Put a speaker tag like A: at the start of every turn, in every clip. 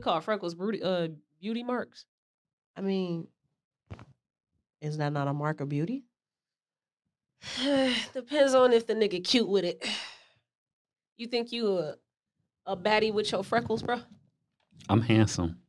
A: called freckles beauty, uh, beauty marks.
B: I mean, is that not a mark of beauty?
A: Depends on if the nigga cute with it. You think you a a baddie with your freckles, bro?
C: I'm handsome.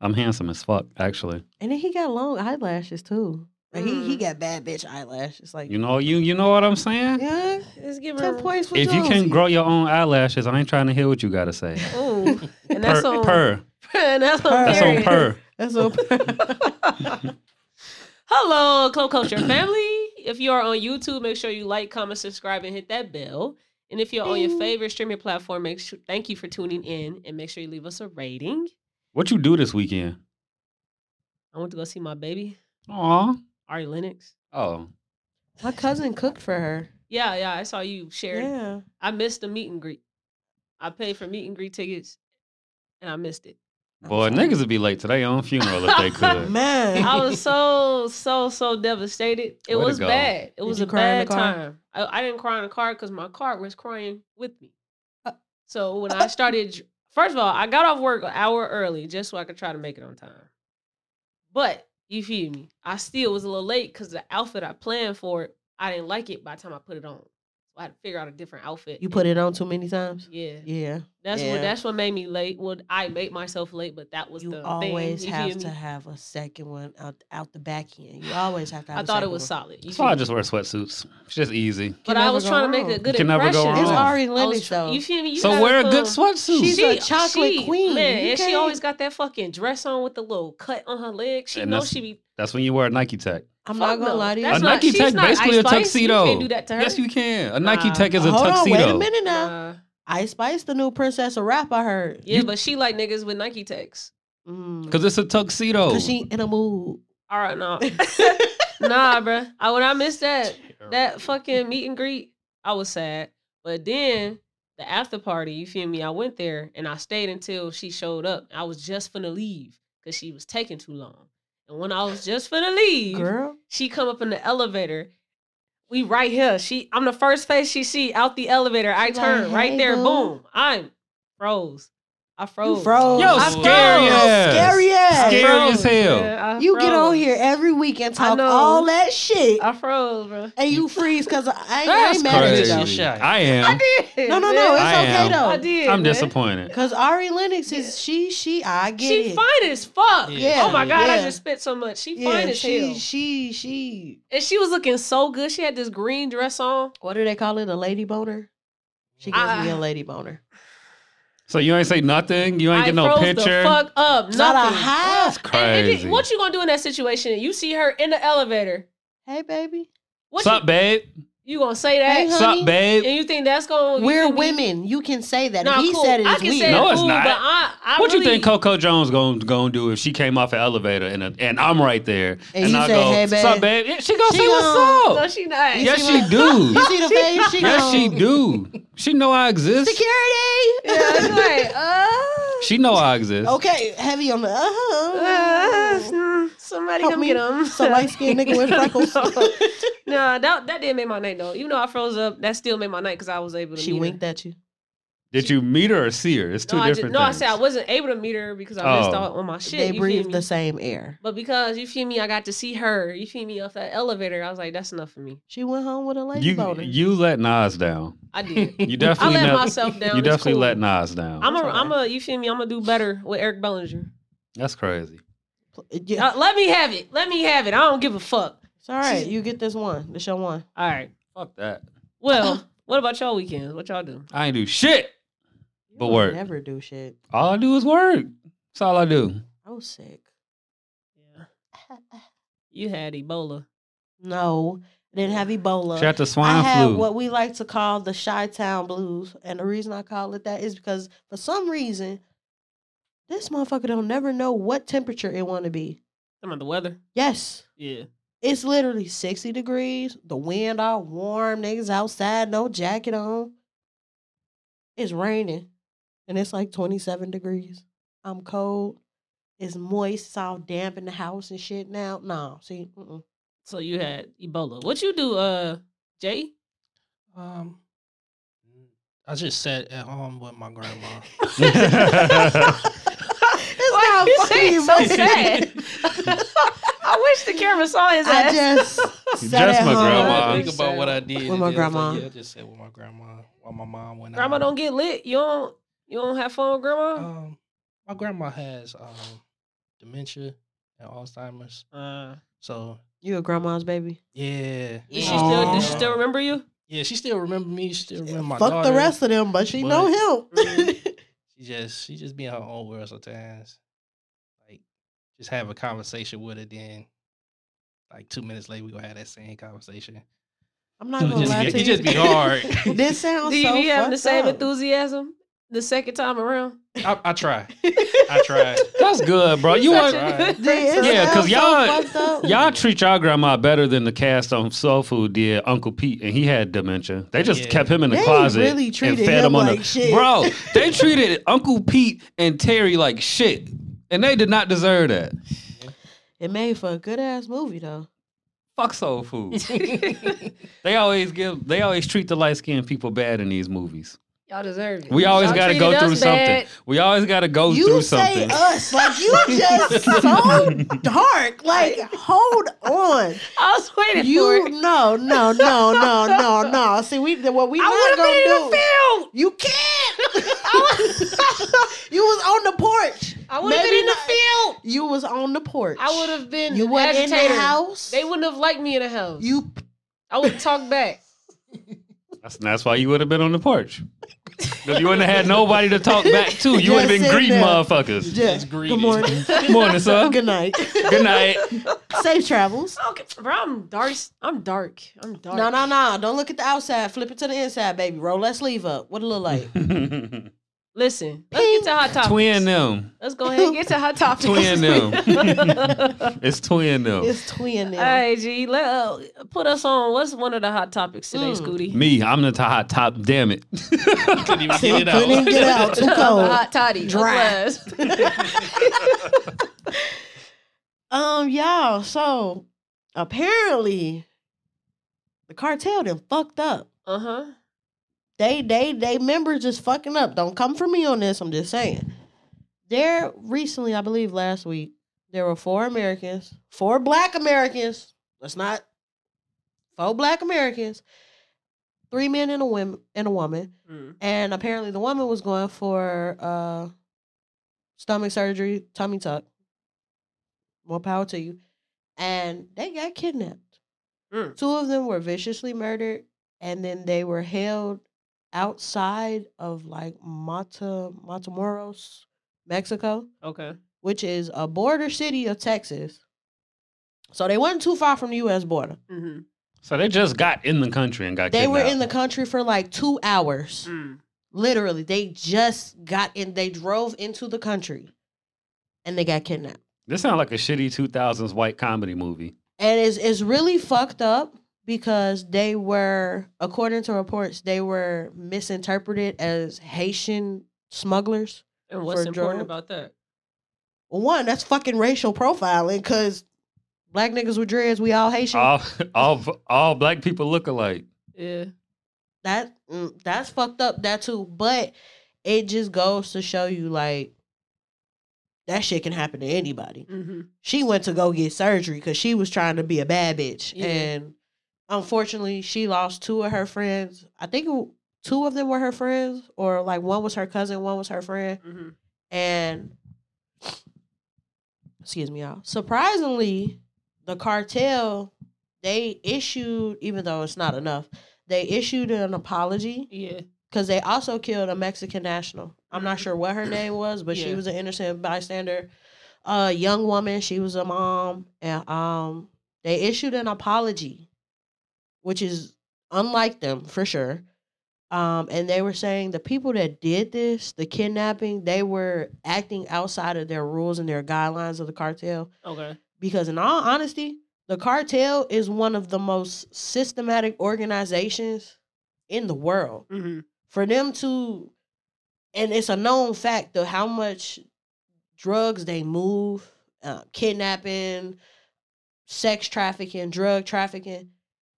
C: I'm handsome as fuck, actually.
B: And then he got long eyelashes too. Like he
A: Mm.
B: he got bad bitch eyelashes. Like
C: You know you you know what I'm saying?
B: yeah,
A: It's giving.
B: ten points for
C: If you
B: Jonesy.
C: can grow your own eyelashes, I ain't trying to hear what you gotta say.
A: Ooh, and that's
C: per,
A: on
C: per.
A: and that's on.
C: That's
A: period.
C: on per.
B: That's what.
A: Hello, Club Culture family. If you are on YouTube, make sure you like, comment, subscribe, and hit that bell. And if you're on your
B: Ding.
A: favorite streaming platform, make sure, thank you for tuning in and make sure you leave us a rating.
C: What you do this weekend?
A: I went to go see my baby,
C: Aw.
A: Ari Lennox.
C: Oh.
B: My cousin cooked for her.
A: Yeah, yeah, I saw you shared.
B: Yeah.
A: I missed the meet and greet. I paid for meet and greet tickets and I missed it.
B: I'm
C: Boy,
B: sorry.
C: niggas would be late to their own funeral if they could.
B: Man,
A: I was so, so, so devastated. It
C: Way to
A: was
C: go.
A: bad. It
B: Did
A: was
B: you
A: a
B: cry in
A: bad
B: the car?
A: time. I, I didn't cry in the car because my car was crying with me.
B: Uh,
A: So when I started, dr- first of all, I got off work an hour early just so I could try to make it on time. But you feel me? I still was a little late because the outfit I planned for it, I didn't like it by the time I put it on. So I had to figure out a different outfit.
B: you put it on too many times.
A: yeah.
B: Yeah,
A: That's
B: Yeah.
A: what that's what made me late. Well, I made myself late, but that was
B: you
A: the
B: always
A: thing. you
B: have
A: feel
B: to
A: me?
B: have a second one out, out the back end. You always have to. Have
A: I
B: a
A: thought it
B: second
A: was
B: one.
A: solid. You
C: That's
A: feel
C: why I
A: me?
C: just wear sweatsuits. It's just easy.
A: but
B: Can
A: I
B: never
A: was
B: go
A: trying to make
B: wrong.
A: a good
C: Can never go
A: impression.
B: It's
C: wrong.
A: I
B: Ari
A: was
B: Lennox
A: tr-
B: though.
A: You feel me? You
C: so
A: gotta
C: wear a
A: put
C: good
A: on-
C: sweatsuit.
B: She's a chocolate
A: she-
B: queen.
A: Man,
B: You
A: and she
B: can't-
A: always got that fucking dress on with the little cut on her leg. She
C: And
A: knows
C: that's-
A: she be.
C: That's when you wear a Nike Tech.
B: I'm not
A: fuck
B: gonna
A: no.
B: lie to you.
A: That's
C: a
A: not-
C: Nike
A: she's
C: Tech
A: not
C: basically
A: Ice
C: a
A: Spice. You
C: tuxedo.
A: can't do that to her.
C: Yes, you can. A
A: Nah.
C: Nike Tech is a
B: Hold on,
C: tuxedo.
B: wait a minute now.
A: Nah.
B: Ice Spice, the new princess of rap, I heard.
A: yeah, but she like niggas with Nike techs.
B: Mm.
C: Cause oh. it's a tuxedo.
B: Cause she in a mood.
A: All right, no, nah, bruh. I, when I missed that, that fucking meet and greet, I was sad. But then the after party, you feel me? I went there and I stayed until she showed up. I was just finna leave because she was taking too long. And when I was just finna leave,
B: Girl,
A: she come up in the elevator. We right here. She, I'm the first face she see out the elevator. I
B: She like,
A: turn right
B: "Hey,
A: there.
B: boo."
A: Boom. I'm froze. I froze.
B: you froze.
C: Yo,
A: I
C: scary
A: froze.
C: ass.
B: Scary ass.
C: Scary as hell.
A: Yeah, I
B: You get on
A: froze.
B: here every week and
A: I
B: talk
A: know.
B: all that shit,
A: I froze, bro.
B: and you freeze because I, I ain't, I
C: That's
B: ain't mad
C: crazy.
B: at you.
D: shot.
C: I am.
A: did.
B: No, no, no.
A: man.
B: It's
C: I
B: okay
C: am.
B: though.
A: I did. man.
C: I'm disappointed.
B: Cause Ari Lennox is she she I get
A: She
B: it.
A: fine as fuck.
D: Yeah.
A: Oh my god, I
B: Yeah.
A: just spit so much. She
B: yeah,
A: fine as
B: she,
A: hell.
B: she she
A: And she was looking so good. She had this green dress on.
B: what do they call it? A lady boner? She gives me a
A: I-
B: lady boner.
C: So you ain't say nothing. You ain't get no
A: froze
C: picture.
A: the fuck up. Nothing.
B: Not a high.
C: That's
A: And- and
C: crazy.
A: then what you gonna do in that situation? You see her in the elevator.
B: Hey baby.
A: What
C: Sup,
A: you,
C: babe?
A: you gonna say that?
B: Hey, honey.
C: Sup, babe?
A: And you think that's gonna Oh, you
B: We're
A: think we-
B: women. You can say that.
A: Nah,
B: he
A: cool.
B: said it
A: I
B: is
A: can
B: weird.
A: say
C: No, it's
A: cool,
C: not.
A: But I, I
C: What you
A: really-
C: think Coco Jones gonna gonna do if she came off an elevator and a, and I'm right there
B: And you say, "Hey, babe."
C: "Sup, babe?" Yeah, she gonna
B: She
C: say,
B: gonna-
C: "What's
A: No,
C: up?"
A: she not.
C: yes,
B: she
C: she,
B: gonna-
C: do.
B: You see the face? She
C: yes, she
B: goes,
C: do. She know I exist.
B: Security.
A: Yeah, it's like, uh,
C: She know I exist.
B: Okay, heavy on the
A: Uh,
B: uh-huh.
A: mm, somebody
B: Help
A: come
B: me.
A: get him.
B: Some light skinned nigga with freckles.
A: no, that that did make my night though. Even though I froze up, that still made my night because I was able to.
B: she
A: meet
B: winked at you.
C: Did you meet her or see her? It's two
A: Her. No, I just,
C: different
A: no, I
C: things.
A: said I wasn't able to meet her because I missed
C: Oh.
A: out on my shit. you
B: they
A: feel
B: breathe
A: me?
B: the same air.
A: But because you feel me, I got to see her. You feel me off that elevator. I was like, that's enough for me.
B: She went home with a lady
C: you
B: boner.
C: you let Nas down.
A: I did.
C: You
A: I
C: definitely
A: let
C: ne-
A: myself down.
C: you
A: It's
C: definitely
A: cool.
C: let Nas down.
A: I'm a,
B: That's
A: I'm a. You feel me? I'm gonna do better with Eric Bellinger.
C: That's crazy.
B: yeah.
A: Uh, let me have it. Let me have it. I don't give a fuck.
B: It's all right. You get this one. This your one.
A: All right.
C: Fuck that.
A: Well, what about y'all weekends? What y'all do?
C: I ain't do shit. But
B: You
C: work.
B: Never do shit.
C: All I do is work. That's all I do.
B: I was sick.
A: Yeah. You had Ebola.
B: No, I didn't have Ebola.
C: She had the
B: I
C: swine
B: had
C: flu.
B: what we like to call the Chi Town blues, and the reason I call it that is because for some reason, this motherfucker don't never know what temperature it want to be.
A: Some of the weather.
B: Yes,
A: Yeah.
B: it's literally sixty degrees. The wind all warm. Niggas outside, no jacket on. It's raining, and it's like twenty seven degrees. I'm cold. It's moist. It's all damp in the house and shit. Now, no, see, mm-mm.
A: So you had Ebola. What you do, uh, Jay?
D: Um, I just sat at home with my grandma.
B: it's how
A: He's
B: funny you
A: so
B: made
A: sad.
B: it.
A: I wish the camera saw his
B: I
A: ass.
B: just sat
C: Just
B: at
C: my
B: home.
C: grandma.
D: think about what I did.
B: With
D: and
B: my
D: then it's like,
B: grandma.
D: yeah, I just said with my grandma while my mom went
A: grandma
D: out.
A: don't get lit. You don't. You don't have fun with
B: Oh,
A: grandma.
D: Um, my grandma has um dementia and Alzheimer's,
A: Uh,
D: so
B: You a grandma's baby?
D: yeah.
A: yeah, she
B: Aw.
A: still. Does she still remember you?
D: Yeah, she still remember me. She still remember my
B: Fuck
D: daughter.
B: the rest of them, but she know him.
D: She just she just be in her own world sometimes. Like just have a conversation with her, then like two minutes later we gonna have that same conversation.
B: I'm not
D: So
B: gonna
D: it,
B: lie to
D: just be, it
B: you.
D: just be hard.
B: This sounds
A: Do you
B: so
A: be having the
B: fucked
A: same
B: up.
A: enthusiasm the second time around?
D: I, I try. I try.
C: That's good, bro. You
A: Such
C: want
A: a-
B: Dude, it
C: Yeah, 'cause
B: sounds so
C: y'all-
B: fucked up.
C: Y'all treat y'all grandma better than the cast on Soul Food did Uncle Pete, and he had dementia. They just
D: Yeah.
C: kept him in the
B: They
C: closet
B: really
C: and
B: treated
C: fed
B: him
C: him, on
B: like
C: the
B: shit.
C: bro. They treated Uncle Pete and Terry like shit, and they did not deserve that.
B: It made for a good ass movie though.
C: Fuck Soul Food. they always give. They always treat the light skinned people bad in these movies.
A: Y'all deserve it.
C: We always
A: Y'all
C: got to
A: treated
C: go
A: us
C: through
A: bad.
C: something. We always got to go
B: You
C: through
B: say
C: something.
B: us like you just so dark. Like hold on.
A: I was waiting for
B: You
A: it.
B: no no no no no no. See we what we
A: I
B: not
A: would have been in
B: gonna
A: the
B: do.
A: field.
B: You can't. you was on the porch.
A: I would have been
B: Maybe
A: in the
B: not-
A: field.
B: You was on the porch.
A: I would have been.
B: You
A: an
B: went in
A: agitator.
B: the house.
A: They wouldn't have liked me in the house.
B: You
A: I would talk back.
C: That's, that's why you would have been on the porch. 'Cause you wouldn't have had nobody to talk back to. You would have been
B: Just sitting
C: greeting
B: there.
C: motherfuckers.
B: just
D: greedy.
B: good morning.
C: Morning, sir.
B: good night.
C: Good night.
B: Safe travels.
A: Okay, bro, I'm dark. I'm dark. I'm dark.
B: No, no, no. Don't look at the outside. Flip it to the inside, baby. Roll that sleeve up. What it look like?
A: Listen, let's get to hot topics.
C: twin them.
A: Let's go ahead and get to hot topics.
C: Twin them. it's twin
D: Oh.
C: them.
B: It's twin
A: All
B: now.
A: right, G, let, uh, put us on. What's one of the hot topics today,
B: Mm.
A: Scooty?
C: Me, I'm the hot top. Damn it.
D: Couldn't even
B: See,
D: get it out.
B: couldn't get out. Too
A: The
B: cold.
A: hot toddy. Up
B: Dry.
A: last.
B: Um, y'all. So apparently, the cartel done fucked up.
A: uh-huh.
B: They, they, they members just fucking up. Don't come for me on this. I'm just saying. There recently, I believe last week, there were four Americans, four Black Americans. Let's not four Black Americans, three men and a women and a woman.
A: Mm.
B: and apparently the woman was going for uh stomach surgery, tummy tuck. More power to you. And they got kidnapped.
A: Mm.
B: Two of them were viciously murdered, and then they were held outside of like Mata Matamoros, Mexico,
A: Okay.
B: which is a border city of Texas. So they weren't too far from the U.S. border.
A: Mm-hmm.
C: So they just got in the country and got
B: They were in the
C: kidnapped.
B: country for like two hours.
A: Mm.
B: Literally, they just got in. They drove into the country, and they got kidnapped.
C: This sounds like a shitty 2000s white comedy movie.
B: And it's it's really fucked up because they were, according to reports, they were misinterpreted as Haitian smugglers.
A: And what's
B: For
A: important
B: drugs?
A: about that?
B: Well, One, that's fucking racial profiling because black niggas with dreads, we all Haitian.
C: All, all, all black people look alike.
A: Yeah.
B: that mm, that's fucked up. That too, but it just goes to show you like that shit can happen to anybody.
A: Mm-hmm.
B: she went to go get surgery because she was trying to be a bad bitch.
A: Yeah.
B: And unfortunately, she lost two of her friends. I think it- two of them were her friends, or like one was her cousin, one was her friend.
A: Mm-hmm.
B: And excuse me, y'all. Surprisingly, the cartel they issued, even though it's not enough, they issued an apology
A: Yeah.
B: because they also killed a Mexican national. I'm not sure what her name was, but she
A: Yeah.
B: was an innocent bystander, a young woman. She was a mom, and um, they issued an apology, which is unlike them for sure. Um, and they were saying the people that did this, the kidnapping, they were acting outside of their rules and their guidelines of the cartel.
A: Okay.
B: Because in all honesty, the cartel is one of the most systematic organizations in the world
A: Mm-hmm.
B: for them to and it's a known fact of how much drugs they move uh, kidnapping sex trafficking drug trafficking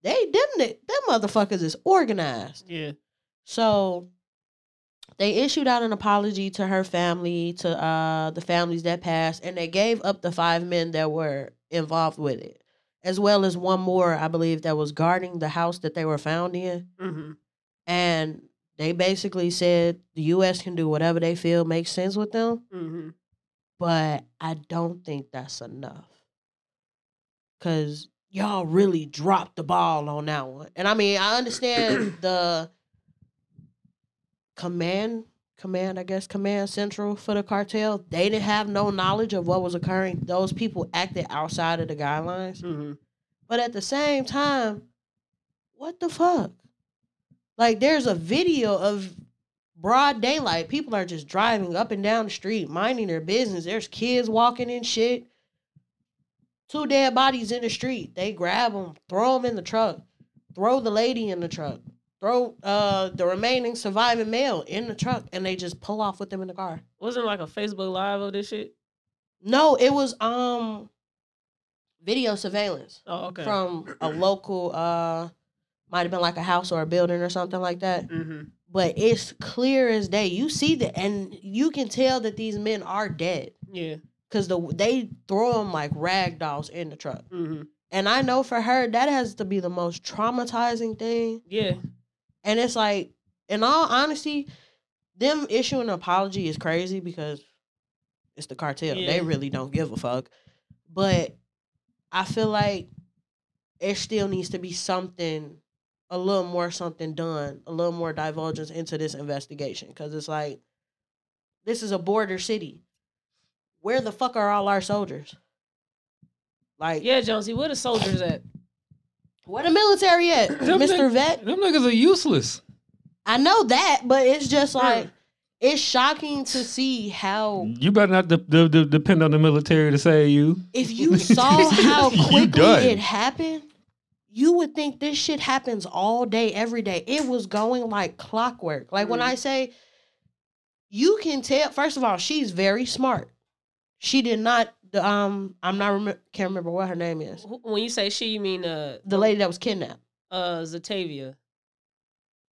B: they them them motherfuckers is organized
A: Yeah.
B: so They issued out an apology to her family, to uh, the families that passed, and they gave up the five men that were involved with it, as well as one more, I believe, that was guarding the house that they were found in.
A: Mm-hmm.
B: And they basically said the U.S. can do whatever they feel makes sense with them,
A: Mm-hmm.
B: but I don't think that's enough. Cause y'all really dropped the ball on that one. And I mean, I understand the command command, I guess, command central for the cartel. They didn't have no knowledge of what was occurring. Those people acted outside of the guidelines.
A: Mm-hmm.
B: But at the same time, what the fuck? Like there's a video of broad daylight. People are just driving up and down the street, minding their business. There's kids walking and shit. Two dead bodies in the street. They grab them, throw them in the truck, throw the lady in the truck, throw uh, the remaining surviving male in the truck, and they just pull off with them in the car.
A: Wasn't it like a Facebook Live of this shit.
B: No, it was um video surveillance
A: Oh, okay.
B: from a local uh might have been like a house or a building or something like that
A: mm-hmm.
B: but it's clear as day you see that and you can tell that these men are dead
A: Yeah.
B: because the they throw them like rag dolls in the truck
A: Mm-hmm.
B: and i know for her that has to be the most traumatizing thing
A: Yeah.
B: and it's like in all honesty them issuing an apology is crazy because it's the cartel they
A: Yeah.
B: really don't give a fuck but i feel like it still needs to be something a little more something done a little more divulgence into this investigation because it's like this is a border city where the fuck are all our soldiers like
A: Yeah, Jonesy, where the soldiers at?
B: where the military at
C: Them
B: mr
C: nigg-
B: vet
C: Them niggas are useless.
B: I know that, but it's just
A: Yeah.
B: like it's shocking to see how
C: You better not de- de- de- depend on the military to save you.
B: if you saw how
C: You
B: quickly
C: done.
B: it happened, you would think this shit happens all day, every day. It was going like clockwork. Like when
A: Mhm.
B: I say you can tell, first of all, she's very smart. She did not um I'm not remem- can't remember what her name is.
A: Who- When you say she, you mean uh
B: The lady that was kidnapped.
A: uh Zatavia.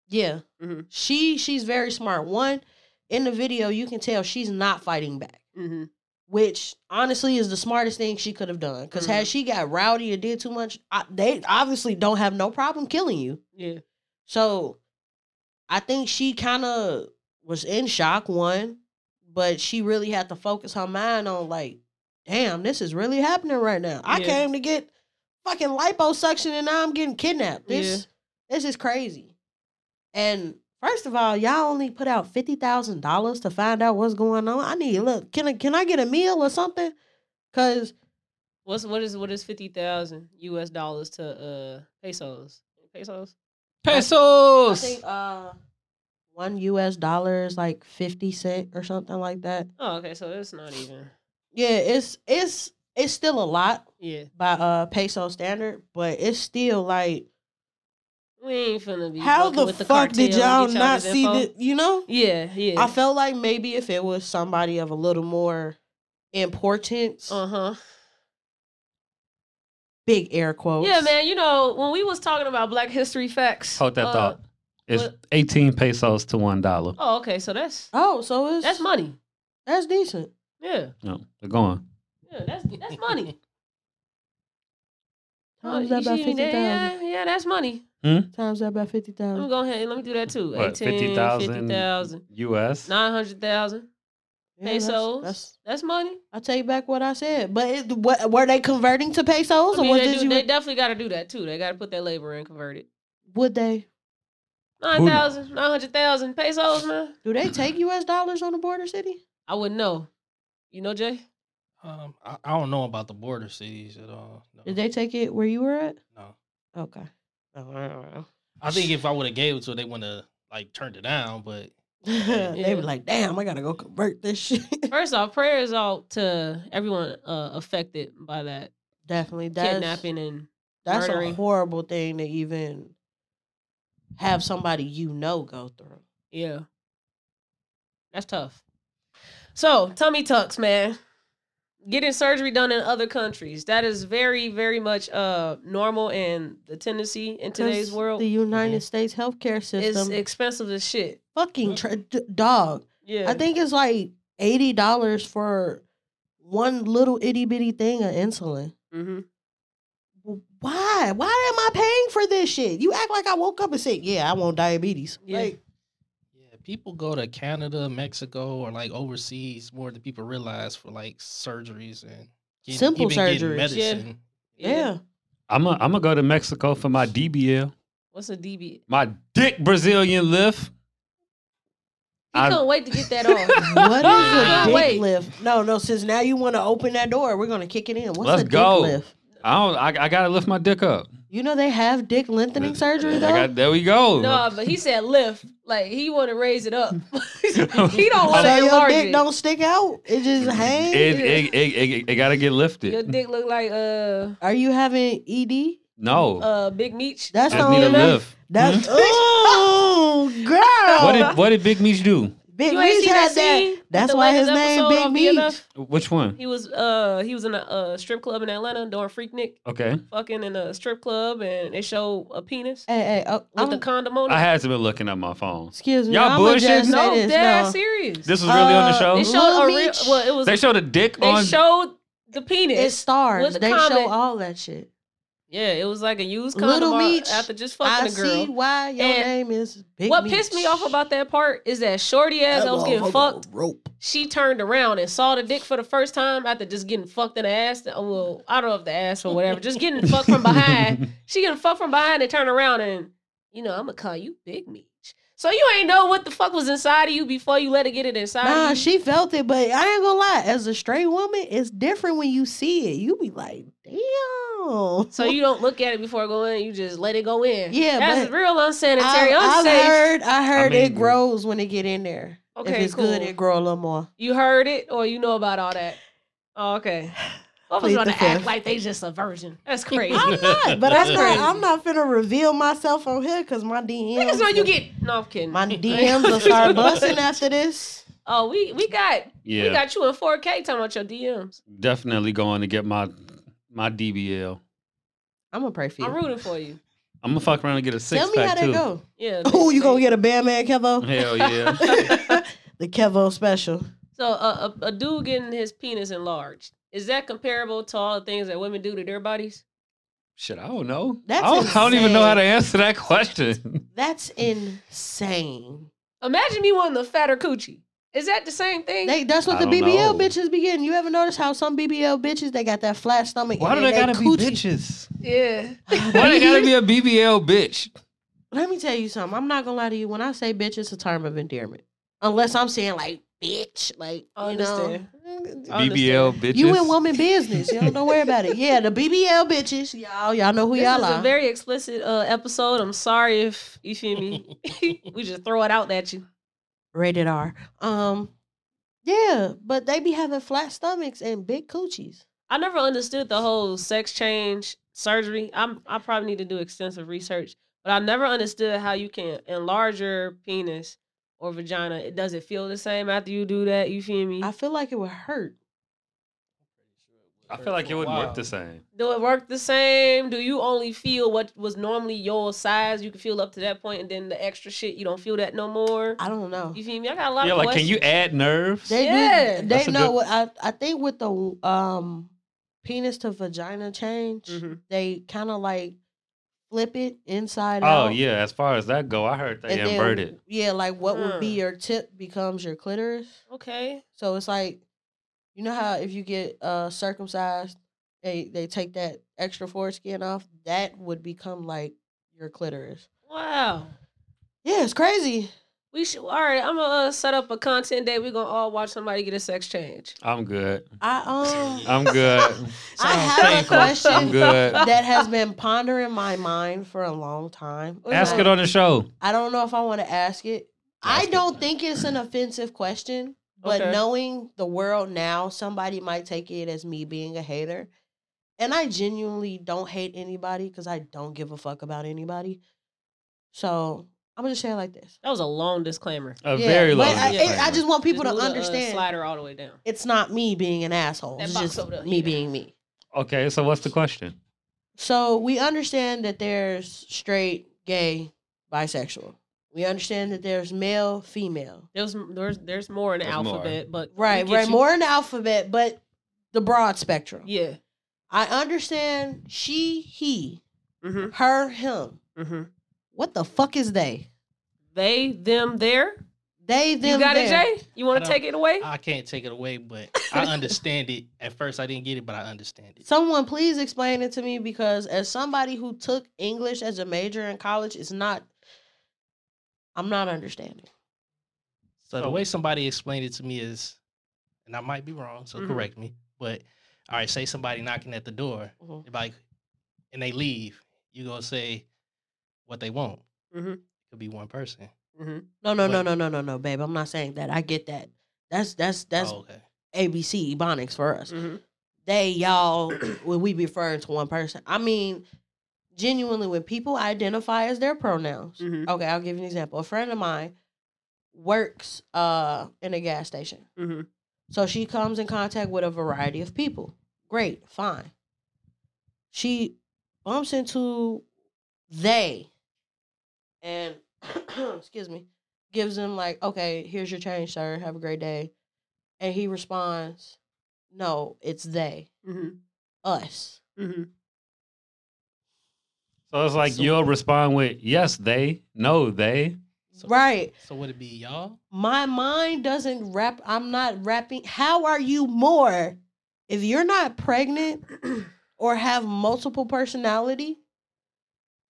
B: Yeah.
A: Mhm.
B: She she's very smart. One, in the video you can tell she's not fighting back.
A: Mm-hmm.
B: which honestly is the smartest thing she could have done. Because had she got rowdy or did too much, I, they obviously don't have no problem killing you.
A: Yeah.
B: So I think she kind of was in shock, one, but she really had to focus her mind on, like, damn, this is really happening right now. I
A: Yeah.
B: came to get fucking liposuction and now I'm getting kidnapped. This, this is crazy. And first of all, y'all only put out fifty thousand dollars to find out what's going on. I need look. Can I can I get a meal or something? Cause
A: What's what is what is fifty thousand US dollars to uh pesos? Pesos?
B: I
C: Pesos.
B: think uh, one U.S. dollar is like fifty cent or something like that.
A: Oh, okay, so it's not even.
B: Yeah, it's it's it's still a lot
A: Yeah.
B: by uh peso standard, but it's still like
A: We ain't finna be
B: how
A: fucking
B: the,
A: with the
B: fuck
A: cartel
B: did
A: and
B: y'all
A: get
B: not
A: this
B: see
A: info.
B: that? You know,
A: Yeah, yeah.
B: I felt like maybe if it was somebody of a little more importance,
A: uh-huh.
B: big air quotes.
A: Yeah, man, you know, when we was talking about black history facts.
C: Hold that
A: uh,
C: thought. It's
A: what-
C: 18 pesos to $1.
A: Oh, okay, so that's
B: Oh, so it's
A: that's money.
B: that's decent.
A: Yeah.
C: No, they're gone.
A: Yeah, that's that's money.
B: Times
A: Oh,
B: that by
A: you see
B: fifty
A: that?
B: thousand.
A: Yeah, yeah, that's money.
B: Times that by fifty
A: Let me
B: thousand.
A: go ahead and let me do that too.
C: What,
A: 18,
C: 50,000?
A: 50,000,
C: US.
A: 900,000. Pesos.
B: That's,
A: That's money.
B: I take back what I said. But it, what, were they converting to pesos,
A: I mean,
B: or what
A: they,
B: did
A: do,
B: you?
A: they definitely got to do that too. They got to put that labor in, convert it.
B: would they?
A: 9,000, 900,000 pesos, man.
B: Do they take U.S. dollars on the border city?
A: I wouldn't know. You know, Jay?
D: Um, I, I don't know about the border cities at all. No,
B: Did they take it where you were at?
D: no.
B: Okay. Oh, I don't know.
D: I think if I would have gave it to, her, they wouldn't have like turned it down. But
B: they
A: Yeah.
B: were like, "Damn, I gotta go convert this shit."
A: First off, prayers out to everyone uh, affected by that
B: Definitely, that's
A: kidnapping and
B: that's a
A: murdering.
B: horrible thing to even have somebody you know go through.
A: yeah. That's tough. So, tummy tucks, man. Getting surgery done in other countries. That is very, very much uh normal and the tendency in today's
B: 'Cause
A: world.
B: the United States healthcare
A: It's
B: system
A: expensive as shit.
B: fucking tra- d- dog.
A: Yeah.
B: I think it's like eighty dollars for one little itty bitty thing of insulin.
A: hmm
B: W- Why? Why am I paying for this shit? You act like I woke up and said, "Yeah, I want diabetes."
A: Yeah.
B: Like,
D: Yeah, people go to Canada, Mexico, or like overseas more than people realize for like surgeries and getting-
B: Simple
D: even getting
B: surgeries, yeah.
D: medicine.
B: yeah.
C: I'm gonna I'm gonna go to Mexico for my DBL,
A: What's a DB? He
C: my dick Brazilian lift. I-
A: couldn't wait to get that off.
B: What
A: Ah,
B: is a
A: wait.
B: dick lift? No, no. Since now you want to open that door, we're gonna kick it in. What's
C: Let's
B: a dick
C: go.
B: lift?
C: I don't. I, I gotta lift my dick up.
B: You know they have dick lengthening surgery
C: I
B: though.
C: got, there we go.
A: no, but he said lift. Like he want to raise it up. he don't want
B: so
A: to
B: your
A: enlarge
B: dick
A: it.
B: don't stick out. It just hangs.
C: it, it, it, it, it gotta get lifted.
A: Your dick look like uh
B: Are you having E ED?
C: no,
A: uh big meat.
B: That's
C: I
B: the
C: just need
B: only
C: a
B: lift.
C: lift.
B: That's
C: Hmm?
B: oh girl.
C: What did what did Big Meech do?
B: Big
A: You ain't
B: Meech
A: seen
B: had
A: that scene
B: that.
A: with
B: That's
A: the
B: why his
A: latest
B: name
A: episode
B: Big
A: on Be
B: Meech.
A: Enough?
C: Which one?
A: He was uh he was in a uh, strip club in Atlanta doing Freaknik,
C: Okay,
A: fucking in a strip club, and they show a penis
B: Hey, hey, oh,
A: with
B: I'm,
A: a condom on it.
C: I had to be looking at my phone.
B: excuse me.
C: Y'all
B: I'm
C: bullshit?
B: Just say
A: no,
B: this,
A: dead
B: no.
A: serious.
C: This was really on the
B: Uh,
C: show.
A: they
B: this-
A: showed a
B: Little
A: real.
B: Meech.
A: Well, it was
C: they
A: they,
C: showed a dick on.
A: showed the penis.
B: It's stars.
A: With the
B: they show
A: comment.
B: all that shit.
A: yeah, it was like a used condom
B: Little
A: on-
B: Meech,
A: after just
B: I
A: fucking a girl.
B: see why your
A: And
B: name is Big
A: what
B: Meech.
A: pissed me off about that part is that shorty ass that was getting fucked.
B: Rope.
A: She turned around and saw the dick for the first time after just getting fucked in the ass. Oh, Well, I don't know if the ass or whatever, just getting fucked from behind. She getting fucked from behind and turn around and you know I'm gonna call you Big Meech. So you ain't know what the fuck was inside of you before you let it get it inside.
B: Nah,
A: of you.
B: she felt it, but I ain't gonna lie. As a straight woman, it's different when you see it. You be like, damn.
A: So you don't look at it before going. You just let it go in.
B: Yeah,
A: that's
B: but
A: real unsanitary.
B: I, I've
A: unsafe.
B: heard. I heard it
C: mean-
B: grows when it get in there. if
A: Okay,
B: it's good,
A: cool.
B: it grow a little more.
A: You heard it, or you know about all that. Oh, okay. I was
B: Plead
A: gonna
B: the
A: act
B: fifth.
A: like they just a virgin. That's crazy.
B: I'm not, but I'm
A: crazy.
B: not. I'm not finna reveal myself on here because my DMs.
A: Niggas know you get. No, I'm kidding.
B: my DMs will start busting after this.
A: Oh, we we got we
C: yeah,
A: got you in 4K talking about your DMs.
C: definitely going to get my my DBL.
B: I'm gonna pray for
A: I'm
B: you.
A: rooting for you.
C: I'm gonna fuck around and get a six
B: Tell me how
C: pack
B: that
C: too.
B: go.
A: Yeah.
B: Oh,
A: niggas
B: you gonna
A: say-
B: get a bad man Kevo?
C: Hell yeah.
B: the Kevo special.
A: So a, a a dude getting his penis enlarged is that comparable to all the things that women do to their bodies?
C: Shit, I don't know.
B: That's
C: I, don't, I don't even know how to
B: insane.
C: answer that question.
B: That's insane.
A: Imagine me wanting a fatter coochie. Is that the same thing?
B: They, that's what
C: I
B: the
C: don't
B: BBL
C: know.
B: bitches be getting. You ever notice how some BBL bitches they got that flat stomach?
C: Why do
B: and
C: they
B: then
C: gotta
B: coochie-
C: be bitches?
A: yeah.
C: Why they gotta be a BBL bitch?
B: Let me tell you something. I'm not gonna lie to you. When I say bitch, it's a term of endearment. Unless I'm saying like bitch, like
A: I
B: you know, Mm,
A: understand. I
C: BBL bitches.
B: you in woman business. You don't, don't worry about it. Yeah, the BBL bitches, y'all, y'all know who
A: This
B: y'all
A: is
B: are.
A: a very explicit uh, episode. I'm sorry if you feel me. we just throw it out at you.
B: Rated R. Um, yeah, but they be having flat stomachs and big coochies.
A: I never understood the whole sex change surgery. I'm I probably need to do extensive research, but I never understood how you can enlarge your penis or vagina. It does it feel the same after you do that? You feel me?
B: I feel like it would hurt.
C: I feel like it wouldn't work the same.
A: do it work the same? Do you only feel what was normally your size? You can feel up to that point, and then the extra shit you don't feel that no more.
B: I don't know.
A: You feel me? I got a lot
C: Yeah,
A: of
C: like can
A: questions.
C: you add nerves?
B: They
A: Yeah.
B: do. They
C: That's a
B: know.
C: good-
B: what I I think with the um penis to vagina change,
C: Mm-hmm.
A: Mhm.
B: they kind of like flip it inside
C: Oh
B: out.
C: yeah, as far as that go, I heard they
B: and then-
C: inverted.
B: Yeah, like what would be
A: Mm.
B: your tip becomes your clitoris.
A: Okay.
B: So it's like, you know how if you get uh circumcised, they they take that extra foreskin off. That would become like your clitoris.
A: Wow.
B: Yeah, it's crazy.
A: We should. All right, I'm gonna uh, set up a content day. We're gonna all watch somebody get a sex change.
C: I'm good.
B: I um
C: I'm good.
B: I
D: Sounds
B: have a
D: painful.
C: I'm
B: question
C: good.
B: that has been pondering my mind for a long time.
C: Ask
B: And
C: it on the show.
B: I don't know if I want to ask it. I
C: Ask it.
B: don't think it's an offensive question, but
A: Okay.
B: knowing the world now, somebody might take it as me being a hater. And I genuinely don't hate anybody because I don't give a fuck about anybody. So I'm gonna just say it like this.
A: That was a long disclaimer.
C: A
B: Yeah,
C: very low.
B: but I, it- I
C: disclaimer.
B: just want people
A: Just
B: to
A: move the, uh,
B: understand
A: slider all the way down.
B: it's not me being an asshole.
A: That
B: It's
A: box
B: just
A: over there,
B: me
A: yeah.
B: being me.
C: Okay, so what's the question?
B: So we understand that there's straight, gay, bisexual. We understand that there's male, female.
A: There's there's there's more in the
C: There's more.
A: alphabet, but we
B: Right,
A: get
B: right.
A: you-
B: More in the alphabet, but the broad spectrum.
A: Yeah.
B: I understand she, he,
A: Mm-hmm.
B: her, him.
A: Mm-hmm.
B: What the fuck is they?
A: They, them, there.
B: They,
A: you
B: them,
A: got
B: them.
A: it, Jay? You want
D: I
A: to
D: don't-
A: take it away?
D: I can't take it away, but I understand it. At first, I didn't get it, but I understand it.
B: Someone please explain it to me because as somebody who took English as a major in college, it's not I'm not understanding.
D: So the
C: So-
D: way somebody explained it to me is, and I might be wrong, so
A: Mhm.
C: Mm-hmm.
D: correct me. But all right, say somebody knocking at the door,
A: Mm-hmm.
B: Mhm.
D: if like, and they leave. You gonna say what they want?
A: Mhm.
D: It could be one person.
A: mm-hmm.
B: No, no, no,
D: Wait.
B: no, no, no, no, babe. I'm not saying that. I get that. That's that's that's
D: oh, okay.
B: ABC ebonics for us.
A: Mm-hmm.
B: They y'all when we referring to one person. I mean, genuinely when people identify as their pronouns.
A: Mm-hmm.
B: Okay, I'll give you an example. A friend of mine works uh in a gas station.
A: Mm-hmm.
B: So she comes in contact with a variety of people. Great, fine. She bumps into they and excuse me, gives them like, okay, here's your change, sir. Have a great day. And he responds, No, it's they,
A: Mm-hmm.
B: us.
A: Mm-hmm.
C: So it's like
D: So-
C: you'll respond with yes, they, no, they.
D: So-
B: Right.
D: So would it be y'all?
B: My mind doesn't wrap I'm not wrapping how are you more if you're not pregnant or have multiple personality,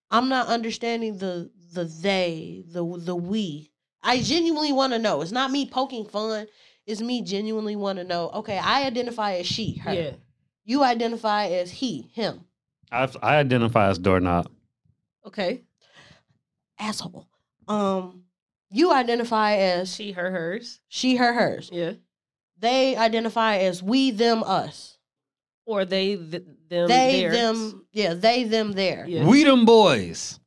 B: I'm not understanding the the they, the the we. I genuinely want to know. It's not me poking fun. It's me genuinely want to know. Okay, I identify as she, her.
A: Yeah.
B: You identify as he, him.
C: I've, I identify as doorknob.
A: Okay.
B: Asshole. Um, you identify as she,
A: She, her, hers.
B: her, hers.
A: Yeah.
B: They identify as we, them, us.
A: Or they, th- them,
B: they,
A: theirs.
B: them, yeah, they, them, there.
A: Yeah.
C: We them boys.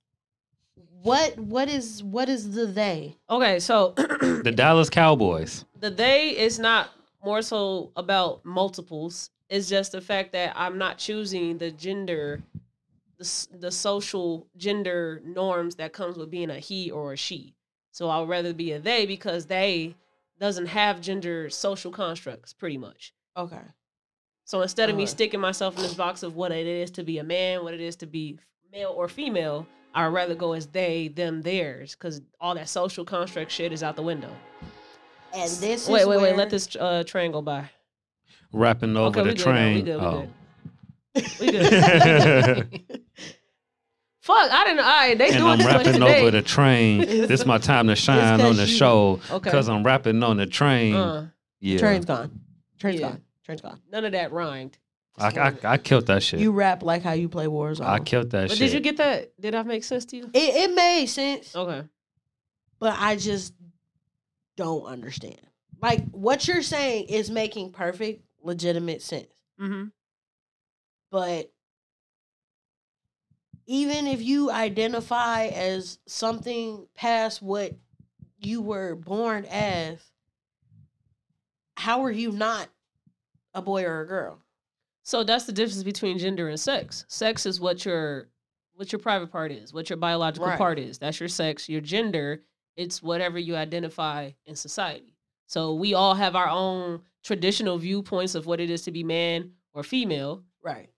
B: What, what is, what is the they?
A: Okay, so
C: The Dallas Cowboys.
A: the they is not more so about multiples. It's just the fact that I'm not choosing the gender, the, s- the social gender norms that comes with being a he or a she. So I would rather be a they because they doesn't have gender social constructs pretty much.
B: Okay.
A: So instead of me
B: Uh.
A: sticking myself in this box of what it is to be a man, what it is to be male or female, I'd rather go as they, them, theirs, because all that social construct shit is out the window.
B: And this
A: wait,
B: is
A: wait, wait.
B: where-
A: Let this uh, train go by.
C: Rapping over
A: okay, we
C: the
A: good
C: train.
A: Now.
C: Oh.
A: We good. We good. We good. Fuck, I didn't. All right, they
C: and
A: doing
C: I'm
A: this one
C: rapping
A: today.
C: over the train. This my time to shine on
B: 'cause
C: the
B: you-
C: show
A: okay.
C: because I'm rapping on the train.
A: uh,
C: yeah,
B: Train's gone. Train's
A: Yeah.
B: gone. Train's gone.
A: none of that rhymed.
C: I, I I killed that shit.
B: You rap like how you play Warzone.
C: I killed that
A: But
C: shit.
A: did you get that? Did I make sense to you?
B: it, it made sense,
A: Okay.
B: but I just don't understand. Like what you're saying is making perfect, legitimate sense.
A: Mm-hmm.
B: But even if you identify as something past what you were born as, how are you not a boy or a girl?
A: So that's the difference between gender and sex. Sex is what your what your private part is, what your biological
B: Right.
A: part is. That's your sex. Your gender, it's whatever you identify in society. So we all have our own traditional viewpoints of what it is to be man or female.
B: Right.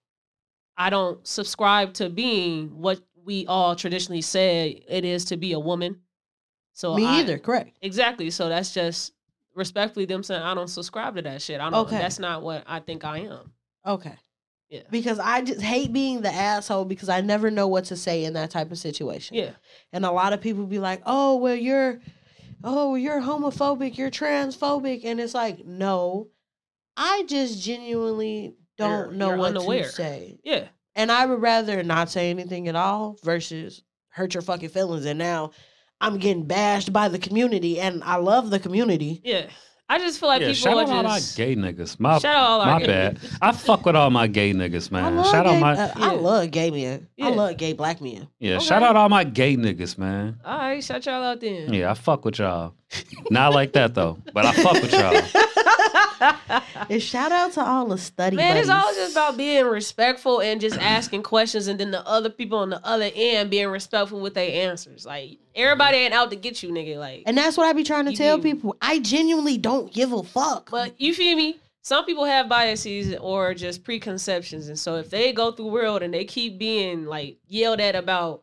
A: I don't subscribe to being what we all traditionally said it is to be a woman. So
B: Me
A: I-
B: either, correct.
A: Exactly. So that's just respectfully them saying I don't subscribe to that shit. I don't.
B: Okay.
A: That's not what I think I am.
B: Okay.
A: Yeah.
B: Because I just hate being the asshole because I never know what to say in that type of situation.
A: Yeah.
B: And a lot of people be like, "Oh, well, you're, oh, well, you're homophobic, you're transphobic," and it's like, no, I just genuinely don't
A: You're-
B: know
A: you're
B: what
A: unaware.
B: to say,
A: Yeah.
B: and I would rather not say anything at all versus hurt your fucking feelings. And now I'm getting bashed by the community, and I love the community.
A: Yeah. I just feel like
C: yeah,
A: people
C: shout out
A: are
C: all my
A: just
C: gay niggas. My
A: shout out all our
C: my
A: gay
C: bad.
A: niggas.
C: I fuck with all my gay niggas,
B: I
C: man.
B: love
C: Shout
B: gay,
C: out my
B: uh, I
A: Yeah.
B: love gay men. I
A: Yeah.
B: love gay black men.
C: yeah.
A: okay.
C: Shout out all my gay niggas, man.
A: All right, shout y'all out then.
C: Yeah, I fuck with y'all. Not like that though. But I fuck with y'all.
B: And shout out to all the study
A: Man, it's all
B: buddies.
A: just about being respectful and just asking questions, and then the other people on the other end being respectful with their answers. Like
B: Mm-hmm.
A: everybody ain't out to get you, nigga. Like,
B: And that's what I be trying to
A: You
B: tell
A: do.
B: people. I genuinely don't give a fuck.
A: but you feel me? Some people have biases or just preconceptions, and so if they go through world and they keep being like yelled at about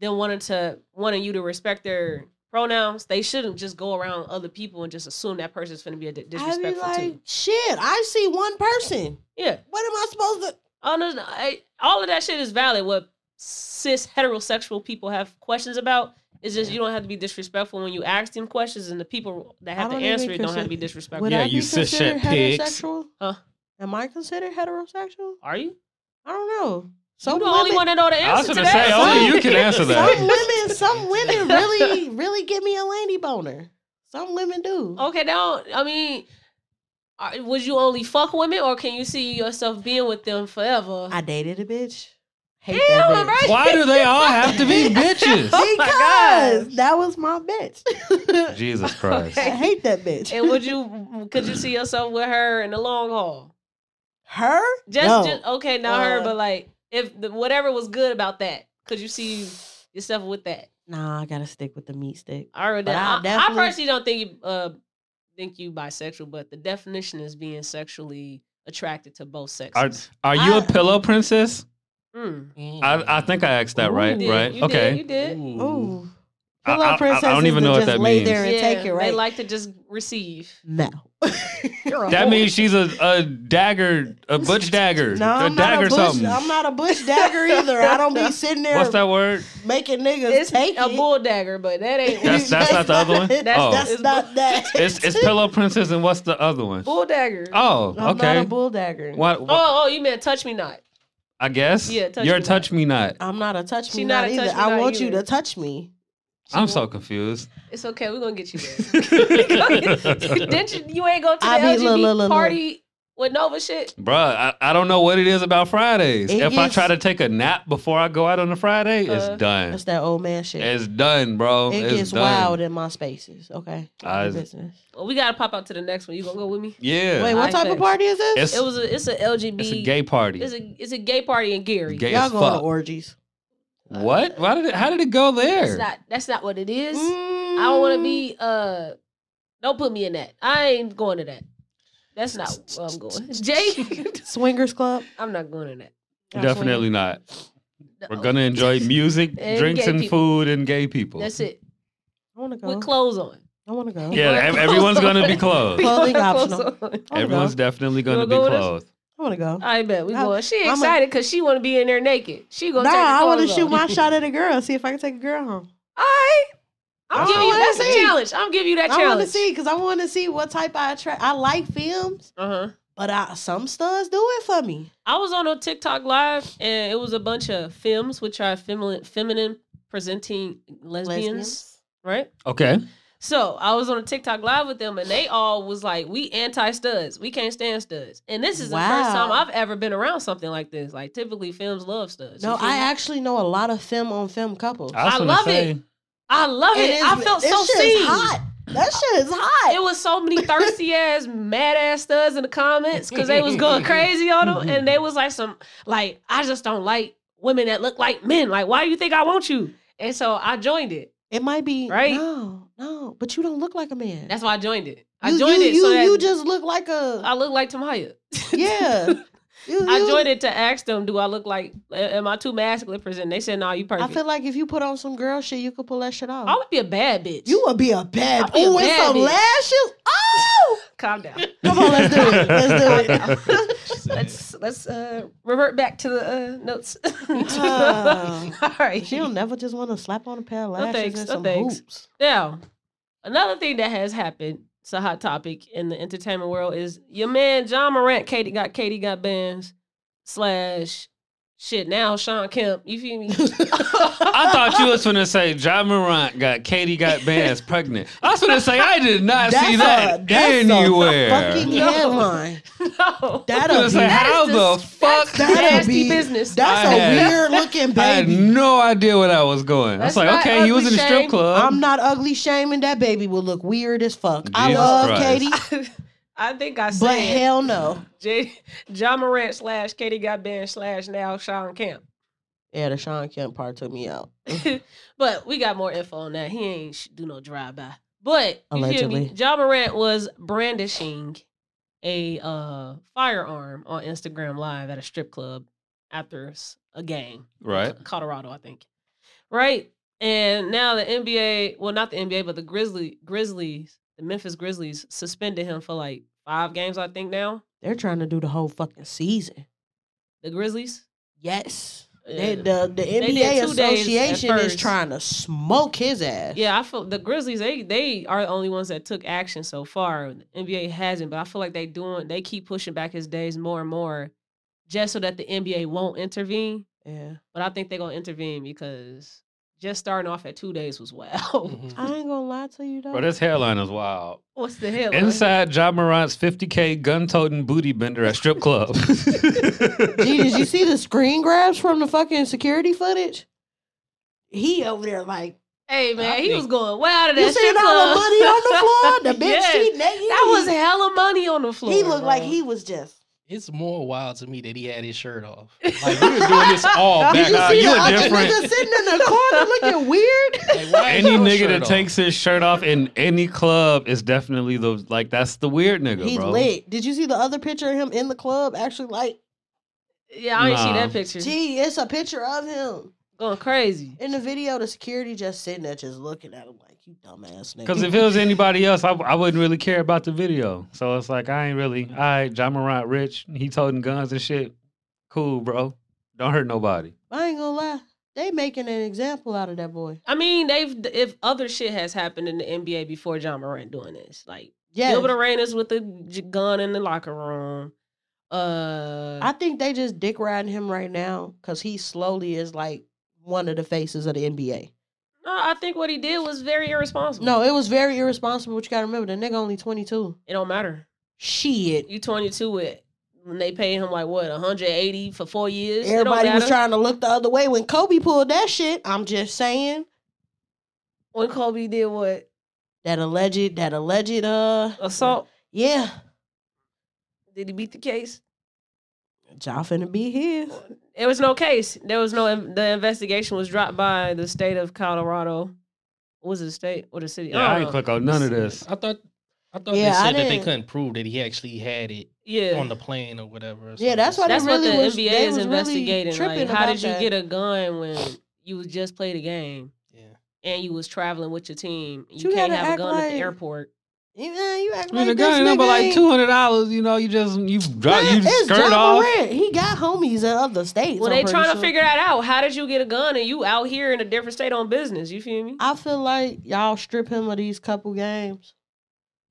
A: them wanting to wanting you to respect their pronouns, they shouldn't just go around other people and just assume that person's gonna be a di-
B: I be
A: disrespectful
B: like,
A: too.
B: shit, I see one person.
A: Yeah.
B: What am I supposed to?
A: Oh no, no, I, all of that shit is valid. What cis heterosexual people have questions about is just you don't have to be disrespectful when you ask them questions, and the people that
B: I
A: have to
B: don't even
A: answer it don't have to be
B: consider-
A: disrespectful.
B: Would
D: Yeah,
B: I
D: you
B: be
D: cis
B: considered
D: shit pigs.
B: heterosexual?
A: Huh?
B: Am I considered heterosexual?
A: Are you?
B: I don't know.
A: You
B: Some
A: the
B: women,
A: only one that know the
C: I was
A: answer to
C: gonna say,
A: that.
C: only you can answer
B: some
C: that.
B: women, some women really, really give me a lady boner. Some women do.
A: Okay, now I mean, are, would you only fuck women, or can you see yourself being with them forever?
B: I dated a bitch. Hate
A: Damn,
B: that bitch.
A: right?
C: Why do they all have to be bitches?
A: Oh my
B: Because
A: gosh.
B: that was my bitch.
C: Jesus Christ.
B: I hate that bitch.
A: and would you? Could you see yourself with her in the long haul?
B: her?
A: Just,
B: No.
A: just okay, not
B: Uh,
A: her, but like if the, whatever was good about that, could you see yourself with that?
B: Nah, I gotta stick with the meat stick.
A: I, read
B: But
A: that.
B: I
A: I,
B: definitely-
A: I personally don't think you uh, think you bisexual, but the definition is being sexually attracted to both sexes.
C: Are you a
B: I-
C: pillow princess?
A: Mm.
C: I, I think I asked that right,
A: You did,
C: right?
A: you
C: okay.
A: Did, you did.
B: Ooh.
C: I-
B: Pillow
C: I- I- I
B: princesses
C: don't even know
B: that
C: what
B: just
C: that
B: lay
C: means.
B: there and
A: Yeah,
B: take it, right?
A: They like to just receive.
B: no.
C: That means she's a, a dagger, a butch dagger,
B: no,
C: a
B: I'm not
C: dagger
B: a bush.
C: something.
B: I'm not a bush dagger either. I don't be sitting there
C: What's that word?
B: making niggas
A: It's
B: take
A: a
B: it.
A: bull dagger, but that ain't
C: That's- that's not the other one?
B: That's,
C: Oh.
B: that's
A: It's
B: not
A: bull-
B: that.
C: It's it's pillow princess and what's the other one?
A: bull dagger. Oh,
C: Oh,
B: I'm not
C: okay.
B: a bull dagger.
C: What, what-
A: oh, you meant touch me not.
C: I guess.
A: Yeah, touch
C: You're
A: me
C: touch me not.
B: I'm not a touch me
A: She
B: not,
A: not a
B: either.
A: touch me
B: I
A: not
B: want you
A: either.
B: to touch me.
C: I'm so confused.
A: It's okay. We're gonna get you there. Didn't you? You ain't go to the
B: I
A: LGBT
B: be- look, look, look,
A: party with Nova shit.
C: Bruh, I, I don't know what it is about Fridays.
B: It
C: if I
B: gets-
C: try to take a nap before I go out on a Friday,
A: Uh,
C: it's done.
B: That's that old man shit.
C: It's done, bro.
B: it
C: it's
B: gets
C: done.
B: wild in my spaces. Okay.
C: I-
B: Your business.
A: Well, we gotta pop out to the next one. You gonna go with me?
C: Yeah.
B: Wait,
A: I
B: what type of
A: think-
B: party is this?
C: It's-
A: It was a. It's a LGBT.
C: it's a gay party.
A: It's a. It's a gay party in Gary.
C: Gay
B: Y'all
C: as
B: going
C: fuck.
B: to orgies.
C: What? Why did it, how did it go
A: That's
C: there?
A: not. That's not what it is. I don't want to be.
B: Mm.
A: Uh, don't put me in that. I ain't going to that. That's not where I'm going. Jay,
B: Mm. Swingers Club.
A: I'm not going to that.
B: Y'all
C: Definitely not.
A: No.
C: We're gonna enjoy music,
A: And
C: drinks,
A: gay
C: and
A: people.
C: food, and gay people.
A: That's it.
B: I want to
A: With
B: go.
A: clothes on.
B: I want to go.
C: Yeah, ev- everyone's gonna be clothed.
B: Clothing
A: Clothes
B: optional.
A: on.
B: I wanna go.
C: Everyone's definitely gonna
A: wanna
C: be
A: go with us?
C: clothed.
B: I want to go.
A: I bet we
B: Nah,
A: going. She
B: I'm a-
A: excited because she want to be in there naked. She gonna
B: Nah,
A: take her
B: I want to
A: clothes
B: shoot
A: off.
B: my shot at a girl. See if I can take a girl home.
A: All right. I'm
C: That's
A: giving
C: all
A: you
B: I
A: that's
B: see.
A: a challenge. I'm giving you that
B: I want to
A: challenge.
B: see because I want to see what type I attract. I like films,
A: Uh huh.
B: but I, some studs do it for me.
A: I was on a TikTok live and it was a bunch of films, which are feminine, feminine presenting lesbians,
B: Lesbians.
A: right?
C: Okay.
A: So I was on a TikTok live with them and they all was like, "We anti studs. We can't stand studs." And this is the first
B: Wow.
A: time I've ever been around something like this. Like typically, films love studs.
B: No,
A: You feel
B: I
A: me?
B: actually know a lot of film on film couples.
A: I
C: was gonna
A: love
C: say,
A: it. I love
B: And
A: it.
B: it's-
A: I felt
B: this
A: so
B: shit is
A: seen.
B: hot. That shit is hot.
A: It was so many thirsty ass, mad ass studs in the comments because they was going crazy on them, and they was like some like I just don't like women that look like men. Like, why do you think I want you? And so I joined it.
B: It might be
A: Right?
B: No, no, but you don't look like a man.
A: That's why I joined it. I
B: you,
A: joined
B: you,
A: it
B: You,
A: so that
B: you just look like a
A: I look like Tamaya.
B: yeah. You-
A: I
B: you-
A: joined it to ask them, do I look like am I too masculine? Present. They said, nah, you
B: I
A: perfect. I,
B: feel like if you put on some girl shit, you could pull that shit off.
A: would be a bad bitch.
B: you would be a bad.
A: I'd be a
B: Oh, with
A: bad
B: some
A: bitch.
B: lashes. Oh,
A: calm down.
B: come on, let's do it. Let's do it.
A: let's let's uh, revert back to the uh, notes.
B: Oh.
A: All right.
B: She'll never just want to slap on a pair of
A: No
B: lashes
A: thanks,
B: and
A: no
B: some
A: thanks.
B: hoops.
A: Now, another thing that has happened, it's a hot topic in the entertainment world, is your man John Morant, Katie got Katie got bands slash Shit, now Sean Kemp. You feel me?
C: I thought you was gonna say John Morant got Katie got Vance pregnant. I was gonna say I did not see that
B: a- that's a
C: anywhere.
B: fucking
A: No.
B: headline.
A: no.
C: I was
B: That'll be,
C: gonna say
A: That
C: how
A: is
C: the
A: dis-
C: fuck.
A: that's-
B: that'll
A: nasty
B: be
A: business.
B: That's
C: I
B: a
C: had-
B: weird looking
C: I had
B: baby.
C: no idea where I was going.
A: That's
C: I was
A: not
C: like, okay, you was in
A: ugly
C: a strip
A: shame.
C: club.
B: I'm not ugly shaming. That baby will look weird as fuck. I
C: Jesus
B: love
C: Christ.
B: Katie,
A: I think I
B: but
A: said
B: hell no.
A: J- John Morant slash Katie got banned slash now Sean Kemp.
B: Yeah, the Sean Kemp part took me out.
A: But we got more info on that. He ain't sh- do no drive by. But you feel me?
B: Allegedly.
A: John Morant was brandishing a uh, firearm on Instagram Live at a strip club after s- a game.
C: right.
A: Colorado, I think. Right? And now the NBA, well, not the NBA, but the Grizzly Grizzlies, the Memphis Grizzlies suspended him for like five games, I think now.
B: They're trying to do the whole fucking season.
A: The Grizzlies.
B: Yes.
A: Yeah.
B: They, the the
A: did
B: NBA
A: two days at
B: Association is
A: first.
B: trying to smoke his ass.
A: Yeah, I feel the Grizzlies. They they are the only ones that took action so far. The NBA hasn't, but I feel like they doing. They keep pushing back his days more and more, just so that the NBA won't intervene.
B: Yeah.
A: But I think they're gonna intervene because just starting off at two days was wow.
D: Mhm.
B: I ain't gonna lie to you though.
C: Bro, this headline is wild.
A: What's the hell?
C: Inside John Morant's 50K gun toting booty bender at strip club.
B: Gee, did you see the screen grabs from the fucking security footage? He over there like
A: Hey man,
D: I
A: he
D: think-
A: was going wild at that
B: you seen
A: strip
B: all the
A: club.
B: money on the floor. The bitch
A: Yes,
B: she naked.
A: That was hella money on the floor.
B: He looked like
A: bro.
B: he was just.
D: It's more wild to me that he had his shirt off. Like we were doing this all
C: Did
D: back.
B: Did you
C: nah, you
B: see the
C: a
B: other
C: different-
B: nigga sitting in the corner looking weird?
D: Like, why is
C: any
D: your
C: nigga
D: shirt
C: that
D: off?
C: takes his shirt off in any club is definitely the like that's the weird nigga,
B: He
C: bro.
B: lit. Did you see the other picture of him in the club? Actually, like,
A: Yeah, I ain't see
C: Nah.
A: that picture.
B: gee, it's a picture of him
A: Going crazy.
B: in the video. The security just sitting there, just looking at him like, you dumbass nigga.
C: Because if it was anybody else, I, I wouldn't really care about the video. So it's like I ain't really. All right, John Morant, rich, he toting guns and shit. Cool, bro. Don't hurt nobody.
B: I ain't gonna lie, they making an example out of that boy.
A: I mean, they've if other shit has happened in the NBA before John Morant doing this, like
B: Yeah,
A: Gilbert Arenas with the j- gun in the locker room. Uh,
B: I think they just dick riding him right now because he slowly is like one of the faces of the NBA.
A: no, I think what he did was very irresponsible.
B: No, it was very irresponsible. But you gotta remember, the nigga only twenty two.
A: it don't matter.
B: Shit.
A: You twenty two it when they paid him like what one hundred eighty for four years. It don't
B: Everybody was
A: matter.
B: trying to look the other way when Kobe pulled that shit. I'm just saying
A: when Kobe did what
B: that alleged, that alleged, uh,
A: assault.
B: yeah,
A: Did he beat the case?
B: y'all finna be here.
A: There was no case. There was no. The investigation was dropped by the state of Colorado. What was it the state or the city?
C: Yeah, I
A: don't
B: Oh,
C: ain't
A: know.
C: click on none of this.
D: I thought. I thought
B: Yeah, I
D: they said that they
B: didn't-
D: couldn't prove that he actually had it
A: Yeah,
D: on the plane or whatever. or
B: Yeah, that's why
A: That's
D: something.
B: they really
A: what the
B: was-
A: NBA
B: they
A: is
B: was really
A: investigating. like,
B: tripping
A: how
B: about
A: did you
B: that.
A: get a gun when you was just played a game
D: Yeah.
A: and you was traveling with your team? You,
B: You
A: can't
B: gotta
A: have a
B: act
A: gun at the
B: like-
A: airport.
B: You, uh, you act
C: I mean, the gun
B: like this
C: ain't number
B: nigga
C: like
B: ain't-
C: two hundred dollars. You know, you just you drop
B: Nah,
C: you
B: it's
C: skirt
B: Ja
C: off.
B: Morant. He got homies in other states.
A: Well,
B: I'm
A: they
B: pretty
A: trying to
B: sure.
A: figure that out. How did you get a gun and you out here in a different state on business? You feel me?
B: I feel like y'all strip him of these couple games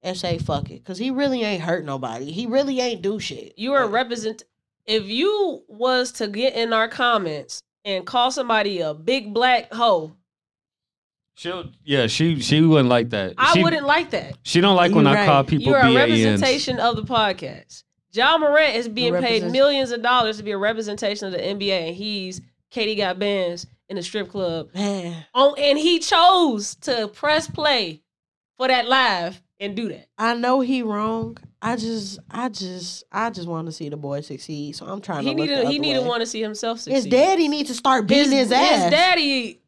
B: and say fuck it, cause he really ain't hurt nobody. He really ain't do shit.
A: You are
B: Like,
A: represent. If you was to get in our comments and call somebody a big black hoe,
C: She'll yeah, she she wouldn't like that.
A: I
C: she,
A: wouldn't like that.
C: She don't like when
B: You
C: I
B: right.
C: call people
A: You're a
C: BANs.
A: representation of the podcast. John Morant is being paid
B: represent-
A: millions of dollars to be a representation of the NBA, and he's Katie got bands in the strip club.
B: man,
A: Oh, and he chose to press play for that live and do that.
B: I know he wrong. I just, I just, I just want to see the boy succeed. So I'm trying
A: He
B: to. Look the
A: needed
B: other
A: he needed
B: way.
A: want to see himself succeed.
B: His daddy need to start beating his, ass.
A: His daddy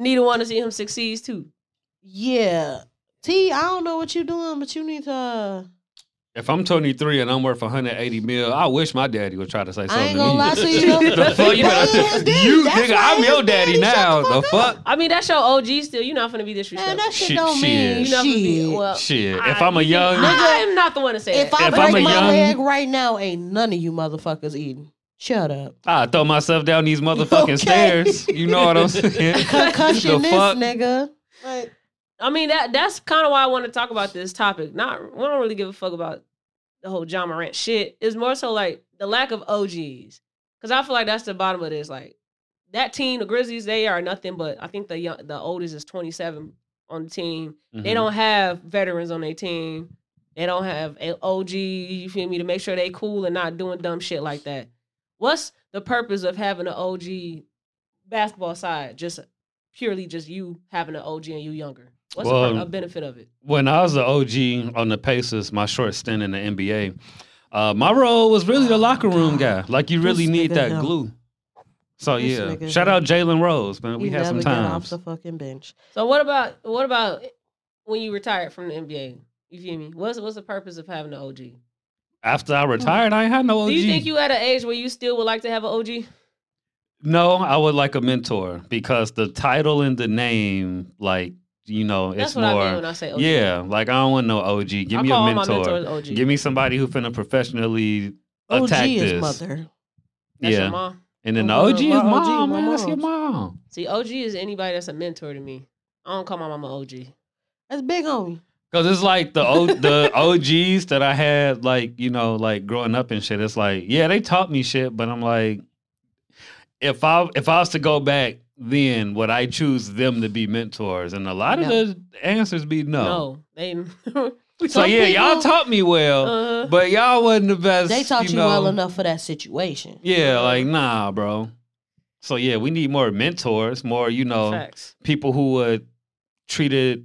A: needed want to see him succeed too.
B: Yeah. T, I don't know what you doing, but you need to. Uh,
C: If I'm 23 and I'm worth 180 mil, I wish my daddy would try to say something.
B: I ain't gonna lie
C: to
B: to
C: me.
B: you. though.
C: the
B: He
C: fuck you better
B: paying his daddy.
C: You
B: That's
C: nigga,
B: why
C: I'm
B: his
C: your daddy,
B: shut
C: now. The
B: up.
C: fuck?
A: I mean, that's your OG still. You're not gonna be disrespectful.
B: Man, that shit
C: Shit,
B: don't
C: shit.
B: mean
A: You're not gonna be
B: shit.
A: well.
C: Shit.
A: I-
C: If I'm a
A: you-
C: young
A: I am not the one to say
B: If
A: that.
B: I
C: If
B: break
C: I'm a
B: my
C: young-
B: leg right now, ain't none of you motherfuckers eating. Shut up.
C: I throw myself down these motherfucking
B: Okay.
C: stairs. You know what I'm saying?
B: Concussion
C: The
B: this
C: fuck?
B: nigga. Like,
A: I mean that that's kind of why I want to talk about this topic. Not we don't really give a fuck about the whole John Morant shit. It's more so like the lack of OGs. Because I feel like that's the bottom of this. Like that team, the Grizzlies, they are nothing but. I think the young, the oldest is 27 on the team. They
C: Mhm.
A: don't have veterans on their team. They don't have a OG. You feel me? To make sure they cool and not doing dumb shit like that. What's the purpose of having an OG basketball side? Just purely just you having an OG and you younger. What's the
C: Well,
A: per- a benefit of it?
C: When I was the OG on the Pacers, my short stint in the NBA, uh, my role was really the locker room guy. Like you really
B: This
C: need
B: nigga
C: that
B: him.
C: glue. So
B: This
C: yeah,
B: nigga
C: shout
B: him.
C: out Jalen Rose, man. We
B: You
C: had
B: never
C: some
B: get off
C: times.
B: the fucking bench.
A: So what about what about when you retired from the NBA? You feel me? What's what's the purpose of having an OG?
C: After I retired, I ain't had no OG.
A: Do you think you at an age where you still would like to have an OG?
C: No, I would like a mentor because the title and the name, like you know,
A: That's
C: it's
A: what
C: more.
A: I mean when I say OG.
C: yeah, like I don't want no OG. Give
A: I
C: me
A: call
C: a
A: all my
C: mentor.
A: mentors OG.
C: Give me somebody who finna professionally
B: OG
C: attack
B: is
C: this.
B: mother.
A: That's
C: yeah.
A: your mom.
C: And then the
B: My-
C: OG is
B: my OG,
C: mom,
B: my
C: man. That's your
B: mom's.
C: mom.
A: See, OG is anybody that's a mentor to me. I don't call my mama OG.
B: That's big homie.
C: Cause it's like the o- the OGs that I had, like you know, like growing up and shit. It's like, yeah, they taught me shit, but I'm like, if I if I was to go back, then would I choose them to be mentors? And a lot
B: No.
C: of the answers be no.
A: No, they.
C: So yeah, y'all taught me well,
A: uh,
C: but y'all wasn't the best.
B: They taught you,
C: know.
B: well enough for that situation.
C: Yeah, like nah, bro. So yeah, we need more mentors, more you know,
A: facts.
C: people who would treat it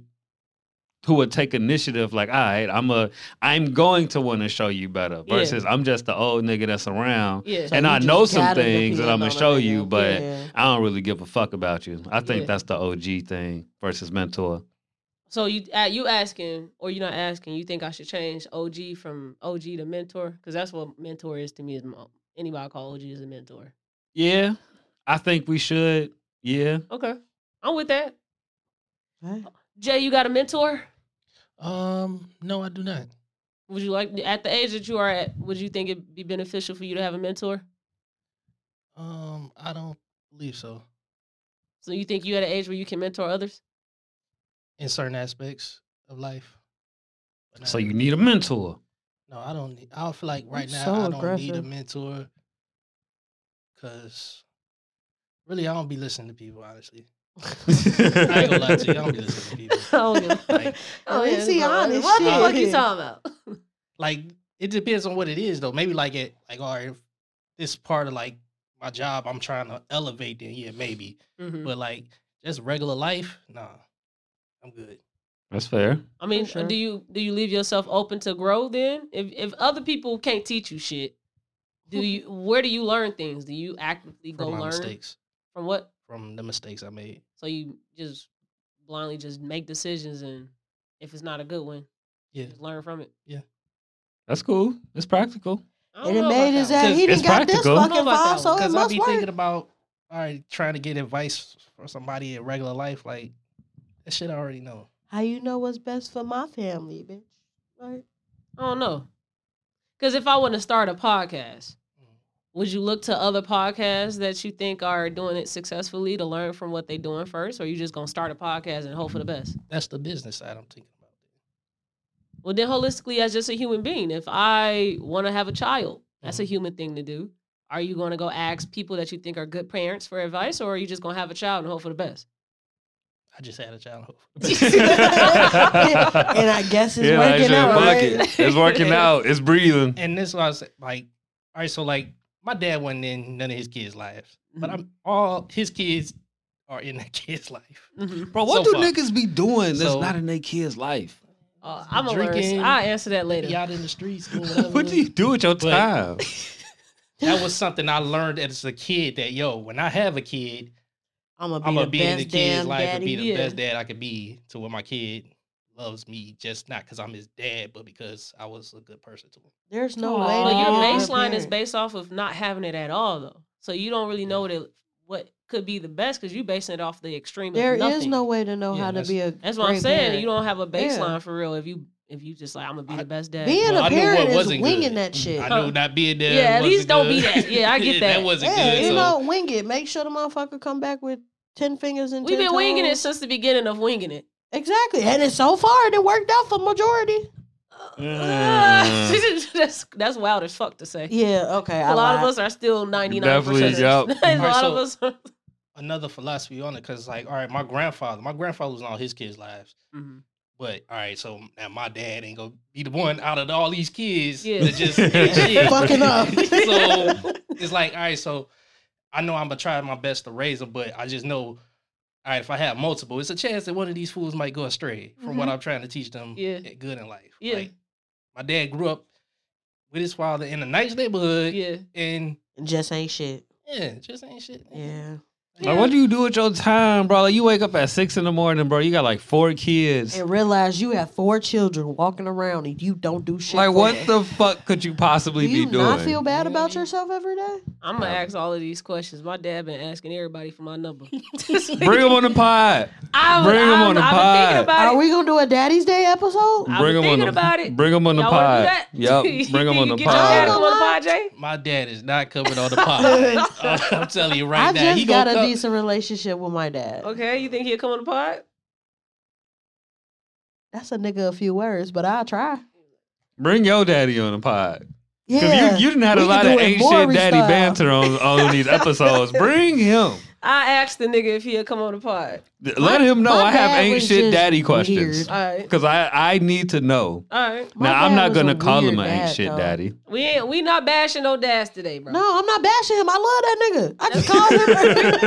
C: who would take initiative like all right i'm a i'm going to want to show you better
A: Yeah.
C: versus i'm just the old nigga that's around
A: Yeah.
B: So
C: And
B: you
C: I
B: just
C: know some
B: gotta
C: things that
B: depend
C: I'ma
B: on
C: show
B: a
C: you,
B: nigga.
C: but-
B: Yeah.
C: i don't really give a fuck about you i think
A: Yeah.
C: that's the og thing versus mentor
A: So you uh, you asking or you not asking? You think I should change OG from OG to mentor? Because that's what mentor is to me. Is my, anybody I call OG is a mentor?
C: yeah i think we should yeah
A: Okay, I'm with that.
B: Okay.
A: Jay, you got a mentor?
D: Um, no, I do not.
A: Would you like at the age that you are at? Would you think it'd be beneficial for you to have a mentor?
D: Um, I don't believe so.
A: So you think you at an age where you can mentor others?
D: In certain aspects of life. but not
C: so you
D: every-
C: need a mentor
D: No, I don't. Need, I don't feel like right
B: You're
D: now
B: so
D: I don't need a
B: aggressive.
D: mentor because really I don't be listening to people. Honestly, I ain't gonna lie to you. I don't be listening to people.
A: Oh, yeah.
D: Like,
B: At least he
A: so
B: honest,
A: What the fuck you
B: shit.
A: talking about?
D: like it depends on what it is though. Maybe like it, like all right, if this part of like my job I'm trying to elevate. Then yeah, maybe.
A: Mhm.
D: But like just regular life, nah, I'm good.
C: that's fair
A: I mean, uh,
B: sure.
A: do you do you leave yourself open to grow? Then, if if other people can't teach you shit, do you where do you learn things? Do you actively go
D: From my
A: learn
D: mistakes,
A: from what?
D: from the mistakes I made.
A: So you just blindly just make decisions, and if it's not a good one,
D: Yeah.
A: just learn from it.
C: that's cool it's practical
A: I don't
B: And it
A: know
B: made
A: about
B: his
A: that one.
B: ass. He
C: It's
B: didn't got this
C: practical.
A: I
B: fucking
A: don't know about that
C: Oh,
B: five, so
A: one,
B: it
D: Because I'll
B: must
D: be
B: work.
D: thinking about all right, trying to get advice from somebody in regular life, like that shit I already know.
B: How you know what's best for my family, bitch? Like,
A: I don't know. Because if I want to start a podcast,
B: Mm.
A: would you look to other podcasts that you think are doing it successfully to learn from what they're doing first, or you just gonna start a podcast and hope for the best?
D: That's the business side I'm thinking about.
A: Well, then holistically, as just a human being, if I want to have a child, that's
D: Mm-hmm.
A: a human thing to do. Are you going to go ask people that you think are good parents for advice, or are you just going to have a child and hope for the best?
D: I just had a child.
B: and I guess it's
C: yeah, like
B: working
C: shit,
B: out,
C: fuck
B: right?
C: it. it's working out it's breathing
D: And this was like, all right, so like my dad wasn't in none of his kids' lives, but
C: Mm-hmm.
D: I'm all his kids are in that kid's life.
A: Mhm.
C: bro
D: what So do far.
C: niggas be doing
D: that's So- not
C: in their kids life
A: Uh, I'm going
D: Drinking.
A: to I'll answer that later.
D: Maybe out in the streets, doing whatever.
C: what do you do with your
D: But-
C: time
D: that was something I learned as a kid that yo, when I have a kid,
B: I'm gonna be
D: I'm
B: the
D: gonna be in
B: best
D: the kid's
B: damn
D: life and
B: daddy.
D: be the
A: yeah.
D: best dad I could be to where my kid loves me, just not because I'm his dad, but because I was a good person to him.
B: There's no
C: Aw.
B: way.
A: But
B: to
A: your
B: be a good
A: baseline is
B: parent.
A: based off of not having it at all, though. So you don't really know what it, what could be the best because you basing it off the extreme.
B: There
A: of
B: is
A: nothing.
B: no way to know
D: Yeah,
B: how to
D: that's-
B: be a.
A: That's what I'm
B: great
A: saying.
B: parent.
A: You don't have a
B: Yeah.
A: baseline for real. If you if you just like I'm gonna be
D: I-
A: the best dad.
B: Being
D: Well, I
B: a
D: knew what
B: parent is
D: wasn't
B: winging
D: good.
B: that shit.
D: I
A: Huh.
D: know not being there.
A: Yeah, at
D: wasn't
A: least don't be
D: good.
A: that. Yeah, I get that.
D: that wasn't
B: yeah,
D: good.
B: you
D: so
B: know, wing it. Make sure the motherfucker come back with ten fingers and
A: We've
B: ten
A: been winging it
B: toes.
A: since the beginning of winging it.
B: Exactly, and it's so far it worked out for majority.
C: Mm.
A: that's that's wild as fuck to say.
B: Yeah, okay.
A: A lot of us are still ninety nine percent.
C: Definitely, yup.
A: A lot of us. Are,
D: Another philosophy on it because, like, all right, my grandfather, my grandfather was in all his kids' lives,
B: Mm-hmm.
D: but all right, so now my dad ain't gonna be the one out of all these kids
A: Yeah.
D: that just ain't shit.
B: Fucking up.
D: so it's like, all right, so I know I'm gonna try my best to raise them, but I just know, all right, if I have multiple, it's a chance that one of these fools might go astray from what I'm trying to teach them.
A: Mm-hmm. Yeah.
D: at good in life.
A: Yeah.
D: Like, my dad grew up with his father in a nice neighborhood,
A: yeah.
D: and
B: Just ain't shit.
D: yeah, it just ain't shit.
B: Yeah.
C: Like, what do you do with your time, bro? Like, you wake up at six in the morning, bro. You got like four kids.
B: And realize you have four children walking around and you don't do shit.
C: Like,
B: for
C: what
B: them.
C: the fuck could you possibly
B: Do you
C: be doing?
B: not feel bad
A: Mm-hmm.
B: about yourself every day?
A: I'm gonna ask all of these questions. My dad been asking everybody for my number.
C: Bring them on the pod.
A: I,
C: Bring 'em on the
A: I've been thinking
C: pod.
A: about
B: Are
A: it.
B: we gonna do a Daddy's Day
A: I
B: episode?
A: was
C: Bring 'em on
A: thinking
C: the
A: about it.
C: Bring 'em on the
A: Y'all wanna do
C: pod.
A: that?
C: Yep. Bring 'em on the
A: Get your dad
C: pod.
A: to come on the pod, Jay.
D: My dad is not coming on the pod. I'm telling you right
B: I
D: now, he
B: just got
D: gonna
B: a
D: come.
B: decent relationship with my dad.
A: Okay, you think he'll come on the pod?
B: That's a nigga a few words, but I'll try.
C: Bring your daddy on the pod. Because
B: Yeah.
C: you, you didn't have
B: We
C: a
B: can
C: lot
B: do
C: of
B: it
C: ain't
B: Maury
C: shit daddy
B: style.
C: banter on, on these episodes. Bring him.
A: I asked the nigga if he'll come on the pod.
C: Th- Let him know
B: my
C: I have
B: dad
C: ain't
B: was
C: shit
B: just
C: daddy
B: weird.
C: questions.
A: All right,
C: Because I, I need to know.
A: all right.
B: My
C: now, I'm
B: dad
C: not
B: was a
C: going to call him
B: weird
C: an ain't
B: dad,
C: shit
B: though.
C: daddy.
A: We ain't we not bashing no dads today, bro.
B: No, I'm not bashing him. I love that nigga. I just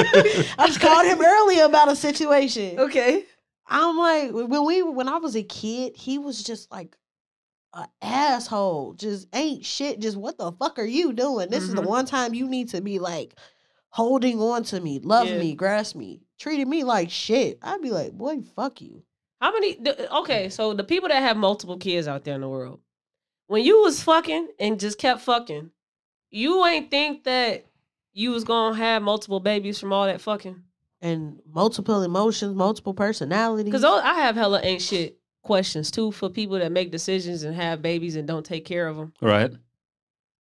B: called him. I just called him earlier about a situation.
A: Okay.
B: I'm like when we when I was a kid, he was just like an asshole. Just ain't shit. Just what the fuck are you doing? This is the
C: Mm-hmm.
A: Mhm.
B: one time you need to be like holding on to me, love
A: Yeah.
B: me, grasp me, treating me like shit. I'd be like, boy, fuck you.
A: How many? the-
B: Mm.
A: Okay, so the people that have multiple kids out there in the world, when you was fucking and just kept fucking, you ain't think that you was gonna have multiple babies from all that fucking.
B: And multiple emotions, multiple personalities.
A: Because I have hella ain't shit questions too for people that make decisions and have babies and don't take care of them.
C: Right?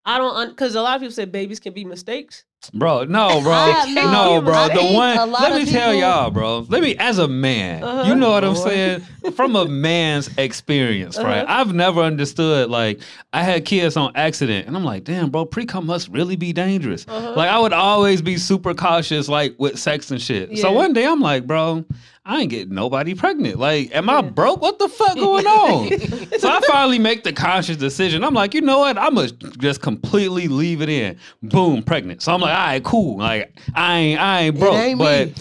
A: I don't because a lot of people say babies can be mistakes.
C: Bro, no, bro,
B: I have no
C: no,
B: humor.
C: bro.
B: I
C: The
B: think a
C: one,
B: lot
C: let
B: of
C: me tell
B: people-
C: y'all, bro. Let me, as a man,
A: Uh-huh.
C: you know what I'm
B: Boy.
C: saying. From a man's experience, right?
A: Uh-huh.
C: I've never understood. Like, I had kids on accident, and I'm like, damn, bro, pre cum must really be dangerous.
A: Uh-huh.
C: Like, I would always be super cautious, like with sex and shit. So
A: Yeah.
C: one day, I'm like, bro, I ain't getting nobody pregnant. Like, am I
A: Yeah.
C: broke? What the fuck going on? so I finally make the conscious decision. I'm like, you know what? I'm gonna just completely leave it in. Boom, pregnant. So I'm like, all right, cool. Like, I ain't, I ain't
B: It
C: broke,
B: ain't
C: but
B: me.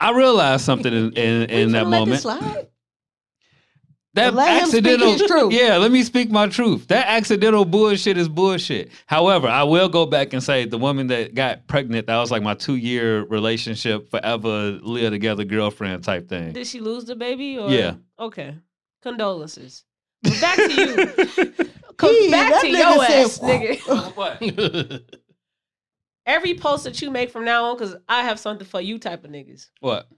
C: I realized something in in,
B: We
C: in that
B: finna let this
C: moment.
B: slide?
C: That
B: Let him speak
C: accidental
B: his truth.
C: Yeah, let me speak my truth. That accidental bullshit is bullshit. However, I will go back and say the woman that got pregnant, that was like my two year relationship, forever live together girlfriend type thing.
A: Did she lose the baby? Or?
C: Yeah.
A: Okay. Condolences. But back to you. Come
B: Yeah,
A: back
B: that
A: to
B: nigga
A: your
B: said,
A: ass, nigga.
C: What?
A: Every post that you make from now on, because I have something for you type of niggas.
C: What?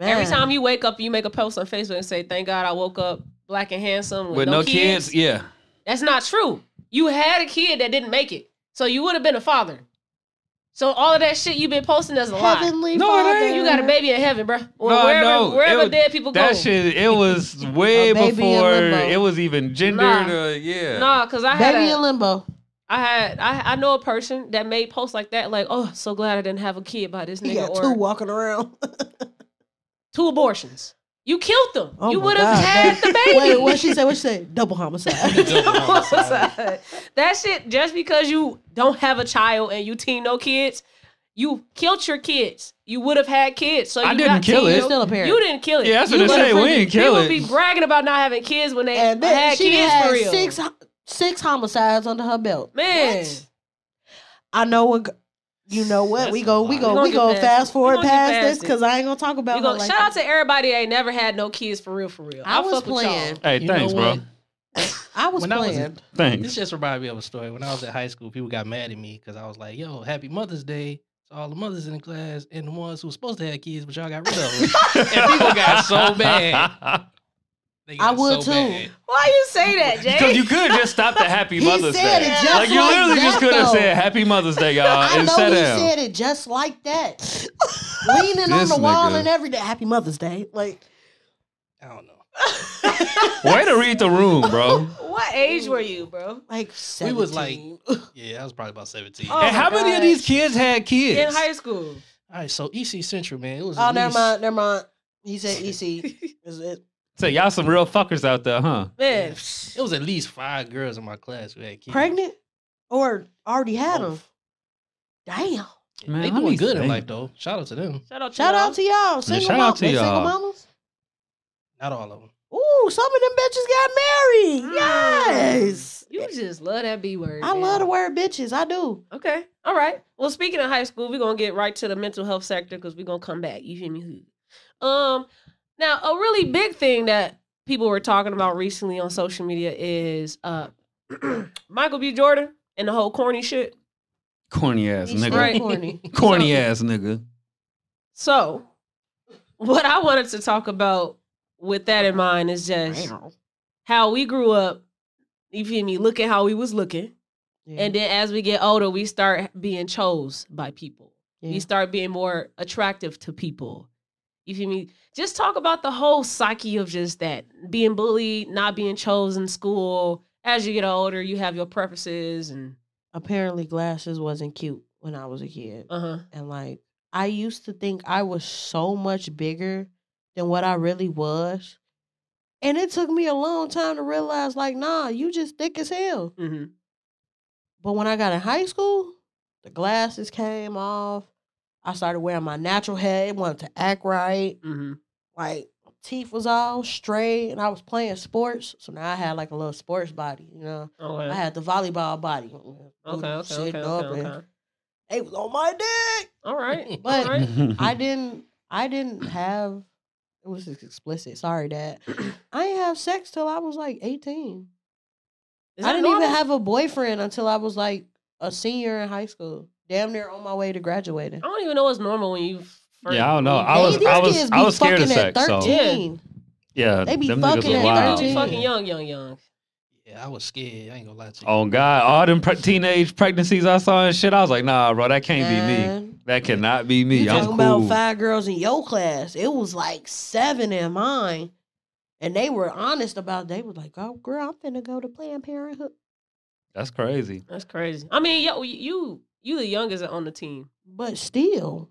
A: Every
B: Man.
A: time you wake up, you make a post on Facebook and say, Thank God I woke up black and handsome with,
C: With no, kids? Yeah.
A: That's not true. You had a kid that didn't make it. So you would have been a father. So all of that shit you've been posting is a lie.
B: Heavenly
C: No, it
B: Father,
C: ain't.
A: You got a baby in heaven, bro. Or
C: No, I
A: wherever,
C: know.
A: wherever
C: It was-
A: dead people go.
C: That shit, it was way
B: A baby in
C: before
B: limbo.
C: it was even gendered
A: Nah.
C: or, yeah.
A: Nah, cause I had
B: baby
A: a-
B: in limbo.
A: I had I, I know a person that made posts like that, like, oh, so glad I didn't have a kid by this
B: He
A: nigga
B: got
A: or
B: two
A: two,
B: walking around.
A: abortions. You killed them.
B: Oh
A: you
B: my
A: would have
B: God.
A: had the baby.
B: Wait, what she say? What she say? Double homicide.
A: that shit just because you don't have a child and you team no kids, you killed your kids. You would have had kids. So you
C: I didn't
A: not
C: kill
A: teen
C: it.
B: You're still a parent.
A: You didn't kill it.
C: Yeah, that's what
A: You
C: I
A: would've
C: say. We
A: freaking-
C: ain't kill
A: people
C: it.
A: be bragging about not having kids when they
B: and then
A: had
B: she
A: kids
B: had
A: for real.
B: six ho- six homicides under her belt.
A: Man.
B: What? I know what. g- You know what?
D: That's
B: we go.
D: a
B: We
D: lot.
B: go.
A: We
B: We
A: gonna
B: go
A: get past
B: fast
A: it.
B: forward
A: We gonna get
B: past
A: past
B: this because I ain't gonna talk about.
A: You go,
B: her like
A: shout out
B: that.
A: to everybody that ain't never had no kids for real, for real.
B: I
A: I,
B: was
A: fuck with y'all.
B: playing.
C: Hey,
D: You know
C: thanks, bro.
D: what?
B: I was
D: when I was
B: playing.
D: This
C: Thanks.
D: just reminded me of a story. When I was at high school, people got mad at me because I was like, "Yo, Happy Mother's Day!" to all the mothers in the class and the ones who were supposed to have kids, but y'all got rid of them. And people got so mad. They
B: I
D: got
B: would
D: so
B: too.
D: mad.
A: Why you say that, Jay?
C: Because you could just stop the Happy
B: He
C: Mother's
B: said
C: Day.
B: it just
C: like you
B: like
C: literally just
B: that,
C: could have
B: though.
C: said Happy Mother's Day, y'all,
B: I
C: and
B: know
C: sat
B: he
C: down.
B: said it just like that, leaning on
C: This
B: the wall
C: nigga.
B: and every day. Happy Mother's Day. Like
D: I don't know.
C: Way to read the room,
B: Oh
C: bro.
A: What age were you, bro?
B: Like
D: We
B: seventeen.
D: was like- Yeah, I was probably about 17.
A: Oh.
C: and how
A: my
C: many of
A: God.
C: these kids had kids?
A: In high school.
D: All right, so EC Central, man. It was
B: oh,
D: at
B: never
D: least-
B: mind, never mind. He said EC. Is it?
C: so y'all some real fuckers out there, huh?
A: Man.
D: Yeah. It was at least five girls in my class who had kids.
B: Pregnant or already had him?
D: Both.
B: Damn.
D: Yeah,
C: Man,
D: they
C: let me
D: doing good
C: think.
D: in life, though. Shout out to them.
A: Shout out to
B: Shout out to y'all. Single,
C: shout
B: mom-
C: out to
B: they single
C: y'all.
B: mamas.
D: Not all of them.
B: Ooh, some of them bitches got married.
A: Mm.
B: Yes.
A: You just love that B word.
B: I
A: man.
B: love the word bitches. I do.
A: Okay. All right. Well, speaking of high school, we're gonna get right to the mental health sector because we're gonna come back. You hear me? Um now a really big thing that people were talking about recently on social media is uh Michael B. Jordan and the whole corny shit.
C: Corny ass
B: He's
C: nigga.
B: still
A: Right.
B: corny.
C: Corny ass nigga.
A: So what I wanted to talk about with that in mind is just how we grew up. You feel me? Look at how we was looking.
B: Yeah.
A: And then as we get older, we start being chose by people.
B: Yeah.
A: We start being more attractive to people. You feel me? Just talk about the whole psyche of just that being bullied, not being chose in school. As you get older, you have your preferences and
B: Apparently, glasses wasn't cute when I was a kid.
A: uh huh.
B: And like, I used to think I was so much bigger than what I really was. And it took me a long time to realize, like, nah, you just thick as hell.
A: hmm
B: But when I got in high school, the glasses came off. I started wearing my natural hair. It wanted to act right.
A: hmm
B: Like teeth was all straight, and I was playing sports. So now I had like a little sports body. You know, I
A: Okay.
B: had the volleyball body.
A: Okay. Okay.
B: Sitting
A: Okay.
B: up
A: Okay.
B: and
A: okay.
B: They was on my dick.
A: All right.
B: But-
A: All right.
B: I didn't. I didn't have. It was just explicit. Sorry, Dad. I didn't have sex till I was like eighteen.
A: Is
B: I
A: that
B: didn't
A: normal?
B: even have a boyfriend until I was like a senior in high school. Damn near on my way to graduating.
A: I don't even know what's normal when you. First
C: yeah, I don't know. I
B: They-
C: was
B: these
C: I was
B: kids
C: I
B: be
C: was scared of
B: fucking at
C: sex. So yeah,
B: They be
C: them
B: fucking
C: niggas
B: at
C: was
A: Wow.
C: wild.
B: Wow.
A: fucking young, young, young.
D: Yeah, I was scared. I ain't gonna lie to you.
C: Oh God, all them pre- teenage pregnancies I saw and shit, I was like, nah, bro, that can't be me.
B: Man,
C: That cannot be me.
B: You
C: I'm
B: talking
C: cool.
B: about five girls in your class? It was like seven in mine, and they were honest about. They was like, "Oh, girl, I'm finna go to Planned Parenthood."
C: That's crazy.
A: That's crazy. I mean, yo, you you the youngest on the team.
B: But still,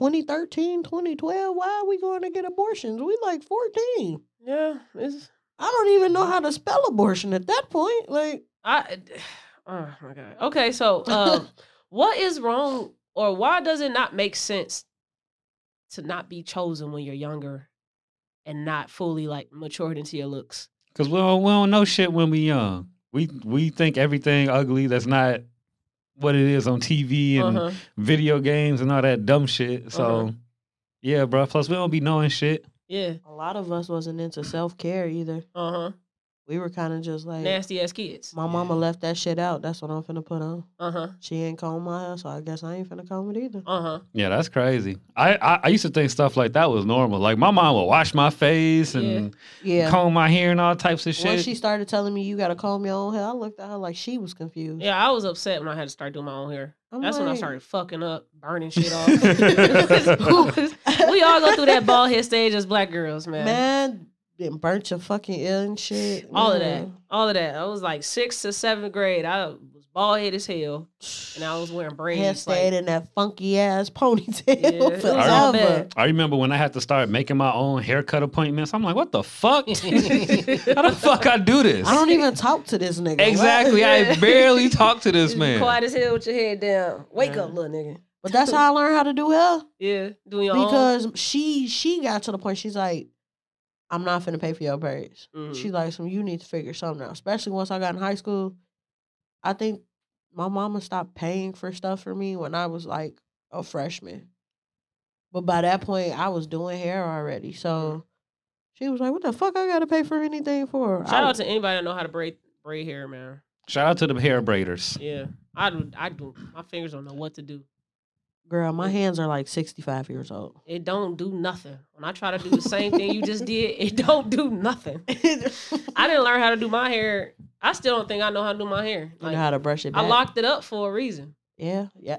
B: 2013, 2012, why are we going to get abortions? We like 14.
A: Yeah, it's
B: I don't even know how to spell abortion at that point. Like,
A: I. Oh my god. Okay, so um, what is wrong, or why does it not make sense to not be chosen when you're younger and not fully like matured into your looks?
C: Cause we don't, we don't know shit when we young. We we think everything ugly that's not what it is on TV and
A: Uh-huh.
C: video games and all that dumb shit. So
A: Uh-huh.
C: yeah, bro. Plus we don't be knowing shit.
A: Yeah.
B: a lot of us wasn't into self care either.
A: Uh huh.
B: We were kind of just like,
A: Nasty ass kids.
B: my mama left that shit out. That's what I'm finna put on.
A: Uh huh.
B: She ain't comb my hair, so I guess I ain't finna comb it either.
A: Uh huh.
C: Yeah, that's crazy. I, I I used to think stuff like that was normal. Like my mom would wash my face and
B: Yeah.
C: comb my hair and all types of shit.
B: Once she started telling me you gotta comb your own hair, I looked at her like she was confused.
A: Yeah, I was upset when I had to start doing my own hair.
B: I'm
A: That's when I
B: like-
A: started fucking up, burning shit off. we all go through that bald head stage as black girls, man.
B: Man, then burnt your fucking ear and shit.
A: All of that.
B: Man.
A: All of that. I was like sixth to seventh grade. I was bald head as hell. And I was wearing
B: hair
A: braids.
B: stayed
A: Like,
B: in that funky ass
A: yeah,
B: ponytail
A: it was all
B: forever.
A: bad.
C: I remember when I had to start making my own haircut appointments. I'm like, what the fuck? How the fuck I do this?
B: I don't even talk to this nigga.
C: exactly. I
A: Yeah.
C: barely talk to this
A: Just
C: man.
A: Quiet as hell with your head down. Wake
B: Yeah.
A: up, little nigga.
B: But that's how I learned how to do hair
A: Yeah. Doing your own.
B: because she she got to the point she's like, I'm not finna pay for your braids.
A: Mhm.
B: She's like, so you need to figure something out. Especially once I got in high school, I think my mama stopped paying for stuff for me when I was like a freshman. But by that point, I was doing hair already,
A: Hmm.
B: so she was like, "What the fuck? I gotta pay for anything for?"
A: Shout
B: I-
A: out to anybody that know how to braid braid hair, man.
C: Shout out to the hair braiders.
A: Yeah. I do I do my fingers don't know what to do.
B: Girl, my hands are like 65 years old.
A: It don't do nothing. When I try to do the same thing you just did, it don't do nothing. I didn't learn how to do my hair. I still don't think I know how to do my hair.
B: you
A: Like,
B: know how to brush it back.
A: I locked it up for a reason.
B: Yeah, yeah.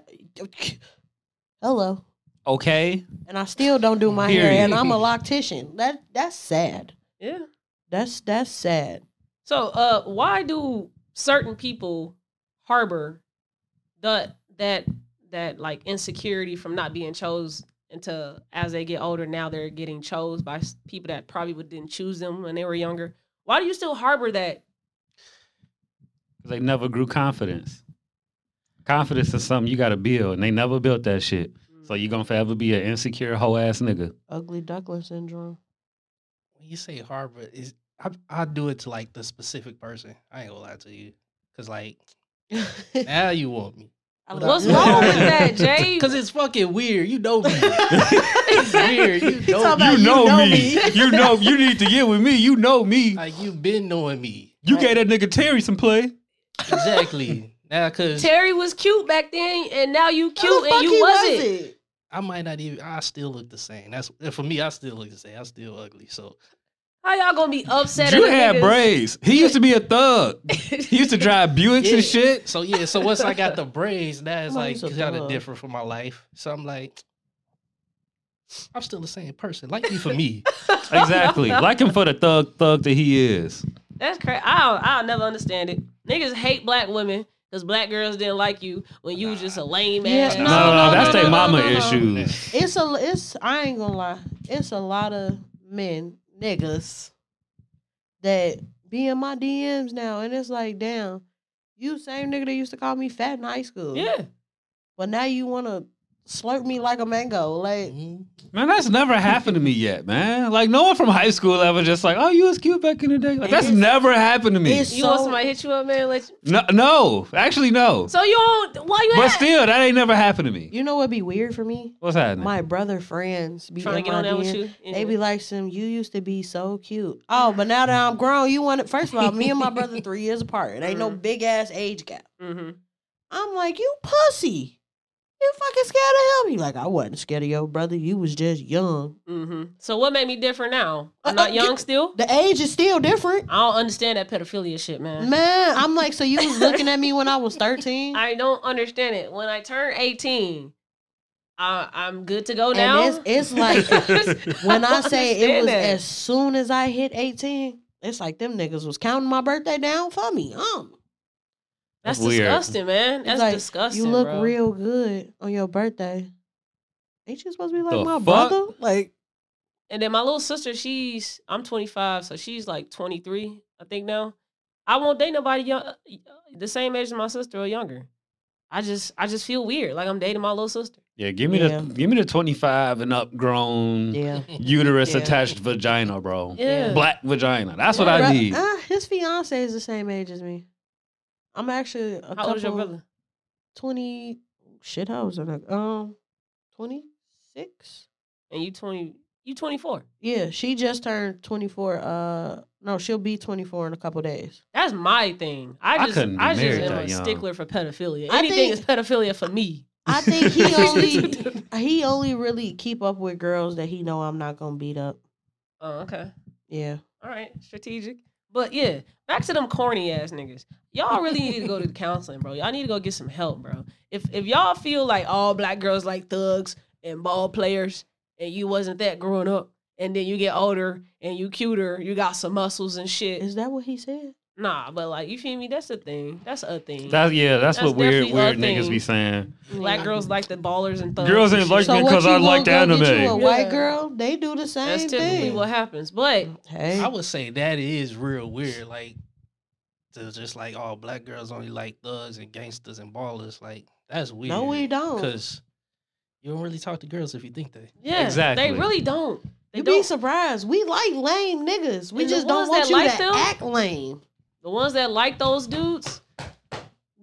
B: Hello.
C: Okay.
B: And I still don't do my hair,
C: Period.
B: and I'm a loctician. That that's sad.
A: Yeah.
B: That's that's sad.
A: So, uh, why do certain people harbor the that that like insecurity from not being chose until as they get older? Now they're getting chose by s- people that probably would- didn't choose them when they were younger. Why do you still harbor that?
C: They never grew confidence. Confidence is something you got to build, and they never built that shit. So you're gonna forever be an insecure hoe ass nigga.
B: Ugly duckling syndrome.
D: When you say Harvard, is I, I do it to like the specific person. I ain't gonna lie to you, cause like now you want me.
B: I
D: What
A: What's
B: love you.
A: wrong with that, Jay?
D: Cause it's fucking weird. You know me. it's weird. You
B: He
D: know
B: talking
D: me.
B: about- You know
C: me. you know you need to get with me. You know me.
D: Like you've been knowing me.
C: You gave that nigga Terry some play.
D: Exactly. now, cause
A: Terry was cute back then, and now you
B: Who the
A: cute
B: fuck
A: and you
B: he
A: wasn't.
B: it?
D: I might not even. I still look the same. That's for me. I still look the same. I'm still ugly. So
A: How y'all gonna be upset?
C: You
A: at a
C: had
A: nigga's-
C: braids. He used to be a thug. He used to drive Buicks
D: Yeah.
C: and shit.
D: So yeah, so once I got the braids, now it's
B: Come on,
D: like
B: you so
D: kind
B: dumb.
D: of different from my life. So I'm like, I'm still the same person. Like me for me.
C: Exactly. like him for the thug thug that he is.
A: That's crazy. I'll I'll never understand it. Niggas hate black women because black girls didn't like you when you was just a lame
B: Yeah,
A: ass.
C: No,
B: No,
C: no,
B: no,
C: no,
B: no,
C: that's
B: no,
C: their
B: no,
C: mama
B: no, no.
C: issues.
B: It's a it's I ain't gonna lie. It's a lot of men, niggas, that be in my DMs now and it's like, damn, you same nigga that used to call me fat in high school.
A: Yeah.
B: But now you wanna slurp me like a mango. Like
D: Mhm.
C: Man, that's never happened to me yet, man. Like no one from high school ever just like, oh, you was cute back in the day. Like that's
B: It's-
C: never happened to me.
B: it's-
A: You want
B: So-
A: somebody to hit you up, man? Let you...
C: No, no, actually no.
A: So you don't. Why you
C: But
A: at-
C: still, that ain't never happened to me.
B: you know what'd be weird for me?
C: What's happening?
B: My brother friends be
A: trying to
B: in
A: get
B: my
A: on that with
B: DM.
A: you?
B: They be like, "Some you used to be so cute. Oh, but now that I'm grown, you want it." First of all, me and my brother three years apart. It ain't no
A: Mhm.
B: big ass age gap.
A: hmm
B: I'm like, "You pussy, you fucking scared of him." You like, I wasn't scared of your brother. You was just young.
A: hmm So what made me different now? I'm
B: Uh, uh,
A: not young
B: get-
A: still.
B: The age is still different,
A: I don't understand that pedophilia shit, man.
B: man. I'm like, so you was looking at me when I was 13,
A: I don't understand it. When I turn 18, I, I'm good to go
B: and
A: now.
B: it's it's like when I
A: don't
B: say it
A: understand
B: was
A: that.
B: as soon as I hit 18. It's like them niggas was counting my birthday down for me. Um.
A: that's
C: Weird.
A: disgusting, man. That's
B: like,
A: disgusting.
B: You look
A: bro.
B: real good on your birthday. Ain't you supposed to be like
C: The
B: my
C: fuck?
B: brother? Like,
A: And then my little sister, she's I'm 25, so she's like 23, I think now. I won't date nobody young, uh, the same age as my sister or younger. I just I just feel weird, like I'm dating my little sister.
C: yeah, give me
B: Yeah.
C: the give me the twenty five and up grown
B: yeah.
C: uterus
B: Yeah.
C: attached vagina, bro.
A: Yeah,
C: Black vagina. That's what
B: Bru-
C: I need.
B: Uh, his fiance is the same age as me. I'm actually a
A: how
B: couple
A: old is your brother?
B: twenty shit hoes are like um twenty six.
A: And you 20, you 24.
B: Yeah, she just turned twenty four. Uh, no, she'll be twenty four in a couple days.
A: That's my thing. I
C: I
A: just I,
C: couldn't be
A: just
C: married
A: am
C: that
A: a
C: young.
A: stickler for pedophilia.
B: I
A: Anything
B: think-
A: is pedophilia for me.
B: I think he only he only really keep up with girls that he know I'm not gonna beat up.
A: Oh, okay.
B: Yeah,
A: All right, strategic. But yeah, back to them corny ass niggas. Y'all really need to go to counseling, bro. Y'all need to go get some help, bro. If if y'all feel like all black girls like thugs and ball players, and you wasn't that growing up, and then you get older and you cuter, you got some muscles and shit.
B: is that what he said?
A: Nah, but like you feel me? That's a thing. That's a thing.
C: That, yeah, that's,
A: That's
C: what weird
A: definitely a
C: weird niggas
A: thing.
C: be saying.
A: black girls like the ballers and thugs.
C: Girls
A: and
C: ain't
A: shit.
C: like me
B: what
C: 'cause
B: you
C: I like
B: won't go
C: the
B: get you
C: anime.
B: a white
A: Yeah.
B: girl, they do the same
A: That's typically
B: thing.
A: what happens. But
B: Hey,
D: I would say that is real weird. Like to just like all black girls only like thugs and gangsters and ballers. Like that's weird.
B: no, we don't.
D: Because you don't really talk to girls if you think they.
A: yeah,
C: Exactly.
A: they really don't. They
B: You'd
A: don't.
B: be surprised. We like lame niggas. We
A: And the
B: just don't
A: ones
B: want
A: that
B: you
A: like
B: to
A: them-
B: act lame.
A: the ones that like those dudes,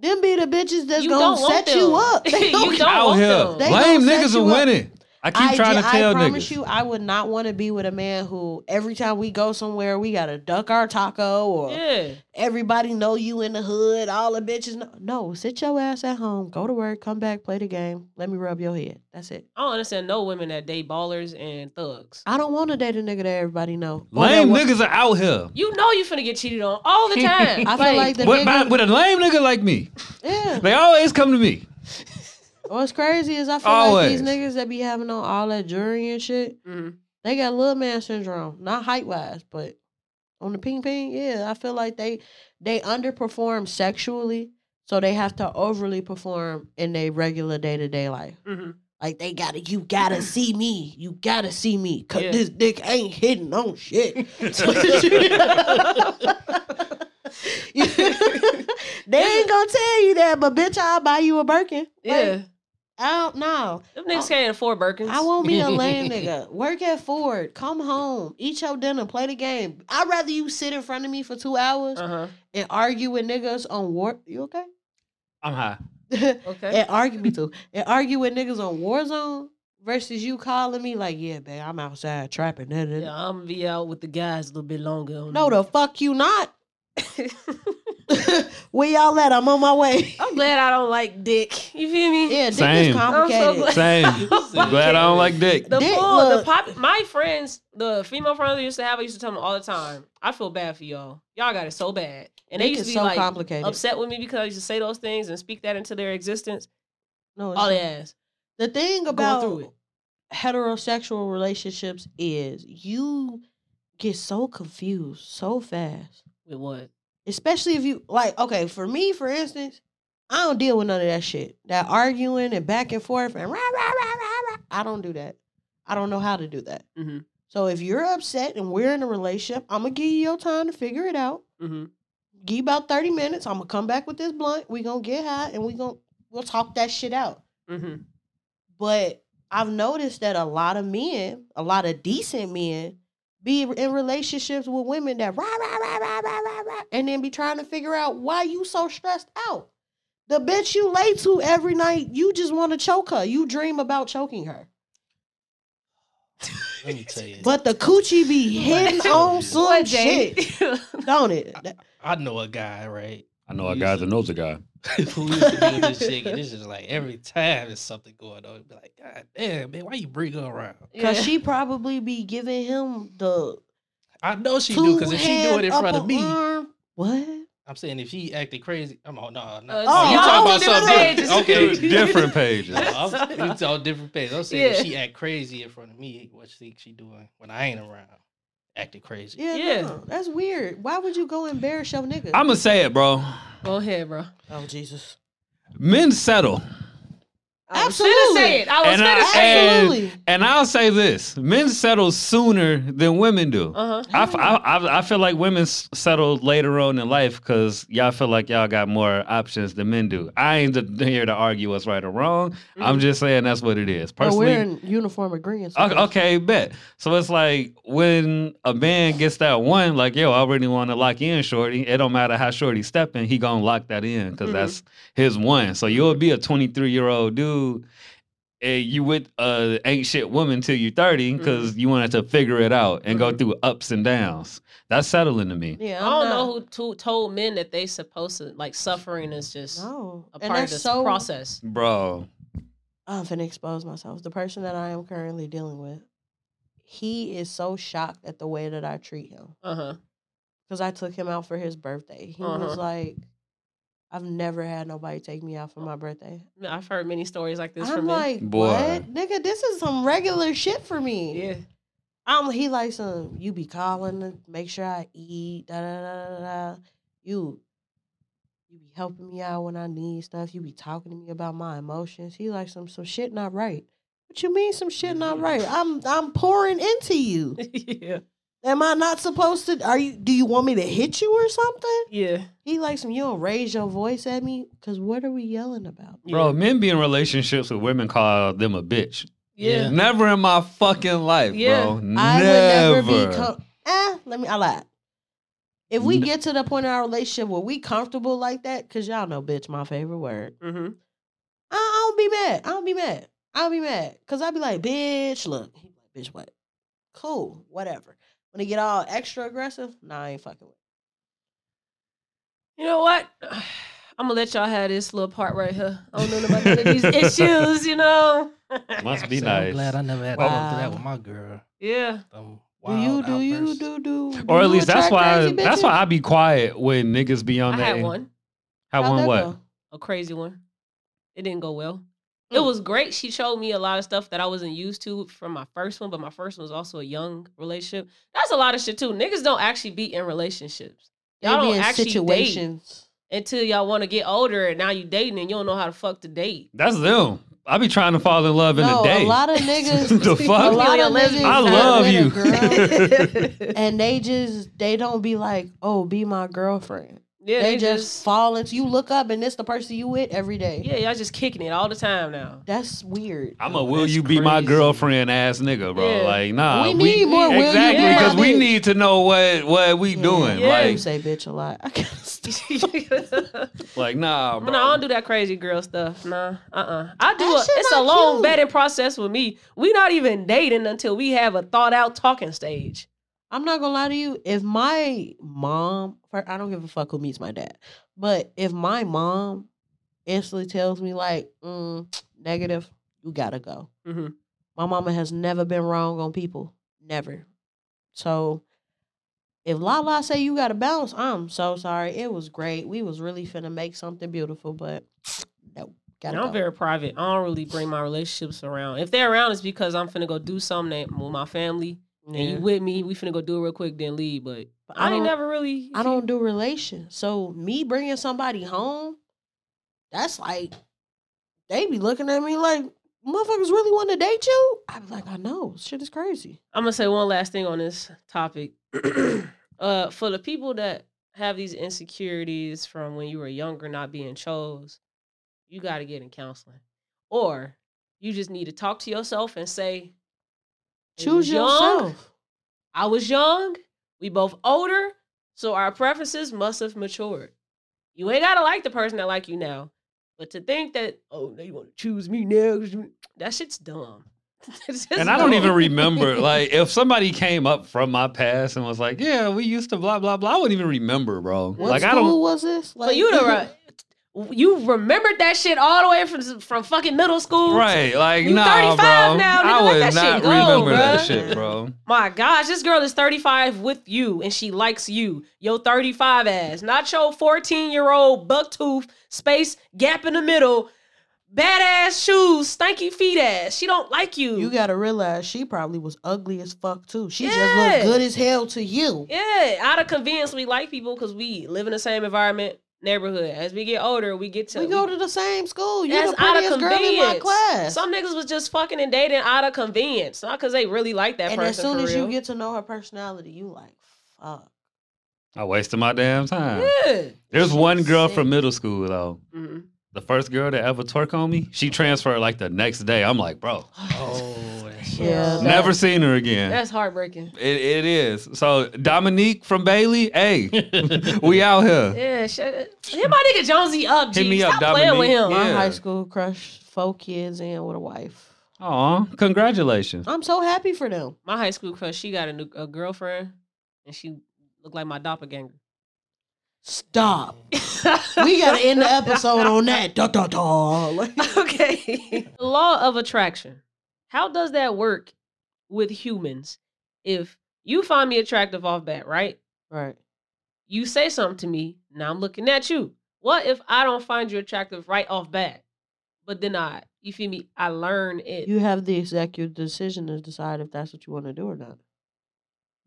B: Them be the bitches that's
A: You
B: gonna
A: don't want
B: set
A: them.
B: you up. They
A: You
B: don't-
A: don't
C: Out
A: want
C: here,
A: them.
B: They
C: lame
B: gonna set
C: niggas are
B: you up.
C: winning. I keep
B: I
C: trying
B: ju-
C: to tell
B: I promise
C: niggas.
B: you, I would not want to be with a man who every time we go somewhere, we gotta duck our taco or
A: yeah.
B: everybody know you in the hood. All the bitches know. No, sit your ass at home, go to work, come back, play the game. Let me rub your head. That's it.
A: I don't understand no women that date ballers and thugs.
B: I don't want to date a nigga that everybody know. Or that
C: lame
B: wa-
C: niggas are out here.
A: You know you finna get cheated on all the time.
B: I feel like the
C: With, by,
B: nigga,
C: with a lame nigga like me,
B: yeah.
C: they always come to me.
B: What's crazy is I feel
C: Always.
B: like these niggas that be having on all that jewelry and shit,
A: Mhm.
B: they got little man syndrome. Not height wise, but on the ping ping. Yeah, I feel like they they underperform sexually, so they have to overly perform in their regular day to day life.
A: Mm-hmm.
B: Like they gotta, you gotta see me, you gotta see me, cause
A: Yeah.
B: this dick ain't hitting on shit. they ain't gonna tell you that, but bitch, I'll buy you a Birkin. Like,
A: Yeah,
B: I don't know.
A: them niggas can't afford Birkins.
B: I won't be a lame nigga. Work at Ford. Come home. Eat your dinner. Play the game. I'd rather you sit in front of me for two hours
A: Uh huh.
B: and argue with niggas on war. You okay?
C: I'm high.
A: Okay.
B: and argue me too. And argue with niggas on Warzone versus you calling me like, yeah, babe, I'm outside trapping. da, da, da."
A: Yeah, I'm gonna be out with the guys a little bit longer. On
B: No, the fuck you not. Where y'all at? I'm on my way.
A: I'm glad I don't like dick. You feel me?
B: Yeah, dick
C: Same. I'm
B: is
C: so
B: complicated.
A: glad-
C: Same. Glad I don't like dick.
A: The
B: Dick,
A: bull,
B: look.
A: the pop. My friends, the female friends I used to have, I used to tell them all the time. I feel bad for y'all. Y'all got it so bad, and they
B: Dick
A: used
B: is
A: to be
B: so
A: like
B: complicated.
A: upset with me because I used to say those things and speak that into their existence.
B: no, it's
A: All
B: not.
A: they ass.
B: the thing
A: through
B: about
A: it.
B: heterosexual relationships is you get so confused so fast.
A: With what?
B: especially if you like okay for me for instance i don't deal with none of that shit that arguing and back and forth and rah, rah, rah, rah, rah, i don't do that i don't know how to do that
A: Mhm.
B: so if you're upset and we're in a relationship i'm gonna give you your time to figure it out
A: Mm-hmm.
B: give you about 30 minutes i'm gonna come back with this blunt we gonna get high and we gonna we'll talk that shit out
A: Mm-hmm.
B: but I've noticed that a lot of men, a lot of decent men, be in relationships with women that rah rah rah rah rah rah rah, and then be trying to figure out why you so stressed out. The bitch you lay to every night, you just want to choke her. You dream about choking her,
D: Let me tell you.
B: but the coochie be hitting on some shit, don't it?
D: I know a guy, right?
C: I know a guy that knows a guy.
D: Who used to be with this chick, and it's just like every time there's something going on, it'd be like, God damn, man, why you bring her around?
B: Cause she probably be giving him the
D: I know she do,
B: two
D: because if she do it in front of me,
B: arm. What?
D: I'm saying if she acting crazy, I'm all, no, no.
A: Uh,
B: Oh,
D: you
B: oh,
D: talking about
B: different
D: something
A: pages.
D: different. Okay.
C: Different pages.
D: No, I'm, it's all different phase. I'm saying
A: Yeah.
D: if she act crazy in front of me, what she think she doing when I ain't around, acting crazy.
B: Yeah,
A: Yeah.
B: no, that's weird. Why would you go embarrass your nigga?
C: I'ma say it, bro.
A: Go ahead, bro.
B: oh Jesus.
C: Men settle.
A: I was finna say it. I was
C: And
A: finna
C: I-
A: say it.
B: Absolutely.
C: And I'll say this: men settle sooner than women do.
A: Uh huh.
C: I, f- I- I- I feel like women s- settle later on in life because y'all feel like y'all got more options than men do. I ain't th- here to argue what's right or wrong. I'm just saying that's what it is.
B: But we're
C: Personally,
B: in uniform agreement.
C: okay, okay, bet. So it's like when a man gets that one, like yo, I really want to lock in, shorty. It don't matter how shorty stepping, he gonna lock that in because
A: Mhm.
C: that's his one. So you'll be a 23 year old dude. And you with a ain't shit woman till you 30 because you wanted to figure it out and go
A: Mhm.
C: through ups and downs. That's settling to me.
B: Yeah,
A: I don't know who to, told men that they supposed to like suffering is just
B: No,
A: a
B: and
A: part of
B: that's
A: this
B: so.
A: process.
C: Bro,
B: I'm finna expose myself. The person that I am currently dealing with, he is so shocked at the way that I treat him
A: Uh huh.
B: because I took him out for his birthday. He
A: Uh-huh.
B: was like, "I've never had nobody take me out for my birthday."
A: I've heard many stories like this
B: I'm
A: from men.
B: like,
C: Boy.
B: "What, nigga? This is some regular shit for me."
A: yeah.
B: I'm he like some you be calling to make sure I eat, da da da da da. You you be helping me out when I need stuff. You be talking to me about my emotions. He like some some shit not right. What you mean some shit not right? I'm I'm pouring into you.
A: yeah.
B: Am I not supposed to are you do you want me to hit you or something?
A: Yeah.
B: He like some you don't raise your voice at me because what are we yelling about?
A: Yeah.
C: bro, men be in relationships with women call them a bitch.
A: Yeah.
C: Never in my fucking life,
A: Yeah.
C: bro. Never.
B: I would never be com- eh, let me I lied. If we
C: N-
B: get to the point in our relationship where we comfortable like that, cause y'all know bitch my favorite word.
A: Mm-hmm.
B: I, I don't be mad. I don't be mad. I don't be mad. Cause I be like, bitch, look. He be like, bitch, what? Cool, whatever. When they get all extra aggressive, nah, I ain't fucking with. it.
A: You know what? I'm gonna let y'all have this little part right here. I don't know about none of these issues, you know.
C: Must be
D: So
C: nice.
D: I'm glad I never had to go through that with my girl.
A: yeah.
D: Them
B: Do you
D: wild
B: do you
D: outbursts.
B: do do? do
C: Or at
B: you
C: least that's
B: attract
C: why
B: crazy
C: that's
B: bitches?
C: why I be quiet when niggas be on
A: I
C: that.
A: had one,
C: Had
B: How'd
C: one
B: that
C: what?
B: go?
A: a crazy one. It didn't go well.
B: Mm.
A: It was great. She showed me a lot of stuff that I wasn't used to from my first one, but my first one was also a young relationship. That's a lot of shit too. Niggas don't actually be in relationships
B: They
A: Y'all
B: be
A: don't
B: in
A: actually date.
B: situations.
A: until y'all want to get older and now you dating and you don't know how to fuck to date.
C: That's them. I be trying to fall in love in
B: no,
C: a day.
B: a lot of niggas.
C: The
B: A
C: fuck?
B: lot of niggas.
C: I
B: that
C: love
B: with a
C: you.
B: girl,
E: Girl.
B: and they just they don't be like, oh, be my girlfriend.
A: Yeah,
B: they, just, fall into you. Look up, and it's the person you with every day.
A: yeah, y'all just kicking it all the time now.
B: That's weird.
C: I'm a will
D: That's
C: you be my
D: crazy.
C: girlfriend ass nigga, bro.
A: Yeah.
C: Like nah,
B: we need more will you be
C: Ah, exactly
B: my
C: because we
B: bitch.
C: need to know what what we
B: Yeah.
C: doing.
A: Yeah.
B: You
C: Like
B: say bitch a lot. I gotta stop.
C: like nah, bro.
A: No, I don't do that crazy girl stuff. Nah, uh, uh I do.
B: That
A: A,
B: shit
A: it's a
B: not
A: long
B: cute.
A: vetting process with me. We not even dating until we have a thought out talking stage.
B: I'm not gonna lie to you. If my mom, fir- I don't give a fuck who meets my dad, but if my mom instantly tells me like mm, negative, you gotta go.
A: Mhm.
B: My mama has never been wrong on people, never. So if Lala say you gotta bounce, I'm so sorry. It was great. We was really finna make something beautiful, but no,
A: And
B: gotta
A: I'm
B: go.
A: very private. I don't really bring my relationships around. If they're around, it's because I'm finna go do something that- with my family. And
B: Yeah.
A: you with me? We finna go do it real quick, then leave. But
B: But
A: I, ain't
B: don't-
A: never really.
B: I don't do relations. So me bringing somebody home, that's like they be looking at me like motherfuckers really want to date you. I be like, I know, shit is crazy.
A: I'm gonna say one last thing on this topic. uh, for the people that have these insecurities from when you were younger, not being chose, you got to get in counseling, or you just need to talk to yourself and say, "They
B: Choose
A: was young,
B: yourself.
A: I was young. We both older, so our preferences must have matured. You ain't gotta like the person that like you now, but to think that oh, they want to choose me now, 'cause you-" that shit's dumb. It's just
C: and I don't
A: dumb.
C: even remember. Like, if somebody came up from my past and was like, "Yeah, we used to blah blah blah," I wouldn't even remember, bro.
B: What
C: like,
B: school
C: I don't.
B: was this?
A: So you the right. You remembered that shit all the way from from fucking middle school.
C: Right, like
A: You 35
C: nah, bro.
A: now, nigga,
C: I
A: let
C: would
A: that
C: not
A: shit go,
C: remember that
A: bruh.
C: shit, bro.
A: My gosh, this girl is 35 with you and she likes you. Yo 35 ass. Not your 14-year-old bucktooth space gap in the middle. Badass shoes, stanky feet ass. She don't like you.
B: You gotta realize she probably was ugly as fuck too. She just
A: Yeah.
B: looked good as hell to you.
A: yeah, out of convenience, we like people because we live in the same environment, neighborhood. As we get older, we get to
B: We go to the same school. You
A: That's
B: the
A: out
B: prettiest
A: of
B: girl in my
A: convenience.
B: class.
A: Some niggas was just fucking and dating out of convenience, not because they really like that
B: and
A: person.
B: as soon
A: for
B: as
A: real.
B: you get to know her personality, you like, fuck.
C: I wasted my damn time.
A: yeah,
C: There's one girl
B: Sick.
C: from middle school though.
A: Mhm.
C: The first girl that ever twerk on me, she transferred like the next day. I'm like, bro,
D: Oh, that's
B: Yeah.
C: never seen her again.
A: that's heartbreaking.
C: It, it is. So Dominique from Bailey, hey, we out here.
A: Yeah, shit. hit my nigga Jonesy up. G.
C: Hit me
A: Stop
C: up,
A: playing with him.
C: Dominique.
B: My
C: Yeah.
B: high school crush, four kids in with a wife.
C: Aw, congratulations.
B: I'm so happy for them.
A: My high school crush, she got a new a girlfriend, and she looked like my doppelganger.
B: Stop. We gotta end the episode on that. Da, da, da. Like,
A: okay. The law of attraction. How does that work with humans? If you find me attractive off bat, right?
B: right.
A: you say something to me, now I'm looking at you. What if I don't find you attractive right off bat? But then I, you feel me? I learn it.
B: You have the executive decision to decide if that's what you want to do or not.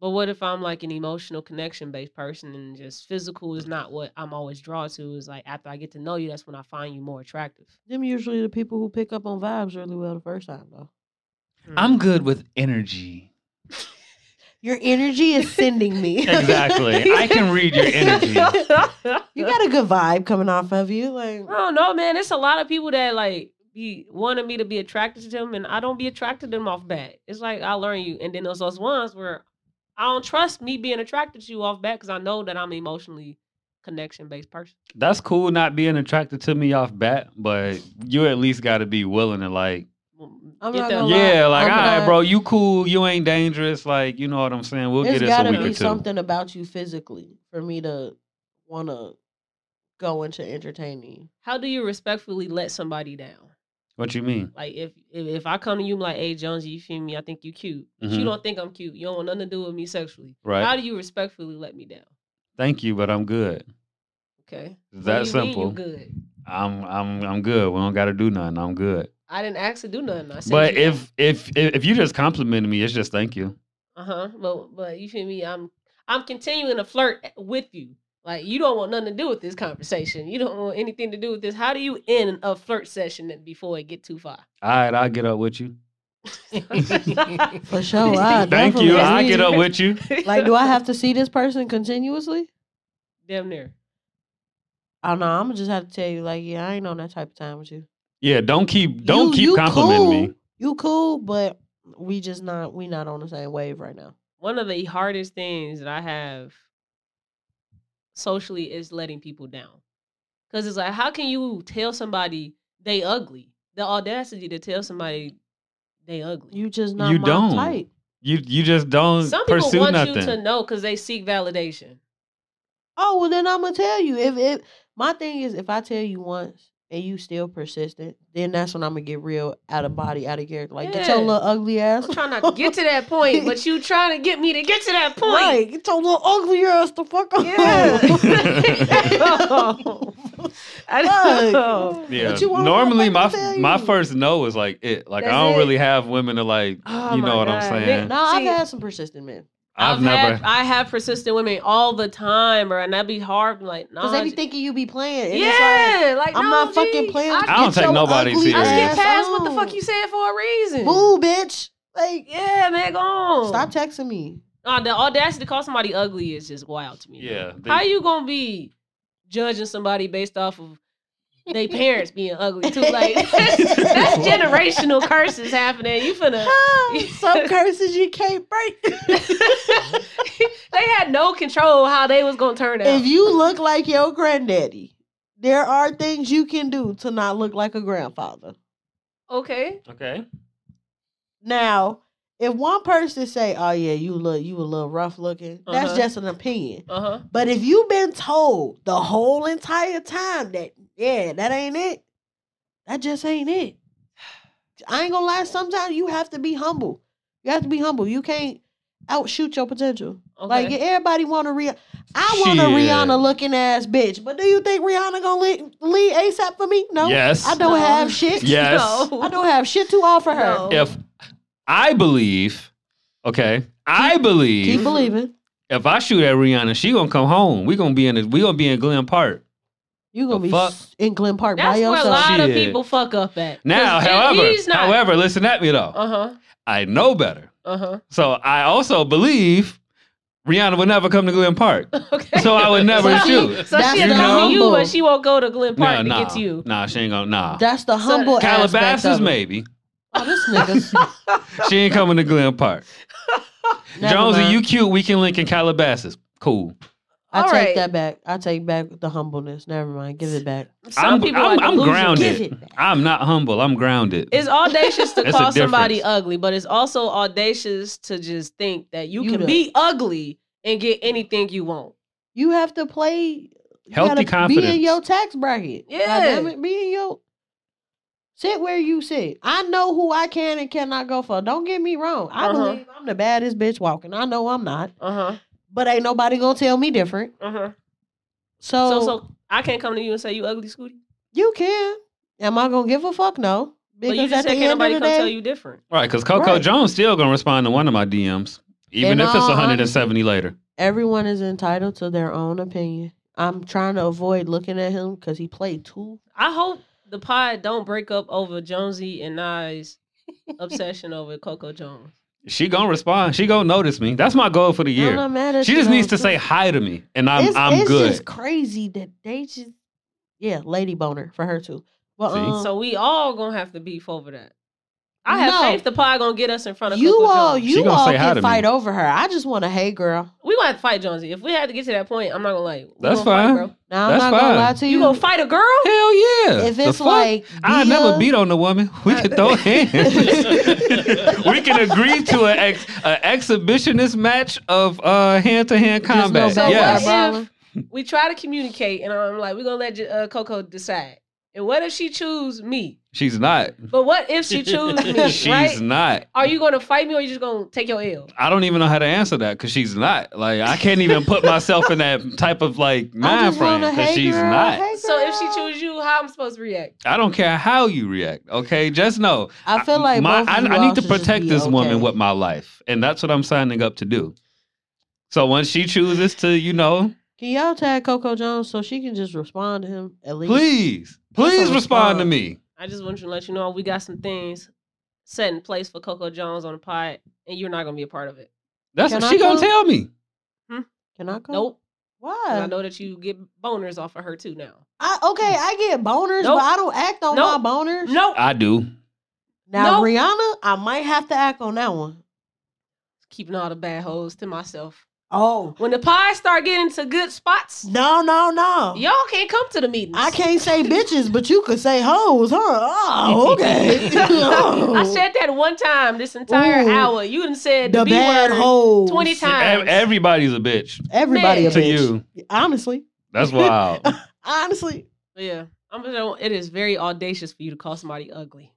A: but what if I'm like an emotional connection based person and just physical is not what I'm always drawn to? Is like after I get to know you, that's when I find you more attractive.
B: Them usually the people who pick up on vibes really well the first time though.
C: I'm good with energy.
B: Your energy is sending me.
C: Exactly. I can read your energy.
B: You got a good vibe coming off of you. Like
A: I don't know, man. It's a lot of people that like be wanting me to be attracted to them, and I don't be attracted to them off bat. It's like I learn you, and then there's those ones where I don't trust me being attracted to you off bat because I know that I'm emotionally connection based person.
C: That's cool not being attracted to me off bat, but you at least got to be willing to like,
B: I'm
A: Get
B: not
A: that-
B: gonna lie.
C: yeah,
A: Oh
C: like,
B: I'm
C: all right,
B: not-
C: bro, you cool, you ain't dangerous, like, you know what I'm saying? We'll
B: There's
C: get this a
B: gotta
C: week
B: be
C: or two.
B: something about you physically for me to wanna go into entertaining you.
A: How do you respectfully let somebody down?
C: What you mean?
A: Like if if, if I come to you I'm like, hey Jonesy, you feel me? I think you cute. But
C: Mhm.
A: You don't think I'm cute. You don't want nothing to do with me sexually.
C: Right.
A: How do you respectfully let me down?
C: Thank you, but I'm good.
A: Okay. What
C: It's that
A: do you mean you
C: simple.
A: good.
C: I'm I'm I'm good. We don't got to do nothing. I'm good.
A: I didn't ask to do nothing. I said,
C: But if if if if you just complimented me, it's just thank you.
A: uh huh, but but you feel me? I'm I'm continuing to flirt eh, with you. Like you don't want nothing to do with this conversation. You don't want anything to do with this. How do you end a flirt session before it get too far?
C: All right, I'll get up with you.
B: For
A: Oh,
B: sure. I
C: Thank you.
B: definitely
C: I'll
B: need-
C: get up with you.
B: Like, do I have to see this person continuously?
A: Damn near.
B: I don't know. Oh, I'm gonna just have to tell you, like, yeah, I ain't on that type of time with you.
C: Yeah, don't keep don't
B: You-
C: keep
B: you
C: complimenting
B: cool.
C: me.
B: You cool, but we just not we not on the same wave right now.
A: One of the hardest things that I have socially is letting people down. Cause it's like, how can you tell somebody they ugly? The audacity to tell somebody they ugly.
B: You just not
C: You
B: my
C: don't.
B: type.
C: You you just don't
A: Some people
C: pursue
A: want
C: nothing.
A: you to know because they seek validation.
B: Oh well, then I'm gonna tell you. If if my thing is, if I tell you once and you still persistent, then that's when I'm gonna get real out of body, out of character. Like get your
A: Yeah.
B: little ugly ass.
A: I'm trying not to get to that point, but you trying to get me to get to that point.
B: Right, get your little ugly ass the fuck up.
A: Yeah. I know.
C: Yeah.
B: But you want
C: Normally, my
B: motherfucker to tell
C: my
B: you.
C: first no is like it. Like
A: That's
C: I don't
A: it.
C: really have women to like.
A: Oh
C: you
A: my
C: know what
A: God.
C: I'm saying?
B: No, I've
A: See-
B: had some persistent men
C: I've,
A: had-
C: never.
A: I have persistent women all the time, bro, and that'd be hard. Like, no,
B: because they be thinking you be playing. And it's like,
A: yeah, like,
B: I'm
A: no,
B: not fucking
A: G,
B: playing.
A: I,
C: I don't
B: Get
C: take
B: your
C: nobody
B: ugly
A: I
C: serious.
B: ass
A: skip past what the
B: on.
A: fuck you said for a reason.
B: Boo, bitch. Like,
A: Yeah, man, go on.
B: stop texting me.
A: Nah, the audacity to call somebody ugly is just wild to me.
C: yeah. they-
A: How you gonna be judging somebody based off of they parents being ugly too? Like that's generational curses happening. You finna
B: Some curses you can't break.
A: they had no control how they was gonna turn out.
B: If you look like your granddaddy, there are things you can do to not look like a grandfather.
A: okay.
C: okay.
B: Now, if one person say, "Oh yeah, you look you a little rough looking," that's
A: Uh-huh.
B: just an opinion.
A: Uh huh.
B: But if you've been told the whole entire time that yeah, that ain't it, that just ain't it. I ain't gonna lie. Sometimes you have to be humble. You have to be humble. You can't outshoot your potential.
A: Okay.
B: Like yeah, everybody want a Rihanna. I want a
C: Shit.
B: Rihanna looking ass bitch. But do you think Rihanna gonna lead, lead ASAP for me? No.
C: Yes.
B: I don't
A: No.
B: have shit.
C: Yeah. Yes.
A: No.
B: I don't have shit to offer her.
A: No.
C: If I believe, okay, I believe
B: Keep believing.
C: if I shoot at Rihanna, she gonna come home. We gonna be in. The, we gonna be in Glen Park.
B: You gonna
C: The
B: be
C: fuck?
B: s- in Glen Park
A: That's
B: by
A: where a
B: yourself.
A: lot of
C: Shit.
A: people fuck up at.
C: Now, however, however, listen at me
B: Oh.
C: though.
A: Uh huh.
C: I know better,
A: Uh huh.
C: so I also believe Rihanna would never come to Glen Park.
A: Okay.
C: So I would never
A: So she-
C: shoot.
A: So
B: That's
A: she'll
C: the
A: come to you
B: humble.
A: and she won't go to Glen Park
C: Nah,
A: to
C: nah,
A: get to you.
C: nah, she ain't gonna nah.
B: That's the humble aspect
C: Calabasas,
B: of it.
C: maybe.
B: Oh, this niggas.
C: She ain't coming to Glen Park.
B: Never
C: Jonesy,
B: mind.
C: you cute. We can link in Calabasas. Cool.
B: I
A: All
B: take
A: right.
B: that back. I take back the humbleness. Never mind. Give it back.
A: Some
C: I'm,
A: people
C: I'm,
A: are
C: I'm
A: delusional.
C: grounded.
B: Give it back.
C: I'm not humble. I'm grounded.
A: It's audacious to
C: That's a
A: call somebody
C: difference.
A: ugly, but it's also audacious to just think that you,
B: You
A: can
B: the-
A: be ugly and get anything you want.
B: You have to play. you
C: Healthy
B: gotta Be
C: confidence.
B: in your tax bracket.
A: Yeah.
B: God damn it. Be in your. Sit where you sit. I know who I can and cannot go for. Don't get me wrong. I
A: Uh-huh.
B: believe I'm the baddest bitch walking. I know I'm not,
A: Uh huh.
B: but ain't nobody gonna tell me different.
A: Uh huh.
B: So,
A: so so I can't come to you and say you ugly, Scooty.
B: you can. Am I gonna give a fuck? No.
A: But you just said can't nobody come tell you different.
C: Right, because Coco
B: Right. um,
C: Jones still gonna respond to one of my DMs, even
B: In
C: if it's
B: all
C: 170 later.
B: everyone is entitled to their own opinion. I'm trying to avoid looking at him because he played too.
A: I hope the pod don't break up over Jonesy and I's obsession over Coco Jones.
C: She gonna respond. She gonna notice me. That's my goal for the
B: I'm
C: year.
B: not mad at
C: She
B: you,
C: just
B: though.
C: needs to say hi to me, and I'm
B: it's,
C: I'm
B: it's
C: good.
B: just crazy that they just yeah, lady boner for her too. Well,
C: See?
B: um,
A: So we all gonna have to beef over that. I have
B: No.
A: faith the pod gonna get us in front of
B: you
A: Coco
B: all
A: Jones.
C: She
B: you
C: gonna
B: all
C: say hi to
B: can
C: me.
B: fight over her. I just want a hey girl.
A: We gonna have to fight Jonesy. If we had to get to that point, I'm not gonna lie. We
C: That's
A: gonna fight,
C: fine.
A: bro.
B: Now I'm
C: That's
B: not gonna
C: fine.
B: lie to
A: You
B: you.
A: gonna fight a girl?
C: Hell yeah!
B: if
C: The
B: it's
C: fuck?
B: like
C: I
B: Dia-
C: never beat on a woman. We can throw hands. we can agree to an ex, a exhibitionist match of uh hand to hand
B: Just no
C: combat.
B: back
A: So
C: yes.
A: what
B: elbow.
A: if we try to communicate and I'm like, we're gonna let J- uh, Coco decide. And what if she choose me?
C: She's not.
A: But what if she choose me?
C: She's
A: right?
C: not.
A: Are you gonna fight me or you just gonna take your L?
C: I don't even know how to answer that because she's not. Like I can't even put myself in that type of like
B: I
C: mind
B: just
C: frame
B: wanna,
C: because
B: hey,
C: she's
B: girl,
C: not.
B: hey,
A: So if she
B: girl.
A: choose you, how I'm supposed to react?
C: I don't care how you react. Okay, just know
B: I feel like
C: my,
B: both
C: I,
B: of you
C: I
B: all
C: need to
B: should just
C: protect
B: be
C: this woman
B: okay.
C: with my life, and that's what I'm signing up to do. So once she chooses to, you know,
B: Can y'all tag Coco Jones so she can just respond to him at least?
C: please,
B: That's a
C: please respond to
B: response.
C: me.
A: I just want you to let you know we got some things set in place for Coco Jones on the pod, and you're not gonna be a part of it.
C: That's
B: Can
C: what
B: I
C: she gonna
B: come?
C: tell me.
B: Can I come?
A: Nope. 'Cause I
B: Why?
A: know that you get boners off of her too now.
B: I, okay, I get boners,
A: Nope.
B: but I don't act on
A: Nope.
B: my boners.
A: Nope.
C: I do.
B: Now
A: Nope.
B: Rihanna, I might have to act on that one.
A: Keeping all the bad hoes to myself.
B: Oh
A: When the pies start getting to good spots,
B: no, no, no!
A: y'all can't come to the meetings.
B: I can't say bitches, but you could say hoes, huh? Oh, okay.
A: I said that one time this entire
B: Ooh.
A: hour. You done said the,
B: the
A: B
B: bad
A: word
B: hoes.
A: 20
C: E-
A: times.
C: Everybody's a bitch
B: Everybody a
A: Man.
C: to
B: bitch.
C: you.
B: Honestly,
C: That's wild.
B: honestly,
A: Yeah. I'm gonna, it is very audacious for you to call somebody ugly.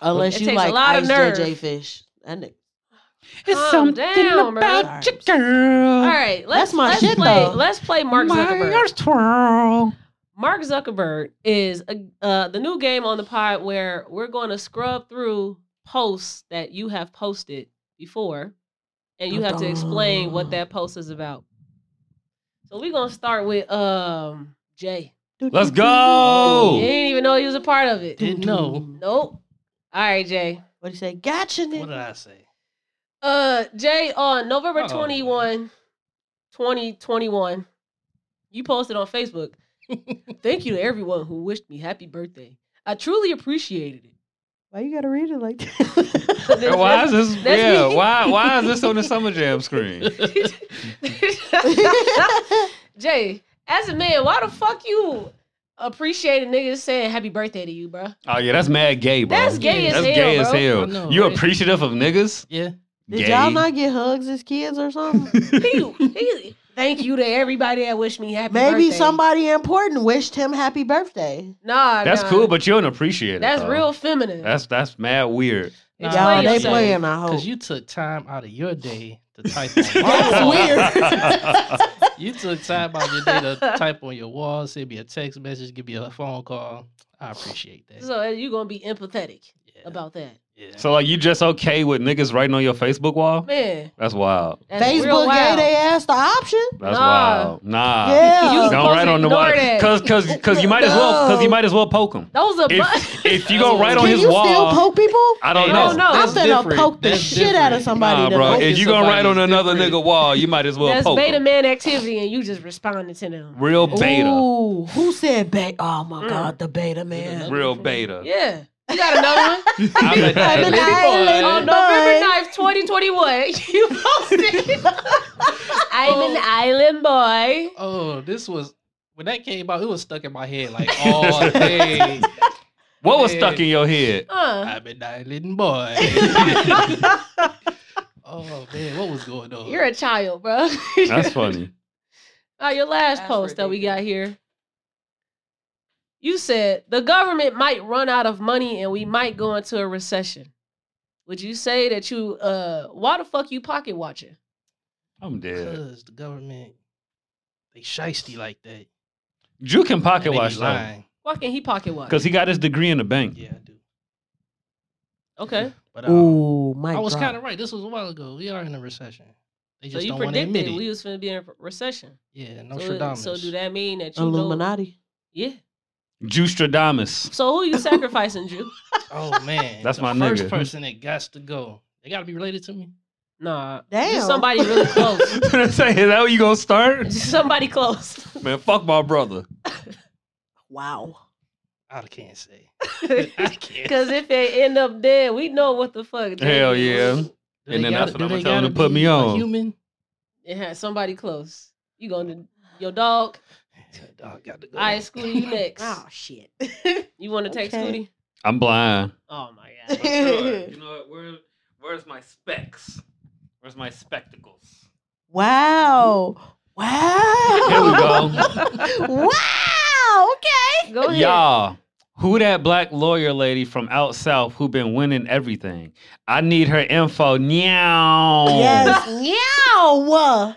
B: unless
A: It
B: you
A: takes a
B: like
A: lot of
B: Ice
A: nerve.
B: JJ Fish. That nigga-
A: It's
D: Oh,
A: Calm something down, about
B: bruh. you,
C: girl.
A: All right, let's
B: my
A: let's
B: shit,
A: play
B: though.
A: let's play Mark Zuckerberg.
C: twirl.
A: Mark Zuckerberg is a, uh, the new game on the pod where we're going to scrub through posts that you have posted before, and you have to explain what that post is about. So we're gonna start with um Jay.
C: Let's go.
A: He didn't even know he was a part of it.
D: Didn't know.
A: Nope. All right, Jay.
B: What do you say? Gotcha,
D: What did
B: nigga.
D: I say?
A: Uh, Jay, on November
C: Oh,
D: Uh-oh.
A: 21, 2021, you posted on Facebook, Thank you to everyone who wished me happy birthday. I truly appreciated it.
B: Why you gotta read it like that?
C: Why is this?
A: That's
C: yeah.
A: me.
C: Why? Why is this on the Summer Jam screen?
A: Jay, as a man, why the fuck you appreciate a nigga saying happy birthday to you, bro?
C: Oh yeah, that's mad gay, bro.
A: That's gay as
C: That's
A: hell,
C: gay
A: bro.
D: I
C: as
D: know,
C: hell. You
D: right?
C: appreciative of niggas?
D: Yeah.
B: Did
C: Gay.
B: y'all not get hugs as kids or something?
A: He, he- thank you to everybody that wished me happy birthday.
B: Maybe somebody important wished him happy birthday.
A: Nah,
C: That's
A: nah.
C: cool, but you don't appreciate it.
A: That's
C: though.
A: real feminine.
C: That's that's mad weird.
D: Nah,
B: Y'all, they
A: yourself.
B: playing. I hope.
D: Because you took time out of your day to type on
B: That's
D: wall.
B: weird.
D: You took time out of your day to type on your wall, send me a text message, give me a phone call. I appreciate that.
A: so uh, you gonna be empathetic
D: yeah.
A: about that,
D: yeah.
C: So like you just okay with niggas writing on your Facebook wall?
A: man.
C: That's wild.
A: That's real
B: Facebook gave
A: wild.
B: they ass the option.
A: Nah.
C: That's wild. Nah.
B: Yeah.
A: You
C: Don't
A: supposed
C: write
A: to
C: on the
A: ignore
C: wall
A: that.
C: because because because you might as well because you
B: No.
C: might as well poke him.
A: Those are
C: If
A: bu-
C: if you go right on
B: Can
C: his
B: you still
C: wall,
B: poke people?
C: I don't
D: Hey,
C: know.
A: that's- No.
B: I'm
D: that's
B: finna
D: different.
B: poke the
D: That's
B: shit
D: different.
B: out of somebody.
C: Nah,
B: that
C: bro.
B: poke-
D: poking
C: If you gonna write on
D: somebody is
C: another
D: different.
C: nigga wall, you might as well
A: that's
C: poke
A: beta
C: 'em.
A: man activity, and you just responding to them.
C: Real beta.
B: Ooh, who said beta? Oh my
A: Mm.
B: god, the beta man.
C: Real beta.
A: Yeah, you got another one.
C: I'm a-
B: I'm an island
A: On
B: boy.
A: November 9th, 2021, you posted, Oh. I'm an island boy.
D: Oh, this was when that came out, it was stuck in my head like all day.
C: what was
D: Yeah.
C: stuck in your head?
A: Uh,
D: I've been that little boy. oh man, what was going on?
A: you're a child, bro.
C: That's funny.
A: Uh, your last
B: That's
A: post that we got here. You said the government might run out of money and we might go into a recession. Would you say that you uh why the fuck you pocket watching?
C: I'm dead.
D: Because the government, they shisty like that.
C: Drew can pocket
D: They be
C: watch though,
D: lying.
A: Why can't he pocket watch?
C: because he got his degree in the bank.
D: Yeah, I do.
A: Okay.
D: But uh,
B: Ooh, my
D: I was
B: god.
D: kind of right. This was a while ago. We are in a recession. They
A: So
D: just
A: you
D: don't want to admit
A: predicted
D: it.
A: we was gonna be in a recession.
D: yeah, no
A: So, so do that mean that you know-
B: Illuminati.
A: Yeah.
C: Justradamus.
A: So who you sacrificing, Drew?
D: Oh man,
C: That's
D: the
C: my
D: first
C: nigga.
D: person that got to go. They got to be related to me.
A: Nah.
B: Damn.
A: Just somebody really close.
C: Say, is that where you gonna start?
A: Just somebody close.
C: Man, fuck my brother.
B: Wow.
D: I can't say. I
A: Cause
D: can't.
A: if they end up dead, we know what the fuck. they
C: Hell
A: do.
C: yeah.
D: Do
C: And
D: they
C: then that's
D: gotta-
C: what
D: do
C: I'ma
D: they
C: tell 'em to
D: gotta
C: put me
D: be a
C: on.
D: Human.
A: It had somebody close. You gonna your dog?
D: Dog got to go.
A: I exclude you next.
B: Oh shit.
A: You want to take
B: Okay.
A: Scooty?
C: I'm blind.
A: Oh my god.
C: You know what? Where, where's my specs? Where's my spectacles?
B: Wow. Wow.
C: Here we go.
B: wow. Okay.
A: Go ahead.
C: Oh, Y'all, Who that black lawyer lady from out south who been winning everything? I need her info now.
B: Yes. Meow.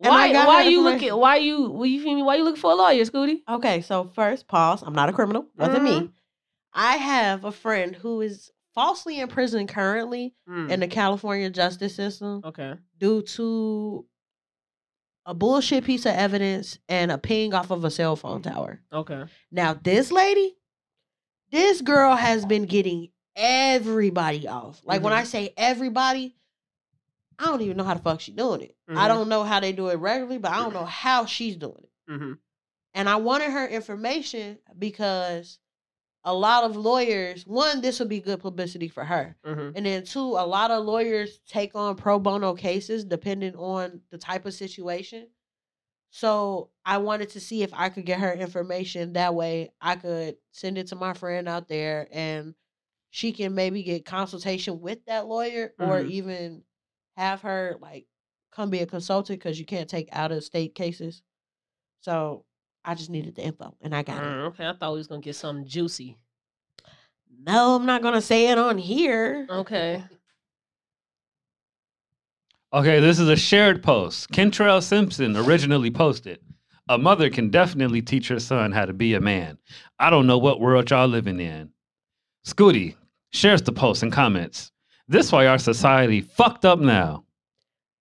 B: And I
A: Why?
B: got
A: Why
B: her
A: you
B: information.
A: looking? Why you? Well, you feel me? Why you looking for a lawyer, Scooty?
B: Okay, so first, pause. I'm not a criminal. Wasn't me. I have a friend who is falsely in prison currently in the California justice system
A: okay.
B: due to a bullshit piece of evidence and a ping off of a cell phone tower.
A: Okay.
B: Now, this lady, this girl has been getting everybody off. Like when
A: Mhm.
B: I say everybody, I don't even know how the fuck she doing it.
A: Mhm.
B: I don't know how they do it regularly, but I don't know how she's doing it.
A: Mm-hmm.
B: And I wanted her information because a lot of lawyers, one, this would be good publicity for her.
A: Mm-hmm.
B: And then two, a lot of lawyers take on pro bono cases depending on the type of situation. So I wanted to see if I could get her information. That way I could send it to my friend out there and she can maybe get consultation with that lawyer or
A: Mhm.
B: even have her like come be a consultant because you can't take out of state cases. So I just needed the info and I got it.
A: Mm, okay. I thought we was gonna get something juicy.
B: No, I'm not gonna say it on here.
A: Okay.
C: Okay, this is a shared post. Kentrell Simpson originally posted. A mother can definitely teach her son how to be a man. I don't know what world y'all living in. Scooty shares the post and comments. This why our society fucked up now.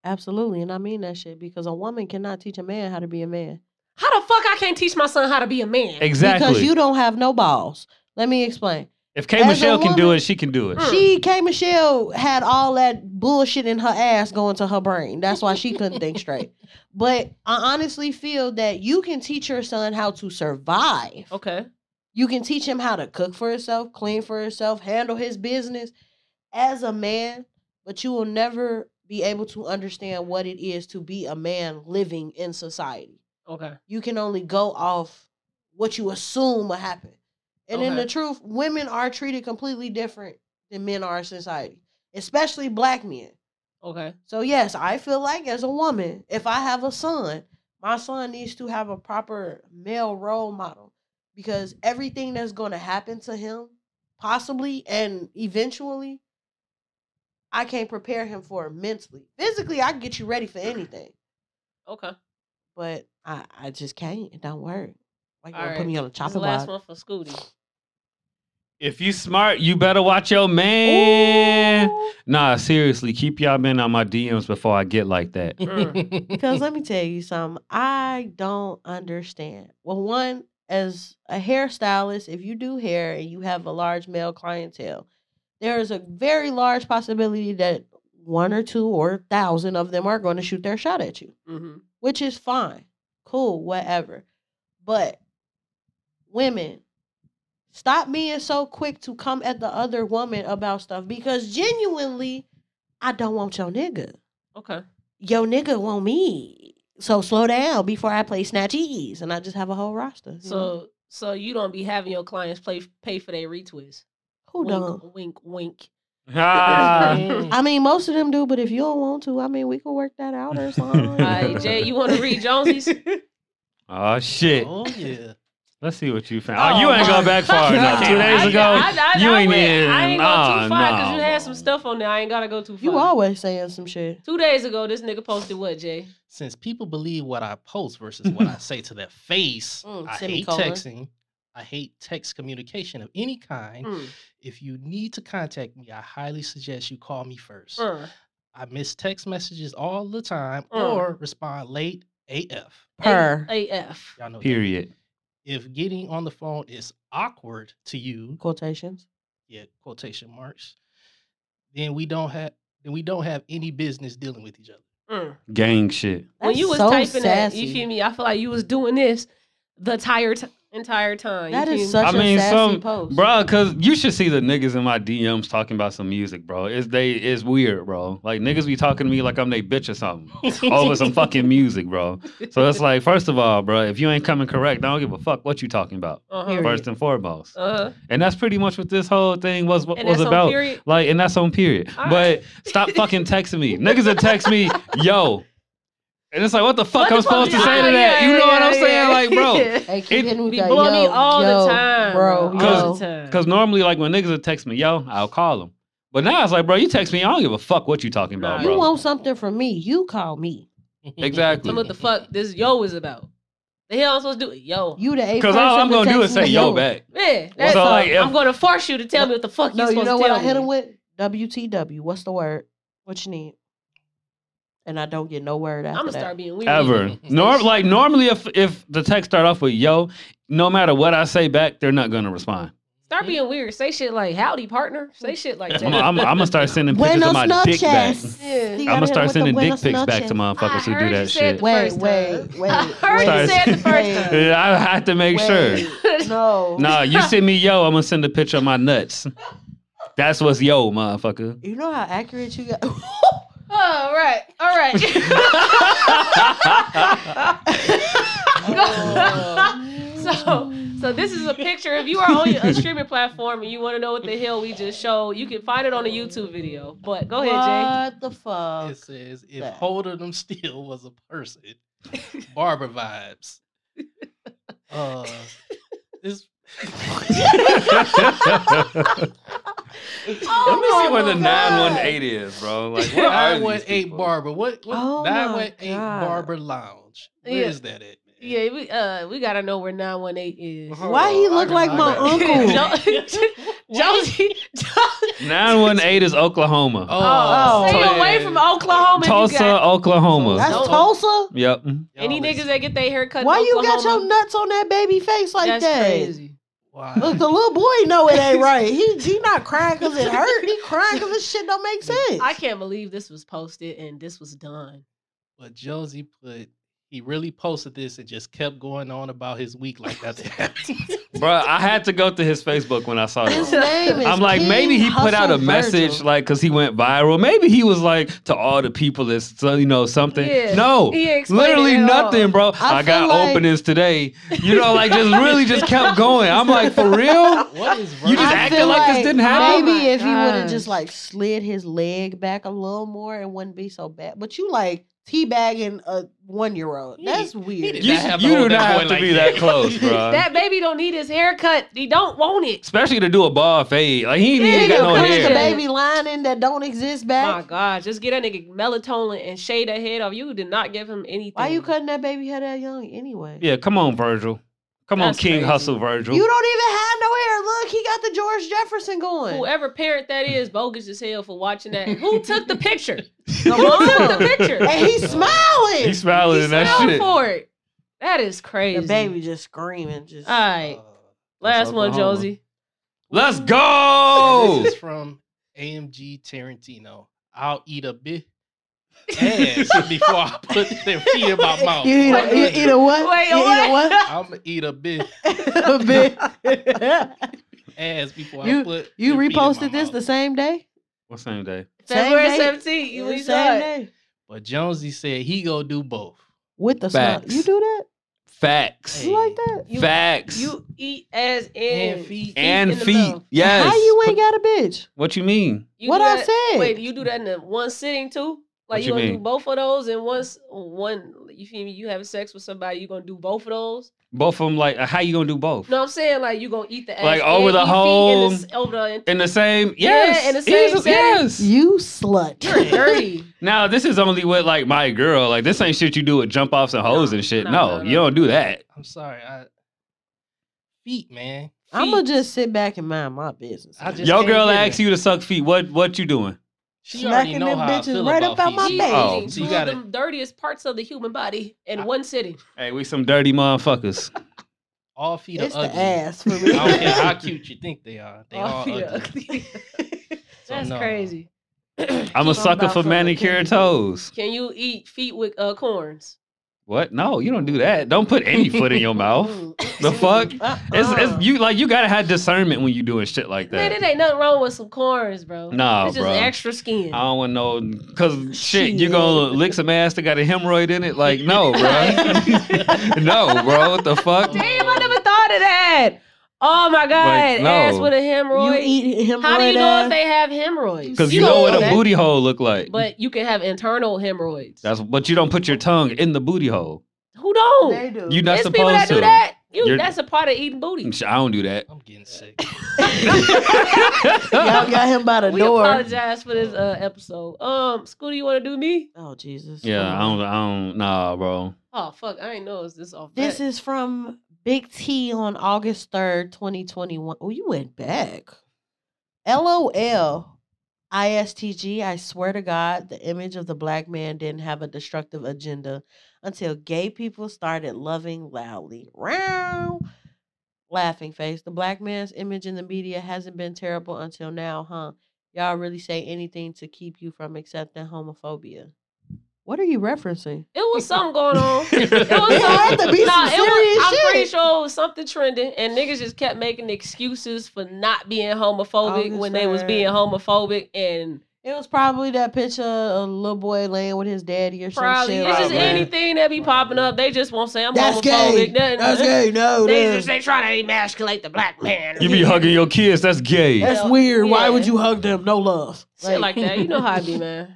B: Absolutely, and I mean that shit because a woman cannot teach a man how to be a man
A: How the fuck I can't teach my son how to be a man?
C: Exactly.
B: because you don't have no balls. Let me explain.
C: if K
B: as a
C: Michelle can do
B: woman-
C: it, she can do it.
A: Mm.
B: She, K Michelle, had all that bullshit in her ass going to her brain. That's why she couldn't think straight. But I honestly feel that you can teach your son how to survive.
A: Okay.
B: You can teach him how to cook for himself, clean for himself, handle his business as a man, but you will never be able to understand what it is to be a man living in society.
A: Okay.
B: you can only go off what you assume will happen. And in
A: Okay.
B: the truth, women are treated completely different than men are in society, especially black men.
A: Okay.
B: So yes, I feel like as a woman, if I have a son, my son needs to have a proper male role model because everything that's going to happen to him, possibly and eventually, I can't prepare him for it mentally. Physically, I can get you ready for anything
A: Okay.
B: but I, I just can't. It don't work. Like you
A: All
B: gonna
A: right.
B: put me on a
A: This
B: chopping
A: the last
B: block.
A: one for Scooty.
C: If you smart, you better watch your man. Nah, seriously, keep y'all men on my DMs before I get like that.
A: Mm,
B: Because let me tell you something. I don't understand. Well, one, as a hairstylist, if you do hair and you have a large male clientele, there is a very large possibility that one or two or thousand of them are going to shoot their shot at you.
A: Mm-hmm.
B: which is fine, cool, whatever. But women, stop being so quick to come at the other woman about stuff because genuinely, I don't want your nigga.
A: Okay.
B: Your nigga want me. So slow down before I play snatchies and I just have a whole roster. you know?
A: So so you don't be having your clients play pay for their retweets.
B: who don't?
A: Wink, wink, wink.
C: Ah.
B: I mean, most of them do, but if you don't want to, I mean, we can work that out or
A: All
B: something.
A: right, Jay, you want to read Jonesy's?
C: oh shit.
D: oh yeah.
C: Let's see what you found. Oh, you
A: Oh,
C: ain't
A: my
C: go back far enough. Two
A: I-
C: days ago,
A: I, I-
C: you
A: I
C: ain't
A: went-
C: even.
A: I ain't go
C: oh,
A: too far because
C: no.
A: you had some stuff on there. I ain't gotta go too far.
B: you always saying some shit.
A: Two days ago, this nigga posted what, Jay?
D: Since people believe what I post versus what I say to their face,
B: Mm,
D: I hate
B: semicolon.
D: texting. I hate text communication of any kind.
A: Mm,
D: If you need to contact me, I highly suggest you call me first.
A: mm.
D: I miss text messages all the time
A: Mm.
D: or respond late AF.
B: Purr.
A: A- AF.
D: Y'all know that.
C: Period.
D: If getting on the phone is awkward to you,
B: Quotations.
D: yeah, quotation marks, then we don't have then we don't have any business dealing with each other.
A: Mm.
C: Gang shit.
A: When
B: That's
A: you was
B: so
A: typing that,
B: sassy.
A: you feel me? I feel like you was doing this the entire t- entire time.
B: That
A: you
B: is
A: feel me?
B: such
C: I
B: a
C: mean,
B: sassy
C: some-
B: post.
C: Bro, cause you should see the niggas in my DMs talking about some music, bro. It's they it's weird, bro. Like niggas be talking to me like I'm they bitch or something. over some fucking music, bro. So it's like, first of all, bro, if you ain't coming correct, I don't give a fuck what you talking about.
A: Uh-huh.
B: Period.
C: First and foremost.
A: Uh-huh.
C: And that's pretty much what this whole thing was what
A: And
C: was
A: that's on
C: about.
A: period.
C: Like, and that's on period.
A: All
C: but stop fucking texting me. Niggas that text me, yo, And it's like, what the fuck
A: What
C: I'm
A: the
C: supposed to
A: fuck-
C: say
A: yeah,
C: to that?
A: yeah,
C: you know what I'm
A: yeah,
C: saying?
A: yeah.
C: Like, bro.
B: Hey, keep
C: It
B: hitting me
A: Be
B: with that,
A: blowing me
B: yo,
A: all
B: yo,
A: the time,
B: bro.
A: bro.
C: Cause-
A: all
B: yo.
A: the time.
C: Because normally, like, when niggas will text me, yo, I'll call them. But now it's like, bro, you text me, I don't give a fuck what you talking about,
A: Nah,
B: you
C: bro.
B: want something from me? You call me.
C: Exactly.
A: Tell me what the fuck this yo is about. The hell I'm supposed to do? Yo.
B: You the eighth
C: Because all
B: person
C: I'm
B: to
C: going to do is
B: text
C: say,
B: me,
C: yo, back.
A: Man,
B: That's
A: that's
C: so,
B: all.
C: like, if,
A: I'm gonna force you to tell me what the fuck you
B: No, you
A: supposed
B: know
A: to
B: what
A: tell
B: I hit
A: me.
B: him with? WTW. What's the word? What you need? And I don't get no word
A: I'm
B: after
A: gonna
B: that.
A: start being weird.
C: ever. Norm, like, normally, if, if the text start off with, yo, no matter what I say back, they're not going to respond.
A: Start being weird. Say shit like "Howdy, partner." Say shit like
C: I'm,
A: that.
C: I'm, I'm going to start sending pictures
B: Buenos
C: of my dick back.
B: noches.
A: Yeah.
B: You
C: I'm
B: gotta hit 'em
C: gonna start
B: with the
C: sending dick
B: buenos
C: pics back
B: noches.
C: to motherfuckers who
A: I
C: do
A: heard
C: that
A: you said
C: shit.
A: the
B: Wait,
A: first
B: wait,
A: time.
B: wait.
A: I heard
C: Start-
A: you said the first time.
B: wait,
C: I had to make sure.
B: wait. No.
C: Nah, you send me yo, I'm gonna send a picture of my nuts. That's what's yo, motherfucker.
B: You know how accurate you got.
A: All right, all right.
B: Oh.
A: so, so this is a picture. If you are on a streaming platform and you want to know what the hell we just showed, you can find it on a YouTube video. But go ahead, Jay.
B: What the fuck?
D: It says if
B: that.
D: Holder Them Steel was a person, Barbara vibes. Uh, this.
C: Let me
A: Oh
C: see
B: Oh my
C: where the
B: God.
C: 918 is, bro. Like, where are
D: Nine
C: these
D: one eight
C: people?
D: Barbara. What? what
B: Oh my
D: nine one eight
B: God.
D: Barbara Lounge. Where is
A: Yeah.
D: that at? Man?
A: Yeah, we uh we gotta know where nine one eight is.
C: Uh-huh.
D: Hold
B: Why
D: on,
B: he
D: I
B: look
D: can-
B: like
D: I
B: my
D: got it.
B: uncle?
A: Jo- Josie, Jo-
C: 918 is Oklahoma.
A: oh,
B: Oh,
A: stay
D: man.
A: away from Oklahoma. if you
C: Tulsa,
A: got-
C: Oklahoma.
B: That's
A: No.
B: Tulsa?
C: yep.
D: Y'all
A: Any
D: is-
A: niggas that get their hair cut? in
B: Why you got
A: Oklahoma,
B: your nuts on that baby face like
A: That's
B: that?
A: crazy.
B: Look,
D: Wow.
B: the little boy know it ain't right. He he not crying because it hurt. He crying because this shit don't make sense.
A: I can't believe this was posted and this was done.
D: But Josie put. He really posted this and just kept going on about his week like that.
C: Bro, I had to go to his Facebook when I saw
B: His
C: this.
B: name is
C: I'm like,
B: King
C: maybe he put out a
B: Hustle
C: message,
B: Virgil.
C: like, because he went viral. Maybe he was like, to all the people that's, you know, something.
A: Yeah.
C: No.
A: He explained
C: Literally
A: it at all.
C: nothing, bro. I,
B: I
C: got
B: feel like-
C: openings today. You know, like just really just kept going. I'm like, for real?
D: what is
C: You just
B: I
C: acting
B: feel
C: like this didn't happen?
A: Oh
B: Maybe
A: my
B: if he would have
A: gosh.
B: just like slid his leg back a little more, it wouldn't be so bad. But you like teabagging a one year old.
D: He-
B: That's
D: He
B: weird.
D: did
C: You-
D: not have
C: you
D: to
C: do
D: hold that
C: not
D: boy
C: have to
D: like
C: be that close, bro.
A: That baby don't need his haircut. He don't want it.
C: Especially to do a ball fade. Like he ain't
A: Yeah,
C: even
A: you
B: Nigga,
C: got no
B: putting the
A: couldn't
C: hair.
B: baby lining that don't exist
A: My
B: back.
A: God, just get that nigga melatonin and shade that head off. You did not give him anything.
B: Why you cutting that baby hair that young anyway?
C: Yeah, come on, Virgil. Come
A: That's
C: on, King
A: crazy.
C: Hustle, Virgil.
B: You don't even have no hair. Look, he got the George Jefferson going.
A: Whoever parent that is, bogus as hell for watching that. Who took the picture? Who
B: The
A: took the
B: mom.
A: picture?
B: and he's smiling.
C: He's smiling in that
A: Fell
C: shit.
A: for it. That is crazy.
B: the baby just screaming. Just
A: All right, last one,
C: Oklahoma.
A: Josie.
C: Let's
D: Oh,
C: go.
D: this is from AMG Tarantino. I'll eat a bit ass before I put their feet in my mouth.
B: you eat a, you eat a what?
A: Wait,
B: you eat a what?
D: I'm gonna eat a bit
B: A bit.
D: ass before I
B: You-
D: put.
B: you
D: their feet in my
B: reposted this
D: mouth.
B: the same day.
C: What's same day?
B: Same
A: February
B: day.
A: seventeenth. You we
B: The
A: saw
B: same
A: it.
B: day.
D: But Jonesy said he gonna do both.
B: With the smile.
C: Facts.
B: You do that?
C: Facts.
B: You like that?
A: You-
C: Facts.
A: You eat as in
D: And feet.
C: and
A: in the
C: feet.
A: mouth.
C: Yes.
B: How you ain't got a bitch?
C: what you mean?
A: You
B: what
A: do
B: I
A: that-
B: said.
A: Wait, you do that in a one sitting too? Like
C: What
A: you
C: you
A: gonna do
C: mean?
A: both of those in one s- one? You feel me? You having sex with somebody? You gonna do both of those?
C: Both of them like how you gonna do both?
A: No, I'm saying like you gonna eat the ass
C: Like,
A: and
C: over the
A: eat feet in
C: whole-
A: the, s- over the.
C: In the same yes.
A: in the same
C: Easy-
A: setting.
C: yes.
B: You slut.
A: You're dirty.
C: Now this is only with like my girl. Like this ain't shit you do with jump offs and hoes
A: No,
C: and shit.
A: no,
C: No,
A: no,
C: you
A: no.
C: don't do that.
D: I'm sorry. I feet, man.
B: I'ma
A: Feet.
B: just sit back and mind my business.
D: I just-
C: Yo
D: can't
C: girl
D: get it.
C: asks you to suck feet. What what you doing?
D: She already
B: Smacking
D: know
B: them
D: how I
B: bitches
D: feel
B: right
D: about
B: up out my
D: feet.
B: face.
C: Oh,
A: Eating
D: so
A: two
D: you
A: of
D: gotta-
A: them dirtiest parts of the human body in
D: I-
A: one sitting.
C: Hey, we some dirty motherfuckers.
D: All feet
B: it's
D: are
B: the
D: ugly.
B: ass for
D: I don't care
B: me.
D: how cute you think they are. They all
A: Oh, yeah.
D: ugly. So,
A: That's
D: no.
A: crazy.
C: I'm a sucker
B: about
C: for
B: fucking
C: manicure
B: kids.
C: toes.
A: Can you eat feet with uh, corns?
C: What? No, you don't do that. Don't put any foot in your mouth. The fuck?
A: Uh-uh.
C: It's, it's you like you gotta have discernment when you doing shit like
A: Man,
C: that.
A: it ain't nothing wrong with some corns, bro.
C: Nah,
A: it's just
C: bro.
A: extra skin.
C: I don't want no cause shit, you gonna lick some ass that got a hemorrhoid in it? Like, no, bro. no, bro. What the fuck?
A: Damn, I never thought of that. Oh my God,
C: Like, no.
A: ass with a hemorrhoid.
B: You eat hemorrhoid.
A: How do you know if
B: ass?
A: they have hemorrhoids?
C: Because you,
B: You
C: know
B: don't
C: what
B: know
C: a
B: that.
C: booty hole look like.
A: But you can have internal hemorrhoids.
C: That's but you don't put your tongue in the booty hole.
A: Who don't?
B: They do.
C: You not
A: It's people
C: supposed
A: that
C: to.
A: do that. You,
C: You're- Mm,
A: that's a part of eating booty.
C: Sh- I don't do that.
D: I'm getting sick.
B: Y'all got him by the
A: We
B: door.
A: apologize for this uh, episode. Um, Scooter, you want to do me?
B: Oh Jesus.
C: yeah, I don't. I don't. Nah, bro.
A: Oh fuck, I ain't know it's this off.
B: This
A: bat.
B: is from Big T on August 3rd, 2021. Oh, you went back. LOL. ISTG, I swear to God, the image of the black man didn't have a destructive agenda until gay people started loving loudly. Row. Laughing face. The black man's image in the media hasn't been terrible until now, huh? Y'all really say anything to keep you from accepting homophobia. What are you referencing?
A: it was something going on. It was
B: It
A: something-
B: had to be some
A: it was,
B: serious
A: I'm pretty
B: shit.
A: sure it was something trending, and niggas just kept making excuses for not being homophobic
B: August
A: when they was
B: third.
A: being homophobic, and
B: It was probably that picture of a little boy laying with his daddy or some
A: probably
B: shit.
A: it's
B: like
A: just
C: Probably.
B: that.
A: anything that be popping up. They just won't say I'm
B: That's gay.
A: homophobic. That-
B: That's gay. No,
A: They
B: that's,
A: just they trying to emasculate the black man.
C: You be hugging your kids. That's gay.
B: that's
A: Yeah.
B: weird. Why would
A: Yeah.
B: you hug them? No love.
A: shit like that. You know how I be, man.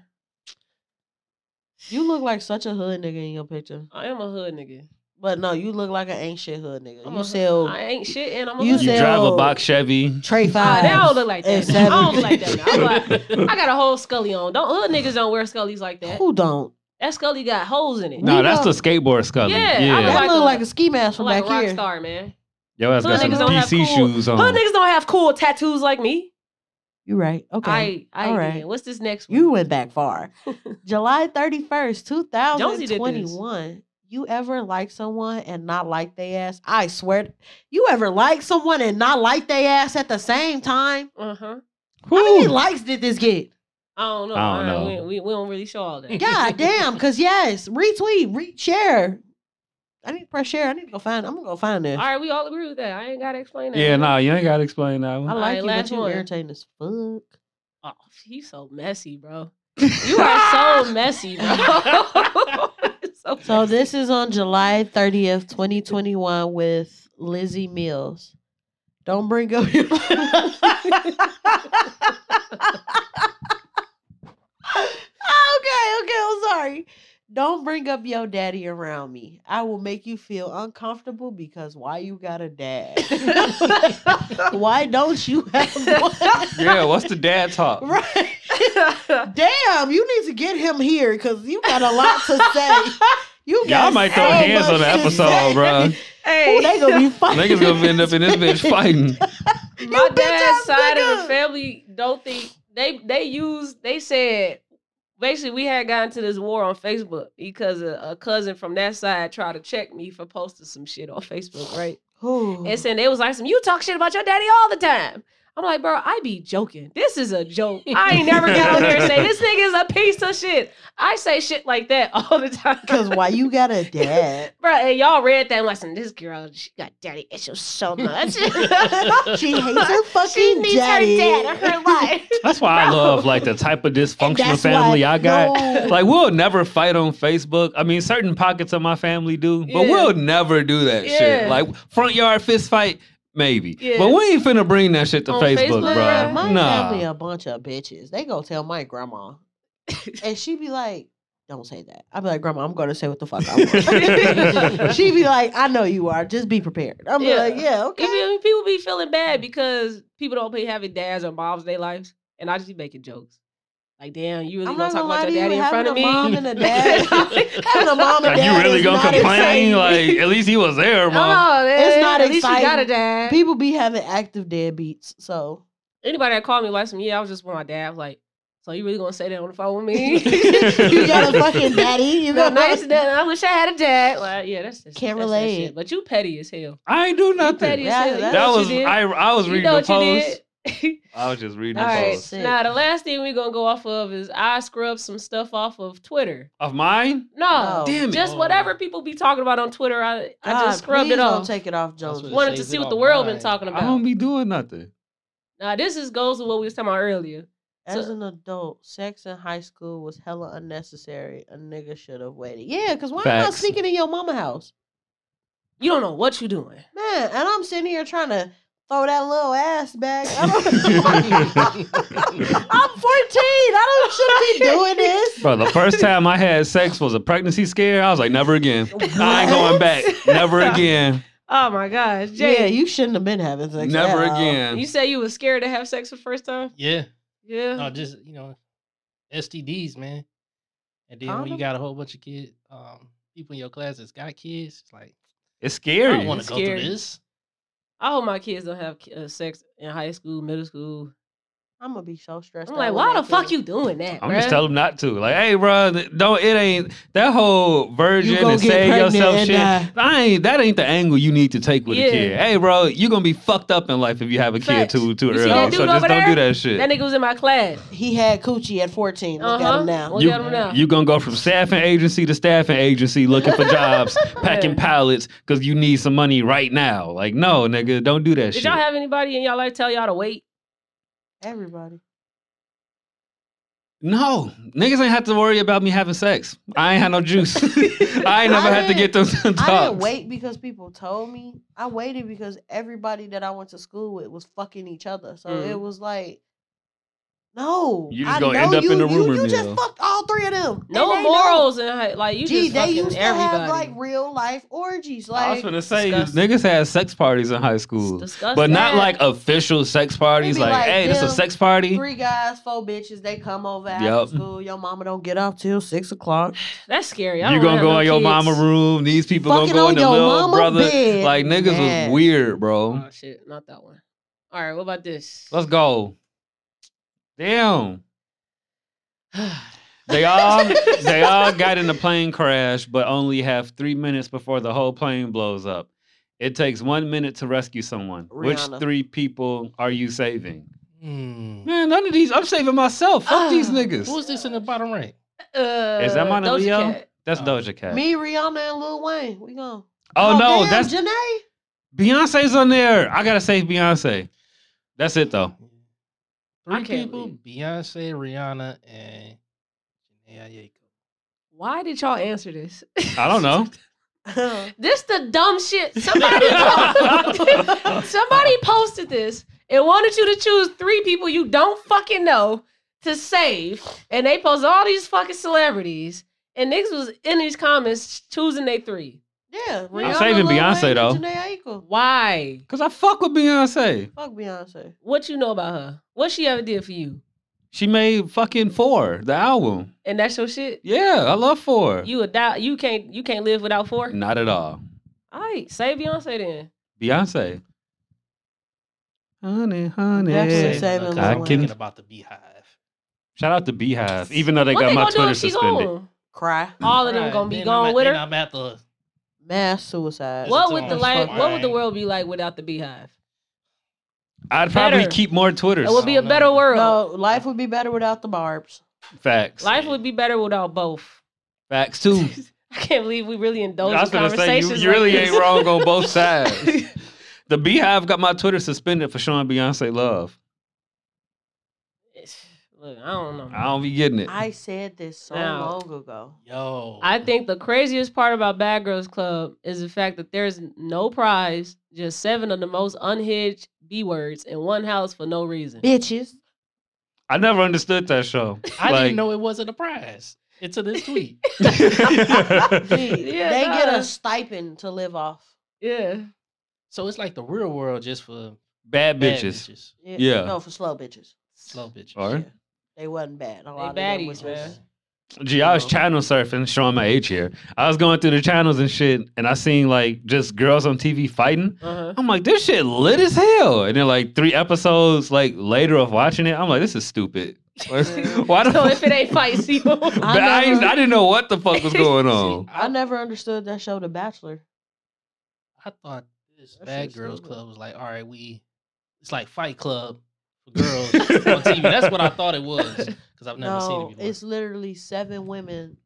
B: You look like such a hood nigga in your picture,
A: I am a hood nigga.
B: but no, you look like an ain't shit hood nigga.
A: I'm a
B: you
A: hood-
B: sell
A: I ain't shit, and I'm a
B: You
A: hood
C: You
A: nigga.
B: said-
C: drive a
B: Yo.
C: box Chevy.
B: Trey
A: Nah,
B: five.
A: they don't look like that.
B: and
A: now. I don't
B: seven.
A: look like that. now. I'm like- I got a whole Scully on. Don't hood niggas don't wear Scullies like that.
B: Who don't?
A: That Scully got holes in it.
C: No,
B: We
C: that's
B: got-
C: the skateboard scully.
A: Yeah,
C: Yeah,
A: I
C: yeah.
A: look
B: That
A: like
B: look
A: a-
B: like a ski mask
A: I'm
B: from
A: like a
B: back
A: rock
B: here.
A: star, man.
C: Your ass
A: Hood
C: got some
A: niggas don't have
C: PC
A: cool.
C: shoes
A: Hood
C: on.
A: niggas don't have cool tattoos like me.
B: You right? Okay.
A: I, I
B: All
A: did.
B: right.
A: What's this next one?
B: You went back far. July 31st,
A: did this.
B: 2021. You ever like someone and not like they ass? I swear. You ever like someone and not like they ass at the same time?
A: Uh huh.
B: How many likes did this get?
A: I don't know.
C: I don't
A: All right,
C: know.
A: We, we, we don't really show all that.
B: God damn. Because, yes, retweet, re- share. I need to press share. I need to go find I'm going to go find
A: all
B: this.
A: right, we all agree with that. I ain't gotta explain that.
C: Yeah, nah, you ain't gotta explain that
B: I
C: one.
A: All right,
B: like you,
A: last
B: but you
A: one.
B: irritating as fuck.
A: Oh, he's so messy, bro. You are so messy, bro. so
B: So
A: messy.
B: this is on July 30th, 2021 with Lizzie Mills. Don't bring up your Okay, okay, I'm sorry. Don't bring up your daddy around me. I will make you feel uncomfortable because why you got a dad? why don't you have one?
C: Yeah, what's the dad talk?
B: right. Damn, you need to get him here because you got a lot to say. You got
C: Y'all might throw
B: so
C: hands on the
B: much to
C: episode,
B: say.
C: bro.
A: hey,
B: Ooh, they gonna be fighting.
C: Niggas gonna end up in this bitch fighting.
A: my
B: bitch
A: dad's
B: ass
A: side of the
B: nigga.
A: family don't think they they used they said basically we had gotten to this war on Facebook because a, a cousin from that side tried to check me for posting some shit on Facebook, right?
B: Ooh.
A: And saying they was like some you talk shit about your daddy all the time. I'm like, bro, I be joking. This is a joke. I ain't never get on here and say this nigga is a piece of shit. I say shit like that all the time.
B: Cause why you got a dad?
A: bro, and y'all read that and like, "Some- this girl, she got daddy issues so much.
B: She hates her fucking
A: she needs
B: daddy.
A: her dad in her life.
C: That's why I
A: Bro.
C: love like the type of dysfunctional
B: That's why-
C: family I got.
B: No.
C: Like we'll never fight on Facebook. I mean, certain pockets of my family do, but
A: Yeah.
C: we'll never do that
A: Yeah.
C: shit. Like front yard fist fight, maybe.
A: Yeah.
C: But we ain't finna bring that shit to
A: On
C: Facebook,
A: Facebook,
C: bruh.
A: bruh.
B: my
C: bro.
B: family
C: Nah.
B: a bunch of bitches. They go tell my grandma, and she be like, "Don't say that." I be like, "Grandma, I'm gonna say what the fuck I want." she be like, "I know you are. Just be prepared." I'm
A: Yeah.
B: like, "Yeah,
A: You
B: okay."
A: feel me? People be feeling bad because people don't be having dads or moms in their lives, and I just be making jokes. Like, damn, you really
B: I'm
A: gonna talk
B: not gonna lie
A: about
B: to
A: your
B: you.
A: daddy in front
B: Having
A: of
B: a
A: me?
B: mom and a dad- Having a mom and
C: Like you
B: dad
C: really
B: is
C: gonna
B: not
C: complain?
B: exciting.
C: Like at least he was there,
A: Oh,
C: mom.
B: It's
A: not
B: not
A: at least you got a
B: exciting.
A: dad.
B: People be having active deadbeats, so
A: Anybody that called me like some, yeah, I was just with my dad. I was like, so you really gonna say that on the phone with me?
B: you got a fucking daddy. You
A: You know,
B: got
A: nice dad. I wish I had a dad. Like, yeah, that's just
B: Can't
A: that's that
B: relate.
A: shit. But you petty as hell.
C: I ain't do
A: You
C: nothing.
A: petty as
B: Yeah,
A: hell. You
B: that
C: That
A: know what
C: was
A: you did?
C: I. I was
A: You
C: reading
A: know
C: the
A: what you
C: post.
A: did.
C: I was just reading
A: All
C: the
A: right.
C: post
B: Sick.
A: Now the last thing we're gonna go off of is I scrubbed some stuff off of Twitter.
C: of mine.
A: No,
B: No.
C: Damn it.
A: just
D: Oh.
A: whatever people be talking about on Twitter, I, I
B: God,
A: just scrubbed
B: Ah, please
A: it
B: don't
A: off.
B: Take it off, Jones.
D: That's what
A: Wanted to
D: Saves
A: see
D: it
A: what the
D: off
A: world been
D: mine.
A: talking
C: I don't
A: about.
C: be doing nothing.
A: Now this is goes to what we was talking about earlier.
B: As
A: So-
B: an adult, sex in high school was hella unnecessary. A nigga should have waited. Yeah, because why am I
C: Facts.
B: sneaking in your mama house?
A: You don't know what you doing.
B: Man, and I'm sitting here trying to Throw that little ass back. I don't- I'm 14. I don't shouldn't be doing this.
C: Bro, the first time I had sex was a pregnancy scare. I was like, never again. I ain't going back. Never again.
A: Oh my gosh,
B: Yeah,
A: Jay.
B: you shouldn't have been having sex.
C: Never
B: at all.
C: again.
A: um, You say you was scared to have sex for the first time?
D: Yeah.
A: Yeah.
C: Uh,
D: No, Uh, just you know, STDs, man. And then when you
B: Condom?
D: got a whole bunch of kids, um, people in your class that's got kids, it's like
C: It's
D: I
C: scary.
D: don't want to
A: It's
D: go
A: scary.
D: through this.
A: I hope my kids don't have uh, sex in high school, middle school.
B: I'm gonna be so stressed.
A: I'm
B: out
A: like,
B: when
A: why
B: that
A: the fuck
B: kid-
A: you doing that,
C: I'm
A: bruh?
C: just telling them not to. Like, hey, bro, don't. It ain't that whole virgin
B: gonna
C: and
B: get
C: save
B: pregnant
C: yourself
B: and uh,
C: shit.
B: die.
C: I ain't. That ain't the angle you need to take with
A: Yeah.
C: a kid. Hey, bro, you gonna be fucked up in life if you have a kid
A: Facts.
C: too too
A: You see
C: early.
A: that
C: So
A: dude
C: just
A: over
C: don't do
A: there?
C: that shit.
A: That nigga was in my class.
B: He had coochie at 14. Look at
A: Uh-huh.
B: him now.
A: Look
C: You-
A: at him now.
C: You gonna go from staffing agency to staffing agency looking for jobs, packing
A: Yeah.
C: pallets because you need some money right now. Like, no, nigga, don't do that
A: Did
C: shit.
A: y'all have anybody in y'all life tell y'all to wait?
B: Everybody.
C: no, niggas ain't have to worry about me having sex. I ain't had no juice. I ain't never
B: I
C: had to get
B: didn't-
C: them
B: I didn't
C: talks.
B: wait because people told me. I waited because everybody that I went to school with was fucking each other. So
A: Mm.
B: it was like, no,
C: You just
B: I
C: gonna
B: know
C: end up
B: you,
C: in the
B: you-
C: rumor
B: You, just
C: mill.
B: fucked all three of them.
A: No
B: And they know.
A: morals in high, like you
B: Gee,
A: just
B: they
A: fucking
B: used to
A: everybody.
B: have like real life orgies.
C: I
B: Like
C: was gonna say
A: disgusting.
C: niggas had sex parties in high school,
A: It's disgusting.
C: but not
B: Yeah.
C: like official sex parties.
B: They be
C: Like,
B: like,
C: hey, this a
B: them
C: sex party.
B: three guys, four bitches. They come over
C: Yup.
B: after school. Your mama don't get off till six o'clock.
A: that's scary. I
C: You
A: don't
C: gonna
A: wanna
C: go in
A: have no
C: your mama
A: kids.
C: room. These people
B: Fucking
C: gonna go
B: on
C: in the
B: your
C: little
B: mama
C: brother.
B: bed.
C: Like niggas
B: Man.
C: was weird, bro.
A: Oh shit, not that one. All right, what about this?
C: Let's go. Damn. They all they all got in a plane crash, but only have three minutes before the whole plane blows up. It takes one minute to rescue someone. Which
B: Rihanna.
C: three people are you saving?
D: Hmm.
C: Man, none of these. I'm saving myself. Fuck these
A: Ah,
C: niggas.
D: Who is this in the bottom right?
A: Uh,
C: Is that Mona
A: Doja
C: Leo?
A: Cat.
C: That's
D: Oh.
C: Doja Cat.
B: Me, Rihanna, and Lil Wayne. We gone.
C: Oh, no,
B: damn,
C: that's
B: Janae.
C: Beyonce's on there. I gotta save Beyonce. That's it though.
D: Three
A: I can't
D: people: Beyonce, Rihanna, and Jhené Aiko.
A: Why did y'all answer this?
C: I don't know.
A: This the dumb shit. Somebody po- somebody posted this and wanted you to choose three people you don't fucking know to save, and they posted all these fucking celebrities, and niggas was in these comments choosing they three.
B: Yeah,
C: I'm saving
B: Lil
C: Beyonce,
B: Wayne,
C: though.
B: and Jhené Aiko.
A: Why?
C: Cause I fuck with Beyonce.
B: Fuck Beyonce.
A: What you know about her? What she ever did for you?
C: She made fucking four, the album.
A: And that's your shit.
C: Yeah, Mm. I love four.
A: You a die. You can't. You can't live without four.
C: Not at all.
A: All right, say Beyonce then.
C: Beyonce. Honey, honey.
B: Definitely
D: Saving
B: saving
D: because
B: Lil
D: I'm
B: Wayne.
D: thinking about the Beehive.
C: Shout out to Beehive, even though they
A: what
C: got
A: they
C: my
A: gonna do
C: Twitter
A: if she
C: suspended.
A: gone?
B: Cry.
A: All of them
D: Alright,
A: gonna be
D: then
A: gone
D: I'm at,
A: with
D: then
A: her.
D: I'm at the
B: Mass suicide.
D: Well,
A: What
D: It's
A: would the
D: on
A: la- What would the
D: Spotify.
A: world be like without the Beehive?
C: I'd probably
A: Better.
C: keep more Twitters.
A: It would be
D: I
A: a
D: don't
A: better
D: know.
A: world.
B: no, life would be better without the barbs.
C: Facts.
A: Life would be better without both.
C: Facts too.
A: I can't believe we really indulge
C: I was
A: in
C: gonna say
A: conversations.
C: you, you really
A: like
C: ain't wrong on both sides. the Beehive got my Twitter suspended for showing Beyonce love.
A: this. Look, I don't know.
C: I don't be getting it.
B: I said this so
A: Now-
B: long ago.
D: yo.
A: I think the craziest part about Bad Girls Club is the fact that there's no prize, just seven of the most unhinged B words in one house for no reason.
B: Bitches.
C: I never understood that show.
D: I
C: Like-
D: didn't know it wasn't a prize until this tweet.
B: Gee,
A: Yeah,
B: they get
A: nah.
B: a stipend to live off.
A: Yeah.
D: so it's like the real world just for
C: Bad
D: bad
C: bitches.
D: bitches,
C: Yeah.
B: No, for slow bitches.
D: slow bitches.
C: All right.
B: Yeah. They wasn't bad. A
A: They
B: lot of them was
A: baddies, man.
B: just-
C: Gee, I was
B: Oh.
C: channel surfing, showing my age here. I was going through the channels and shit, and I seen like just girls on TV fighting.
A: Uh-huh.
C: I'm like, this shit lit as hell. And then like three episodes like later of watching it, I'm like, this is stupid. Like, Why the
A: So
C: fuck?
A: if it ain't fight, see
C: But I, ain't- I didn't know what the fuck was going on.
B: I never understood that show, The Bachelor.
D: I thought this
B: That
D: Bad
B: shit's
D: Girls
B: stupid.
D: Club was like, all right, we, it's like Fight Club for girls on TV. That's what I thought it was because I've never seen it
B: No,
D: before.
B: it's literally seven women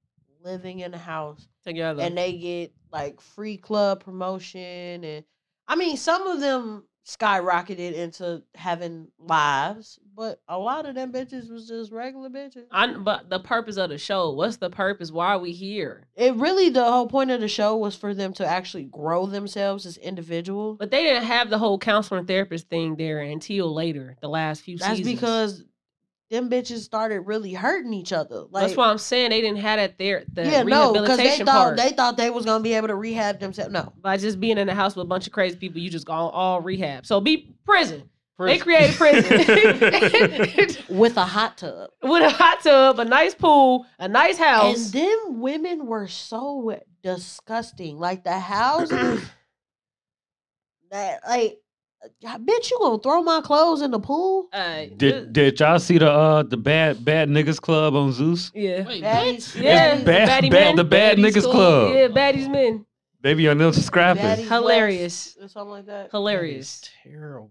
B: living in a house
A: Together.
B: and they get like free club promotion and I mean some of them skyrocketed into having lives, but a lot of them bitches was just regular bitches.
A: I, but the purpose of the show, what's the purpose? Why are we here?
B: It really the whole point of the show was for them to actually grow themselves as individuals.
A: But they didn't have the whole counselor and therapist thing there until later, the last few
B: That's
A: seasons.
B: because them bitches started really hurting each other. Like
A: That's why I'm saying they didn't have that there the
B: yeah, no, because they
A: rehabilitation
B: thought
A: part.
B: they thought they was gonna be able to rehab themselves. No,
A: By just being in a house with a bunch of crazy people, you just go on all rehab. So be prison. They
D: Prison.
A: created prison
B: with a hot tub.
A: with a hot tub, a nice pool, a nice
B: And
A: house.
B: them women were so disgusting. Like the house that like I bet you gonna throw my clothes in the pool.
A: Uh,
C: Did did y'all see the uh the bad bad niggas club on Zeus?
A: yeah.
D: Wait,
B: Baddies-
D: what?
A: Yeah,
C: It's bad-
A: Baddie
C: bad- the Bad
A: Baddies
C: Niggas
A: Club.
C: Club.
A: Yeah, baddies men.
C: Baby on them scrapping,
B: Daddy
A: Hilarious.
B: West or something like that.
D: That is
A: Hilarious.
D: Terrible.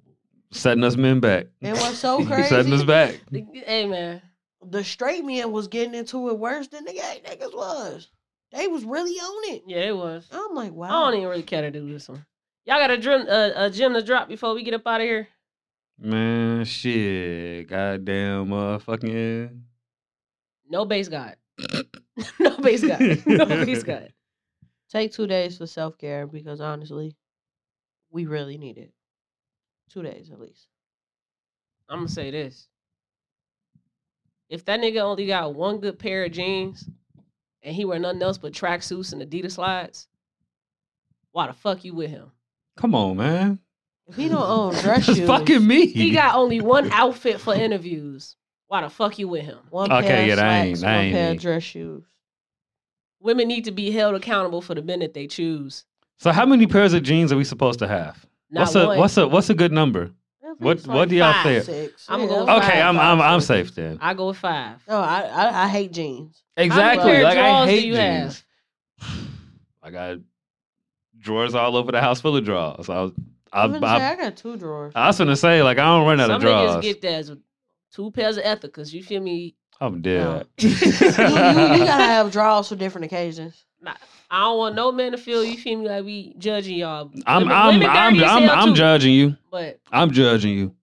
C: setting us men back.
B: It was so
C: You setting us
B: crazy.
C: back.
A: Hey man.
B: the straight men was getting into it worse than the gay niggas was. They was really on it.
A: Yeah, it was.
B: I'm like, wow.
A: I don't even really care to do this one. Y'all got a gym, uh, a gym to drop before we get up out of here.
C: Man, shit. Goddamn motherfucking.
A: No base guy. no base guy. No base guy.
B: Take two days for self care because honestly, we really need it. Two days at least.
A: I'm gonna say this. If that nigga only got one good pair of jeans and he wear nothing else but tracksuits and Adidas slides, why the fuck you with him?
C: Come on, man.
B: If he don't own dress
C: It's
B: shoes,
C: fucking me.
A: He got only one outfit for interviews. Why the fuck you with him?
B: one
C: Okay,
B: pair
C: yeah,
B: of
C: that
B: slacks,
C: ain't-
B: one
C: that ain't
B: pair
C: it.
B: of dress shoes.
A: Women need to be held accountable for the men that they choose.
C: so how many pairs of jeans are we supposed to have?
A: Not
C: what's a
A: one.
C: what's a what's a good number?
B: I think
C: What-
B: it's
C: what do y'all
B: five,
C: think?
B: six.
A: I'ma
B: Yeah,
A: go
B: it was
A: five,
C: Okay, I'm
B: five,
C: I'm I'm
B: six.
C: safe then.
A: I go with five.
B: No, Oh, I, I I hate jeans.
A: How many
C: Exactly.
A: pair
C: Like
A: of
C: I
A: drawers
C: hate
A: do you
C: jeans.
A: have?
C: I got drawers all over the house full of drawers. I was I,
B: I'm gonna say,
C: I,
B: I got two drawers.
C: I was gonna say like I don't run out
A: Some
C: of drawers.
A: niggas get that as two pairs of ethicas. You feel me?
C: I'm dead.
B: you, you, you gotta have drawers for different occasions.
A: I don't want no man to feel you feel me like we judging y'all.
C: I'm
A: Women-
C: I'm
A: women
C: I'm
A: dirty as
C: I'm,
A: hell,
C: I'm
A: too.
C: judging you.
A: But
C: I'm judging you.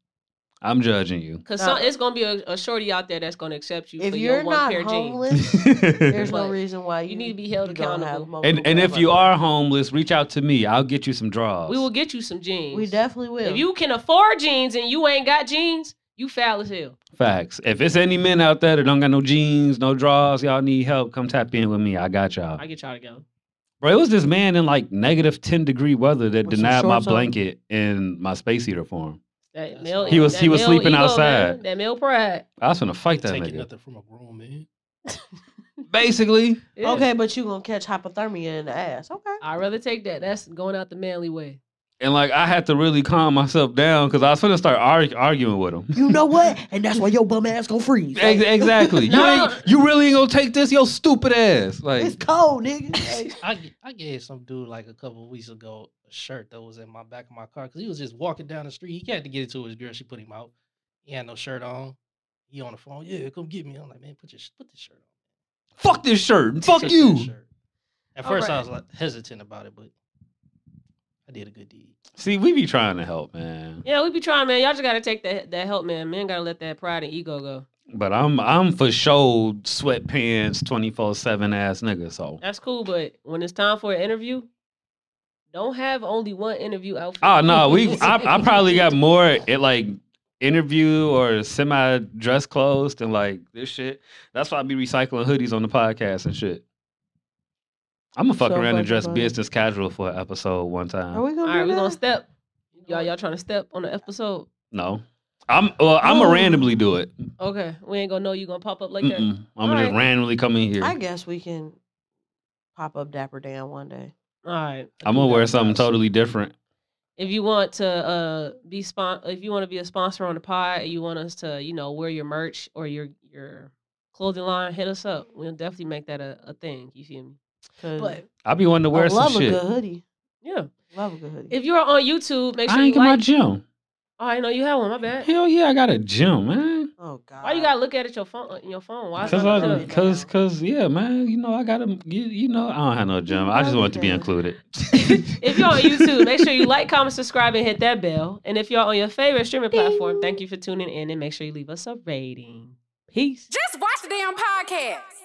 C: I'm judging you.
A: Cause
B: Nah.
A: some, it's gonna be a, a shorty out there that's gonna accept you
B: If
A: for
B: you're
A: your one
B: not
A: pair of jeans.
B: homeless, there's no
A: But
B: reason why
A: you
B: you,
A: need to be held
B: you don't have
A: accountable.
B: multiple
C: and and if
B: pairs
C: you
B: like
C: are homeless, reach out to me. I'll get you some draws.
A: We will get you some jeans.
B: that. we definitely will.
A: If you can afford jeans and you ain't got jeans, you foul as hell.
C: Facts. If it's any men out there that don't got no jeans, no draws, y'all need help, come tap in with me. I got y'all.
A: I get y'all together.
C: Bro, it was this man in like negative 10 degree weather that
B: With some
C: denied my
B: shorts on.
C: blanket and my space heater for him.
A: That
D: That's
A: male,
D: He was-
A: that
C: he was
A: male
C: sleeping
A: ego, man.
C: outside.
A: That male pride.
C: I was gonna fight that
D: Taking
C: nigga.
D: nothing from a grown man.
C: Basically,
A: Yeah.
B: okay, but you gonna catch hypothermia in the ass. Okay.
A: I'd rather take that. That's going out the manly way.
C: and like I had to really calm myself down because I was gonna start arg- arguing with him.
B: You know what? And that's why your bum ass gonna freeze. Like,
C: Ex- exactly.
A: No.
C: You ain't, you really ain't gonna take this, yo stupid ass.
B: It's
C: Like,
B: cold, nigga. Like,
D: I, g- I gave some dude like a couple of weeks ago a shirt that was in my back of my car because he was just walking down the street. He had to get it to his girl. She put him out. He had no shirt on. He on the phone. Yeah, come get me. I'm like, man, put your sh- put this shirt on.
C: fuck this shirt. Fuck
D: Took that
C: you.
D: shirt. At
A: All
D: first,
A: right.
D: I was like hesitant about it, but I did a good deed.
C: See, we be trying to help, man.
A: Yeah, we be trying, man. Y'all just gotta take that that help, man. Men gotta let that pride and ego go.
C: But I'm I'm for sure sweatpants 24 7 ass nigga. So
A: That's cool, but when it's time for an interview, don't have only one interview outfit.
C: Oh no, we I, I probably got more at like interview or semi dress clothes than like this shit. That's why I be recycling hoodies on the podcast and shit. I'm gonna fuck
B: So
C: around and
B: fucking
C: dress
B: funny.
C: business casual for an episode one time.
B: are we
A: All
B: gonna?
A: right,
B: do
A: we gonna
B: that?
A: step. Y'all, y'all trying to step on the episode?
C: no, I'm well, I'm gonna
B: Oh.
C: randomly do it.
A: Okay, we ain't gonna know you gonna pop up like
C: Mm-mm.
A: that.
C: I'm gonna just
A: Alright.
C: randomly come in here.
B: I
C: I,
B: guess we can pop up Dapper Dan one day.
A: All right,
C: am gonna wear something totally different.
A: If you want to uh be spon- if you want to be a sponsor on the pod, and you want us to you know wear your merch or your your clothing line, hit us up. We'll definitely make that a, a thing. You feel me?
B: 'cause
A: But
C: I be wanting to
B: I
C: wear some
B: love a
C: shit.
B: good hoodie.
A: yeah,
B: Love a good hoodie.
A: if you're on YouTube, make sure
C: I
A: you
C: ain't get my
A: like.
C: gym.
A: oh, I know you have one. My bad.
C: Hell yeah, I got a gym, man.
B: Oh God.
A: Why you gotta look at it your phone? uh, Your phone? Why? is
C: Cause,
A: it on
B: don't
A: the
B: know
C: I,
A: hook?
B: that
C: cause,
B: now.
C: cause, yeah, man. You know, I gotta, you, you know, I don't have no gym. I just want it to be included.
A: If you're on YouTube, make sure you like, comment, subscribe, and hit that bell. And if you're on your favorite streaming platform, thank you for tuning in and make sure you leave us a rating. Peace.
E: Just watch the damn podcast.